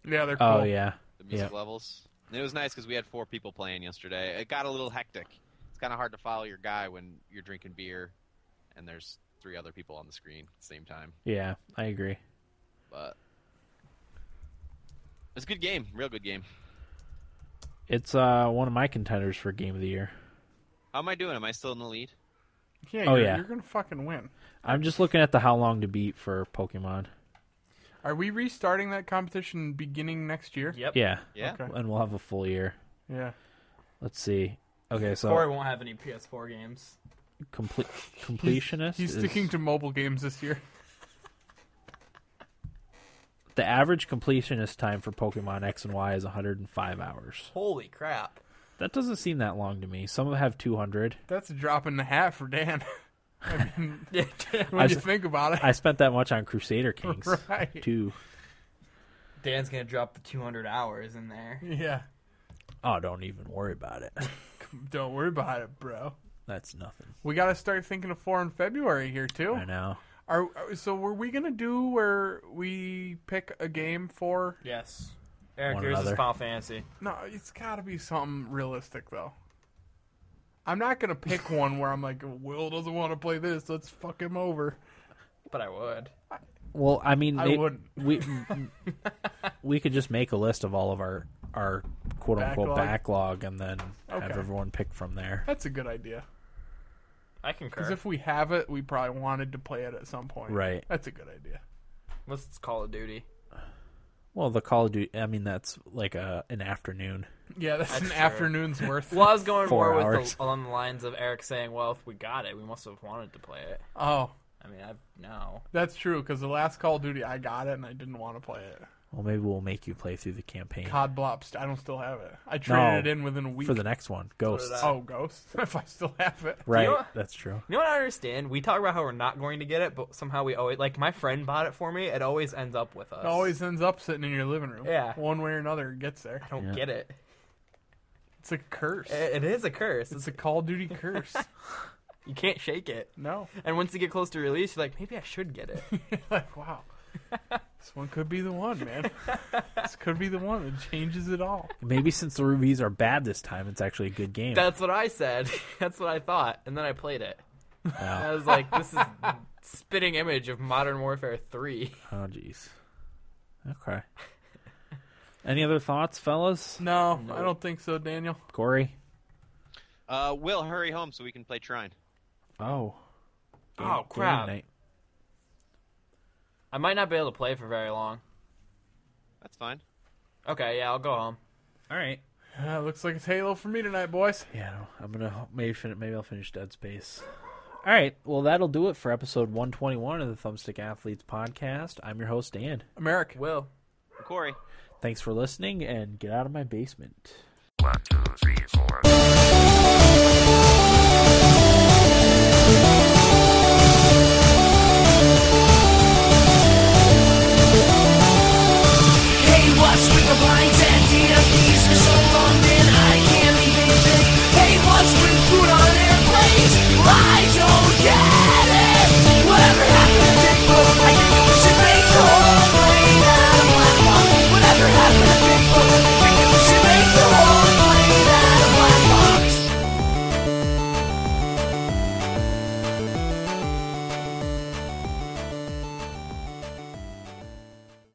Speaker 2: Yeah, they're cool.
Speaker 1: Oh yeah.
Speaker 4: the music
Speaker 1: Yeah.
Speaker 4: levels. And it was nice because we had four people playing yesterday. It got a little hectic. It's kind of hard to follow your guy when you're drinking beer and there's three other people on the screen at the same time.
Speaker 1: Yeah, I agree.
Speaker 4: But it's a good game, real good game.
Speaker 1: It's uh one of my contenders for game of the year.
Speaker 4: How am I doing? Am I still in the lead?
Speaker 2: Yeah,
Speaker 1: Oh,
Speaker 2: you're,
Speaker 1: yeah.
Speaker 2: you're gonna fucking win.
Speaker 1: I'm just looking at the how long to beat for Pokemon.
Speaker 2: Are we restarting that competition beginning next year?
Speaker 3: Yep.
Speaker 1: Yeah.
Speaker 4: Yeah.
Speaker 2: Okay.
Speaker 1: And we'll have a full year.
Speaker 2: Yeah.
Speaker 1: Let's see. Okay, so
Speaker 3: Corey won't have any PS4 games.
Speaker 1: complete completionist
Speaker 2: He's
Speaker 1: is-
Speaker 2: sticking to mobile games this year.
Speaker 1: The average completionist time for Pokemon X and Y is 105 hours.
Speaker 3: Holy crap!
Speaker 1: That doesn't seem that long to me. Some have 200.
Speaker 2: That's a drop in the hat for Dan. I mean,
Speaker 3: Yeah.
Speaker 2: when you
Speaker 1: s-
Speaker 2: think about it,
Speaker 1: I spent that much on Crusader Kings
Speaker 2: Right.
Speaker 1: too.
Speaker 3: Dan's gonna drop the 200 hours in there.
Speaker 2: yeah.
Speaker 1: Oh, don't even worry about it.
Speaker 2: Don't worry about it, bro.
Speaker 1: That's nothing.
Speaker 2: We got to start thinking of four in February here too.
Speaker 1: I know.
Speaker 2: Are are- so? Were we gonna do where we pick a game for?
Speaker 3: Yes. Eric,
Speaker 1: One
Speaker 3: yours
Speaker 1: another.
Speaker 3: is Final Fantasy.
Speaker 2: No, it's got to be something realistic though. I'm not gonna pick one where I'm like, Will doesn't want to play this. Let's fuck him over.
Speaker 3: But I would.
Speaker 1: Well, I mean,
Speaker 2: I
Speaker 1: they-
Speaker 2: wouldn't.
Speaker 1: we we could just make a list of all of our our quote unquote backlog, and then have
Speaker 2: Okay.
Speaker 1: everyone pick from there.
Speaker 2: That's a good idea.
Speaker 3: I
Speaker 2: Because
Speaker 3: concur.
Speaker 2: if we have it, we probably wanted to play it at some point.
Speaker 1: Right.
Speaker 2: That's a good idea.
Speaker 3: What's it's Call of Duty?
Speaker 1: Well, the Call of Duty. I mean, that's like a an afternoon.
Speaker 2: Yeah, that's,
Speaker 3: That's
Speaker 2: an
Speaker 3: true.
Speaker 2: afternoon's worth.
Speaker 3: Well, I was going
Speaker 1: Four
Speaker 3: more
Speaker 1: hours.
Speaker 3: with the, along the lines of Eric saying, "Well, if we got it, we must have wanted to play it."
Speaker 2: Oh,
Speaker 3: I mean, I no.
Speaker 2: that's true. Because the last Call of Duty, I got it and I didn't want to play it.
Speaker 1: Well, maybe we'll make you play through the campaign
Speaker 2: COD Blops. I don't still have it. I traded
Speaker 1: No.
Speaker 2: it in within a week.
Speaker 1: for the next one. Ghosts.
Speaker 3: I.
Speaker 2: oh, Ghost. if I still have it.
Speaker 1: Right.
Speaker 3: You know-
Speaker 1: That's true.
Speaker 3: You know what I understand? We talk about how we're not going to get it, but somehow we always like my friend bought it for me. It always ends up with us.
Speaker 2: It always ends up sitting in your living room.
Speaker 3: Yeah.
Speaker 2: One way or another, it gets there.
Speaker 3: I don't
Speaker 1: Yeah.
Speaker 3: get it.
Speaker 2: It's a curse.
Speaker 3: it. It is a curse.
Speaker 2: It's
Speaker 3: It's,
Speaker 2: a Call of Duty curse.
Speaker 3: you can't shake it.
Speaker 2: no.
Speaker 3: And once you get close to release, you're like, maybe I should get it.
Speaker 2: like, wow. This one could be the one, man. this could be the one that changes it all.
Speaker 1: Maybe since the reviews are bad this time, it's actually a good game.
Speaker 3: That's what I said. That's what I thought. And then I played it. And
Speaker 1: Oh,
Speaker 3: I was like, this is spitting image of Modern Warfare 3.
Speaker 1: oh, jeez. Okay. Any other thoughts, fellas?
Speaker 2: No, I don't think so, Daniel.
Speaker 1: Corey.
Speaker 4: Uh, Will, hurry home so we can play Trine.
Speaker 1: Oh.
Speaker 3: Oh,
Speaker 1: Gaming
Speaker 3: crap.
Speaker 1: night.
Speaker 3: I might not be able to play for very long.
Speaker 4: That's fine.
Speaker 3: Okay, yeah, I'll go home.
Speaker 1: All right.
Speaker 2: Uh, looks like it's Halo for me tonight, boys.
Speaker 1: Yeah, no, I'm gonna maybe fin- maybe I'll finish Dead Space. All right, well that'll do it for episode 121 of the Thumbstick Athletes podcast. I'm your host Dan.
Speaker 2: America.
Speaker 3: Will.
Speaker 4: Corey.
Speaker 1: Thanks for listening, and get out of my basement.
Speaker 5: One, two, three, four.